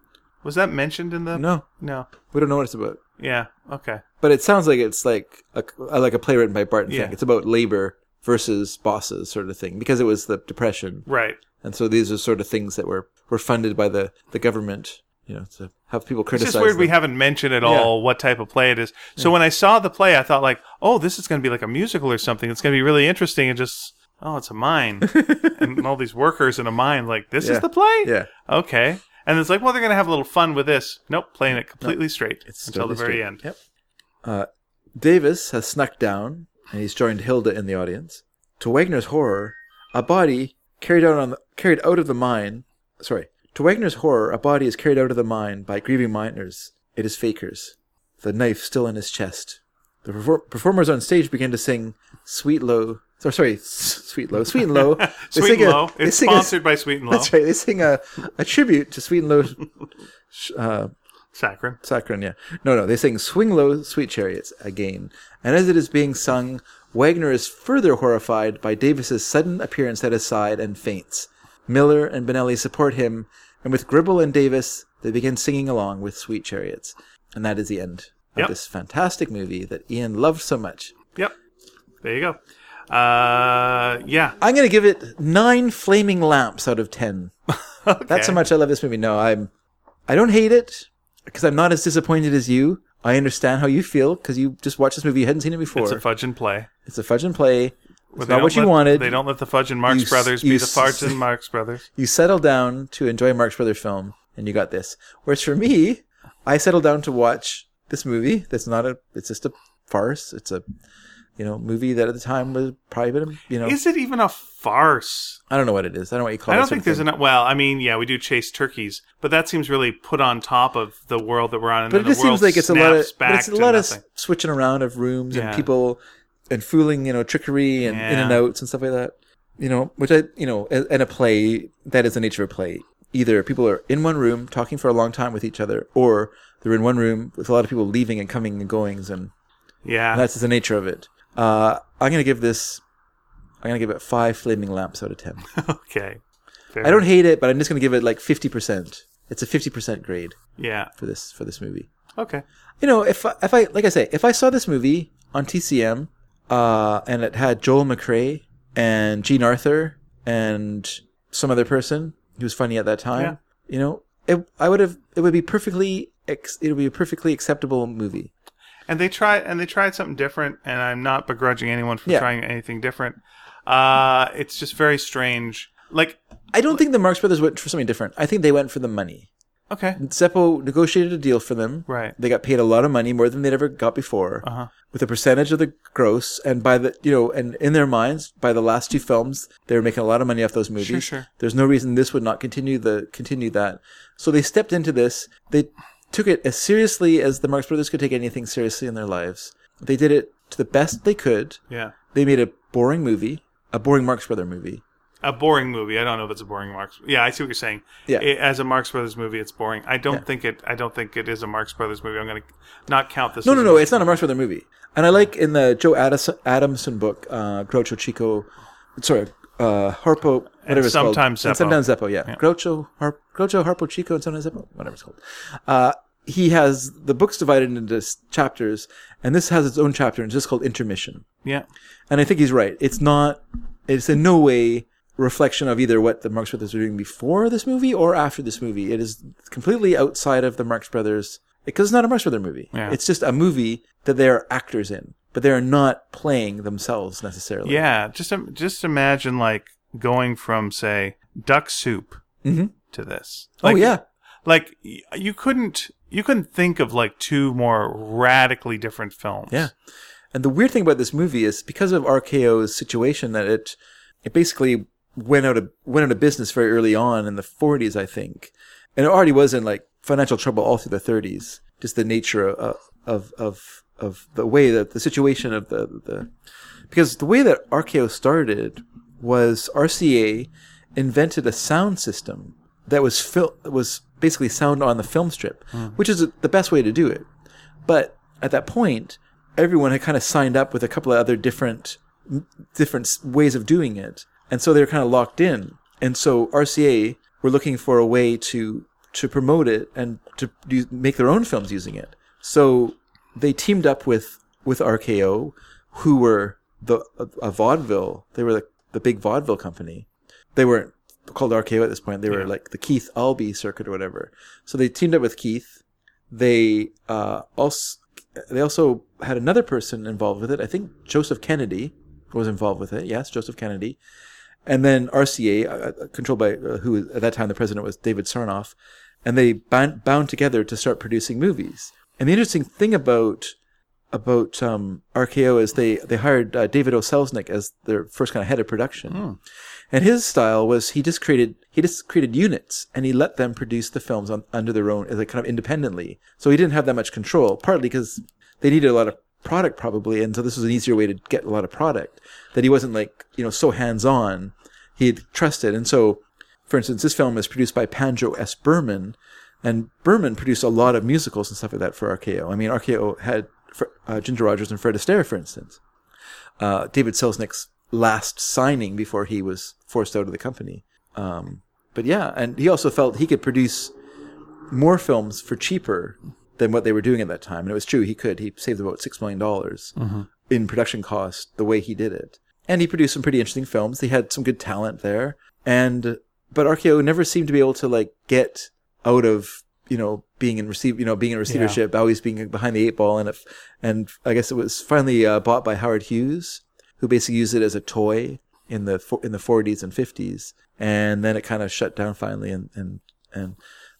Speaker 1: Was that mentioned in the
Speaker 2: No,
Speaker 1: No.
Speaker 2: we don't know what it's about.
Speaker 1: Yeah. Okay.
Speaker 2: But it sounds like it's like a, uh, like a play written by Barton
Speaker 1: Yeah.
Speaker 2: Fink. It's about labor versus bosses, sort of thing, because it was the Depression,
Speaker 1: Right.
Speaker 2: and so these are sort of things that were were funded by the the government, you know, to have people
Speaker 1: It's
Speaker 2: criticize.
Speaker 1: just weird we
Speaker 2: them.
Speaker 1: haven't mentioned at all what type of play it is. So when I saw the play, I thought like, oh, this is going to be like a musical or something. It's going to be really interesting and just oh, it's a mine and all these workers in a mine. Like this
Speaker 2: Yeah.
Speaker 1: is the play.
Speaker 2: yeah,
Speaker 1: Okay. And it's like, well, they're going to have a little fun with this. Nope, playing it completely straight
Speaker 2: it's
Speaker 1: until
Speaker 2: totally
Speaker 1: the very
Speaker 2: straight.
Speaker 1: end.
Speaker 2: Yep. Uh, Davis has snuck down, and he's joined Hilda in the audience. To Wagner's horror, a body carried out on the, carried out of the mine. Sorry. To Wagner's horror, a body is carried out of the mine by grieving miners. It is Faker's. The knife still in his chest. The perfor- performers on stage begin to sing "Sweet Low." Or sorry, s- "Sweet Low." Sweet and Low. They
Speaker 1: Sweet
Speaker 2: sing
Speaker 1: and
Speaker 2: a-
Speaker 1: Low.
Speaker 2: they
Speaker 1: It's
Speaker 2: sing a-
Speaker 1: sponsored by Sweet and Low.
Speaker 2: That's right. They sing a, a tribute to Sweet and Low sh- uh,
Speaker 1: Saccharin.
Speaker 2: Saccharin, yeah. No, no, they sing Swing Low, Sweet Chariots again. And as it is being sung, Wagner is further horrified by Davis's sudden appearance at his side and faints. Miller and Benelli support him, and with Gribble and Davis, they begin singing along with Sweet Chariots. And that is the end of
Speaker 1: Yep.
Speaker 2: this fantastic movie that Ian loved so much.
Speaker 1: Yep. There you go. Uh, yeah.
Speaker 2: I'm going to give it nine flaming lamps out of ten. That's how much I love this movie. No, I'm, I don't hate it because I'm not as disappointed as you. I understand how you feel because you just watched this movie. You hadn't seen it before.
Speaker 1: It's a fudge and play.
Speaker 2: fudge and play.
Speaker 1: But
Speaker 2: It's
Speaker 1: they
Speaker 2: not
Speaker 1: don't
Speaker 2: what you
Speaker 1: let-
Speaker 2: wanted.
Speaker 1: They don't let the fudge and Marx
Speaker 2: You s-
Speaker 1: brothers
Speaker 2: you
Speaker 1: be the
Speaker 2: s-
Speaker 1: fudge and Marx brothers.
Speaker 2: You settle down to enjoy a Marx Brothers film, and you got this. Whereas for me, I settled down to watch this movie. That's not a. It's just a farce. It's a, you know, movie that at the time was probably, you know,
Speaker 1: Is it even a farce?
Speaker 2: I don't know what it is. I don't know what you call
Speaker 1: I
Speaker 2: it.
Speaker 1: don't think there's an. Well, I mean, yeah, we do chase turkeys, but that seems really put on top of the world that we're on. And
Speaker 2: But it
Speaker 1: then
Speaker 2: just
Speaker 1: the world
Speaker 2: seems like it's a lot of
Speaker 1: snaps
Speaker 2: but
Speaker 1: back
Speaker 2: it's a
Speaker 1: to
Speaker 2: lot of
Speaker 1: nothing.
Speaker 2: switching around of rooms
Speaker 1: Yeah.
Speaker 2: and people and fooling, you know, trickery and in
Speaker 1: Yeah.
Speaker 2: and outs and stuff like that. You know, which I, you know, a- and a play that is the nature of a play. Either people are in one room talking for a long time with each other, or they're in one room with a lot of people leaving and coming and goings, and
Speaker 1: yeah.
Speaker 2: that's just the nature of it. Uh, I'm gonna give this, I'm gonna give it five flaming lamps out of ten.
Speaker 1: okay. Fair.
Speaker 2: I don't hate it, but I'm just gonna give it like 50%. It's a 50% grade
Speaker 1: Yeah.
Speaker 2: for this for this movie.
Speaker 1: Okay.
Speaker 2: you know, if I, if I like I say, if I saw this movie on TCM, uh, and it had Joel McRae and Gene Arthur and some other person who was funny at that time,
Speaker 1: Yeah.
Speaker 2: you know, it I would have it would be perfectly ex, it would be a perfectly acceptable movie.
Speaker 1: and they try and they tried something different and i'm not begrudging anyone for
Speaker 2: Yeah.
Speaker 1: trying anything different uh it's just very strange like
Speaker 2: I don't think the Marx Brothers went for something different. I think they went for the money.
Speaker 1: okay
Speaker 2: Zeppo negotiated a deal for them.
Speaker 1: right
Speaker 2: They got paid a lot of money, more than they'd ever got before,
Speaker 1: Uh-huh.
Speaker 2: with a percentage of the gross. And by the, you know, and in their minds, by the last two films, they were making a lot of money off those movies.
Speaker 1: sure.
Speaker 2: There's no reason this would not continue the continue that. So they stepped into this. They took it as seriously as the Marx Brothers could take anything seriously in their lives. They did it to the best they could.
Speaker 1: yeah
Speaker 2: They made a boring movie, a boring Marx Brother movie.
Speaker 1: a boring movie i don't know if it's a boring marx yeah i see what you're saying
Speaker 2: Yeah.
Speaker 1: It- as a marx brothers movie it's boring i don't think it i don't think it is a marx brothers movie i'm gonna not count this
Speaker 2: No,
Speaker 1: as
Speaker 2: no,
Speaker 1: a-
Speaker 2: no. It's not a Marx Brothers movie. And I like in the Joe Addis- Adamson book, uh, Groucho Chico, sorry, uh, Harpo, whatever it's called.
Speaker 1: sometimes
Speaker 2: And
Speaker 1: Zeppo.
Speaker 2: sometimes Zeppo, yeah. Groucho, Har- Groucho, Harpo Chico, and sometimes Zeppo, whatever it's called. Uh, he has the books divided into s- chapters, and this has its own chapter, and it's just called Intermission.
Speaker 1: yeah
Speaker 2: And I think he's right. It's not, it's in no way reflection of either what the Marx Brothers were doing before this movie or after this movie. It is completely outside of the Marx Brothers because it's not a Marx Brothers movie.
Speaker 1: Yeah.
Speaker 2: It's just a movie that they are actors in, but they are not playing themselves necessarily.
Speaker 1: Yeah, just im- just imagine like going from say duck soup
Speaker 2: Mhm.
Speaker 1: to this.
Speaker 2: Oh,
Speaker 1: Like,
Speaker 2: yeah.
Speaker 1: like y- you couldn't you couldn't think of like two more radically different films.
Speaker 2: Yeah. And the weird thing about this movie is because of RKO's situation that it it basically went out of went out of business very early on in the 40s, I think, and it already was in like financial trouble all through the 30s. Just the nature of of of, of the way that the situation of the the because the way that RKO started was RCA invented a sound system that was fil- that was basically sound on the film strip, which is the best way to do it. But at that point, everyone had kind of signed up with a couple of other different different s- ways of doing it, and so they were kind of locked in. And so RCA were looking for a way to to promote it and to do, make their own films using it. So they teamed up with with RKO, who were the a, a vaudeville. They were the, the big vaudeville company. They weren't called RKO at this point. They were like the Keith Albee circuit or whatever. So they teamed up with Keith they uh, also they also had another person involved with it. I think Joseph Kennedy was involved with it. Yes, Joseph Kennedy, and then RCA, uh, uh, controlled by uh, who was- at that time the president was David Sarnoff, and they bound, bound together to start producing movies. And the interesting thing about about um, RKO is they they hired uh, David O. Selznick as their first kind of head of production, and his style was he just created he just created units and he let them produce the films on, under their own like kind of independently. So he didn't have that much control, partly because they needed a lot of product probably, and so this was an easier way to get a lot of product that he wasn't like you know so hands on. He had trusted, and so for instance, this film is produced by Panjo S. Berman, and Berman produced a lot of musicals and stuff like that for RKO. I mean, RKO had Fr- uh, Ginger Rogers and Fred Astaire, for instance. Uh, David Selznick's last signing before he was forced out of the company. Um, but yeah, and he also felt he could produce more films for cheaper than what they were doing at that time. And it was true, he could. He saved about $6 million in production cost the way he did it. And he produced some pretty interesting films. He had some good talent there. And, but RKO never seemed to be able to like get out of, you know, being in receive, you know, being in receivership, always being behind the eight ball. And if, and I guess it was finally uh, bought by Howard Hughes, who basically used it as a toy in the, fo- in the forties and fifties. And then it kind of shut down finally and, and, and,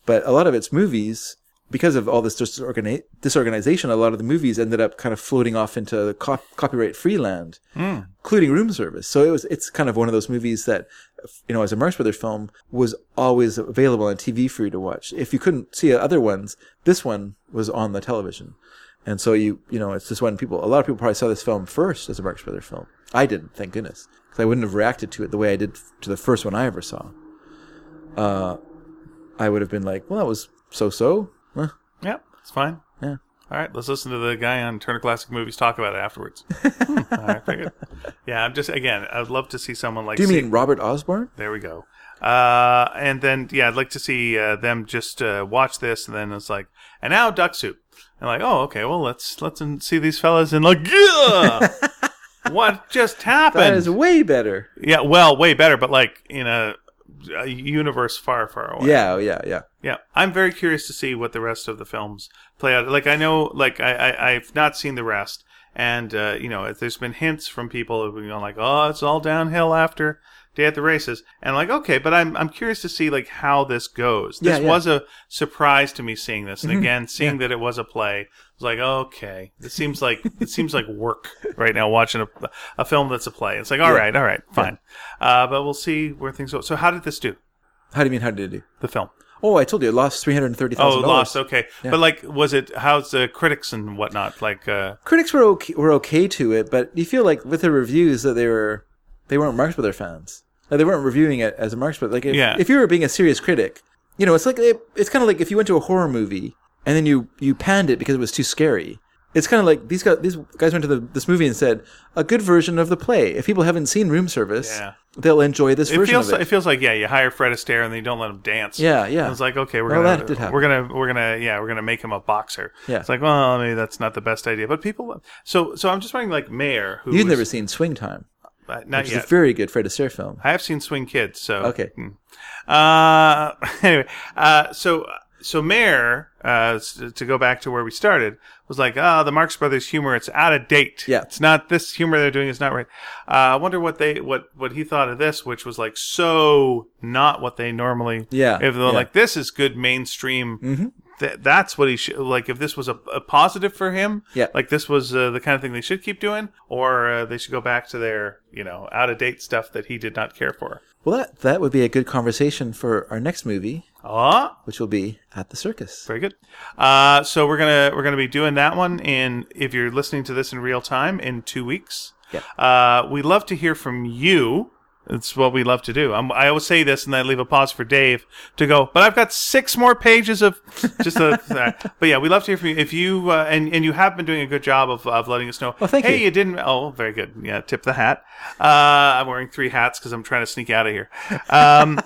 Speaker 2: but a lot of its movies because of all this disorgani- disorganization a lot of the movies ended up kind of floating off into cop- copyright free land including room service so it was it's kind of one of those movies that you know as a marx brothers film was always available on tv for you to watch if you couldn't see other ones this one was on the television and so you you know it's just one people a lot of people probably saw this film first as a marx brothers film i didn't thank goodness because i wouldn't have reacted to it the way i did f- to the first one i ever saw Uh, i would have been like well that was so so
Speaker 1: Yep, it's fine.
Speaker 2: Yeah.
Speaker 1: All right, let's listen to the guy on Turner Classic Movies talk about it afterwards. Hmm, all right, very good. Yeah, I'm just again, I'd love to see someone like.
Speaker 2: Do you
Speaker 1: Sig-
Speaker 2: mean Robert Osborne?
Speaker 1: There we go. Uh, and then yeah, I'd like to see uh, them just uh, watch this, and then it's like, and now duck soup, and like, oh, okay, well let's let's in- see these fellas, and like, yeah, what just
Speaker 2: That
Speaker 1: happened?
Speaker 2: is way better.
Speaker 1: yeah, well, way better, but like in a, a universe far, far away.
Speaker 2: Yeah, oh, yeah, yeah.
Speaker 1: Yeah, I'm very curious to see what the rest of the films play out. Like I know, like I, I I've not seen the rest, and uh, you know, there's been hints from people who've been going like, oh, it's all downhill after Day at the Races, and like, okay, but I'm I'm curious to see like how this goes. This
Speaker 2: Yeah, Mm-hmm. yeah.
Speaker 1: was a surprise to me seeing this, and again, seeing that it was a play, I was like, okay, this seems like it seems like work right now watching a, a film that's a play. It's like, all right, all right, fine, uh, but we'll see where things go. So, how did this do?
Speaker 2: How do you mean? How did it do?
Speaker 1: The film.
Speaker 2: Oh, I told you, it lost three hundred thirty
Speaker 1: Oh,
Speaker 2: thousand
Speaker 1: lost. Okay, but like, was it how's the critics and whatnot? Like, uh,
Speaker 2: Critics were okay, were okay to it, but you feel like with the reviews that they were they weren't Marx Brothers fans. Like, they weren't reviewing it as a Marx Brothers. Like if,
Speaker 1: Yeah.
Speaker 2: if you were being a serious critic, you know, it's like it, it's kind of like if you went to a horror movie and then you you panned it because it was too scary. It's kind of like these guys these guys went to the, this movie and said a good version of the play. If people haven't seen Room Service,
Speaker 1: Yeah.
Speaker 2: they'll enjoy this
Speaker 1: it
Speaker 2: version
Speaker 1: feels
Speaker 2: of it.
Speaker 1: it. feels like yeah, you hire Fred Astaire and then you don't let him dance.
Speaker 2: Yeah, yeah.
Speaker 1: And It's like okay, we're
Speaker 2: Well,
Speaker 1: gonna
Speaker 2: that did happen.
Speaker 1: we're gonna we're gonna yeah we're gonna make him a boxer.
Speaker 2: Yeah.
Speaker 1: it's like well maybe that's not the best idea, but people. So so I'm just wondering like Mayor who
Speaker 2: You've
Speaker 1: was-
Speaker 2: never seen Swing Time.
Speaker 1: Uh, not
Speaker 2: which
Speaker 1: yet.
Speaker 2: is a very good Fred Astaire film.
Speaker 1: I have seen Swing Kids, so
Speaker 2: Okay.
Speaker 1: Mm. Uh, anyway, uh, so so Mayer, uh, s- to go back to where we started, was like, "Ah, the Marx Brothers humor, it's out of date.
Speaker 2: Yeah.
Speaker 1: it's not this humor they're doing is not right." Uh, I wonder what they what what he thought of this, which was like so not what they normally.
Speaker 2: Yeah,
Speaker 1: if they're
Speaker 2: yeah. Mm-hmm.
Speaker 1: like, "This is good mainstream." Th- that's what he should like. If this was a, a positive for him,
Speaker 2: Yeah.
Speaker 1: like this was uh, the kind of thing they should keep doing, or uh, they should go back to their you know out of date stuff that he did not care for.
Speaker 2: Well, that that would be a good conversation for our next movie,
Speaker 1: Ah,
Speaker 2: which will be At the Circus.
Speaker 1: Very good. Uh, so we're gonna we're gonna be doing that one in if you're listening to this in real time in two weeks.
Speaker 2: Yeah.
Speaker 1: Uh, we love to hear from you. It's what we love to do. i I always say this, and I leave a pause for Dave to go. But I've got six more pages of just a. uh, but yeah, we love to hear from you. If you uh, and and you have been doing a good job of, of letting us know.
Speaker 2: Well, thank
Speaker 1: hey,
Speaker 2: you.
Speaker 1: you didn't. Oh, very good. Yeah, tip the hat. Uh, I'm wearing three hats because I'm trying to sneak out of here. Um,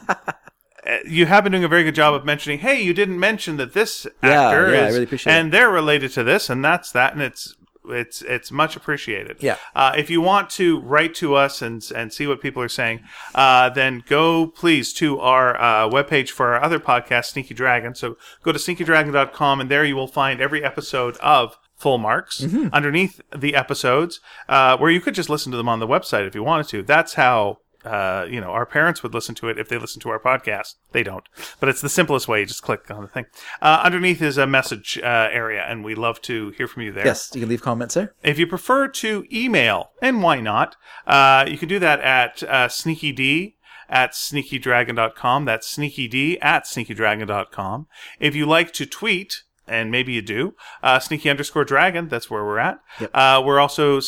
Speaker 1: you have been doing a very good job of mentioning, hey, you didn't mention that this
Speaker 2: Yeah,
Speaker 1: actor
Speaker 2: yeah, I
Speaker 1: is,
Speaker 2: really appreciate
Speaker 1: and they're related to this, and that's that, and it's it's it's much appreciated.
Speaker 2: Yeah.
Speaker 1: Uh, if you want to write to us and and see what people are saying, uh, then go please to our uh, webpage for our other podcast, Sneaky Dragon. So go to sneakydragon.com, and there you will find every episode of full marks underneath the episodes uh, where you could just listen to them on the website if you wanted to that's how uh, you know, our parents would listen to it if they listened to our podcast. They don't, but it's the simplest way. You just click on the thing. Uh, underneath is a message uh, area, and we love to hear from you there.
Speaker 2: Yes, you can leave comments there.
Speaker 1: If you prefer to email, and why not, uh, you can do that at uh, sneakyd at sneakydragon.com. That's sneakyd at sneakydragon.com. If you like to tweet, and maybe you do, uh, sneaky underscore dragon, that's where we're at. Uh, we're also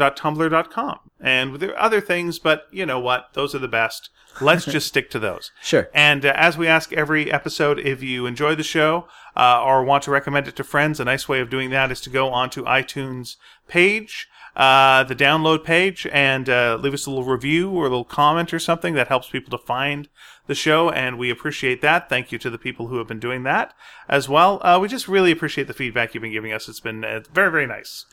Speaker 1: sneakydragon.tumblr.com. And there are other things, but you know what? Those are the best. Let's just stick to those.
Speaker 2: Sure.
Speaker 1: And uh, as we ask every episode, if you enjoy the show uh, or want to recommend it to friends, a nice way of doing that is to go onto iTunes page, uh, the download page, and uh, leave us a little review or a little comment or something that helps people to find the show. And we appreciate that. Thank you to the people who have been doing that as well. Uh, we just really appreciate the feedback you've been giving us. It's been uh, very, very nice.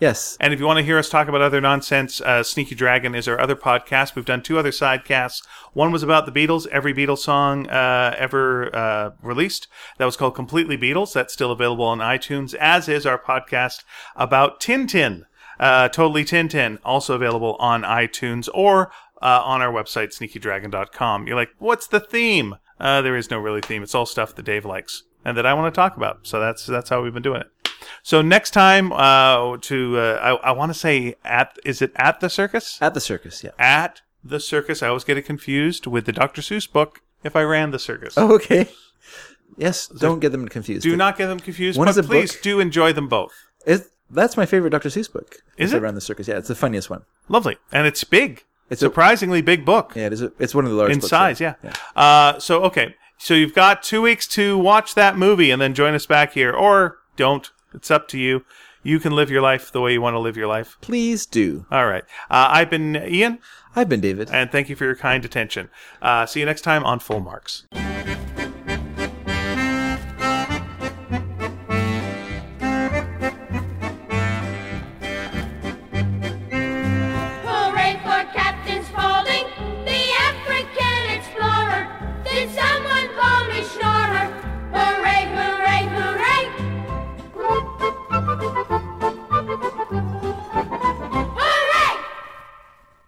Speaker 2: Yes.
Speaker 1: And if you want to hear us talk about other nonsense, uh, Sneaky Dragon is our other podcast. We've done two other sidecasts. One was about the Beatles, every Beatles song uh, ever uh, released. That was called Completely Beatles. That's still available on iTunes, as is our podcast about Tintin, uh, Totally Tintin, also available on iTunes or uh, on our website, sneakydragon.com. You're like, what's the theme? Uh, there is no really theme. It's all stuff that Dave likes and that I want to talk about. So that's that's how we've been doing it. So next time, uh, to uh, I, I want to say at is it at the circus?
Speaker 2: At the Circus, yeah.
Speaker 1: At the circus. I always get it confused with the Dr. Seuss book. If I ran the circus,
Speaker 2: Oh, okay. Yes, don't get them confused.
Speaker 1: do not get them confused.
Speaker 2: One
Speaker 1: but
Speaker 2: is a
Speaker 1: please
Speaker 2: book.
Speaker 1: do enjoy them both.
Speaker 2: It- that's my favorite Dr. Seuss book.
Speaker 1: Is
Speaker 2: It's
Speaker 1: it?
Speaker 2: Around the Circus. Yeah, it's the funniest one.
Speaker 1: Lovely, and it's big. It's
Speaker 2: It's a-
Speaker 1: surprisingly big book.
Speaker 2: Yeah, it is. A, it's one of the largest
Speaker 1: in
Speaker 2: books,
Speaker 1: size, yeah. Uh, so okay, so you've got two weeks to watch that movie and then join us back here, or don't. It's up to you. You can live your life the way you want to live your life.
Speaker 2: Please do.
Speaker 1: All right. Uh, I've been Ian,
Speaker 2: I've been David.
Speaker 1: and thank you for your kind attention. Uh, see you next time on Full Marks.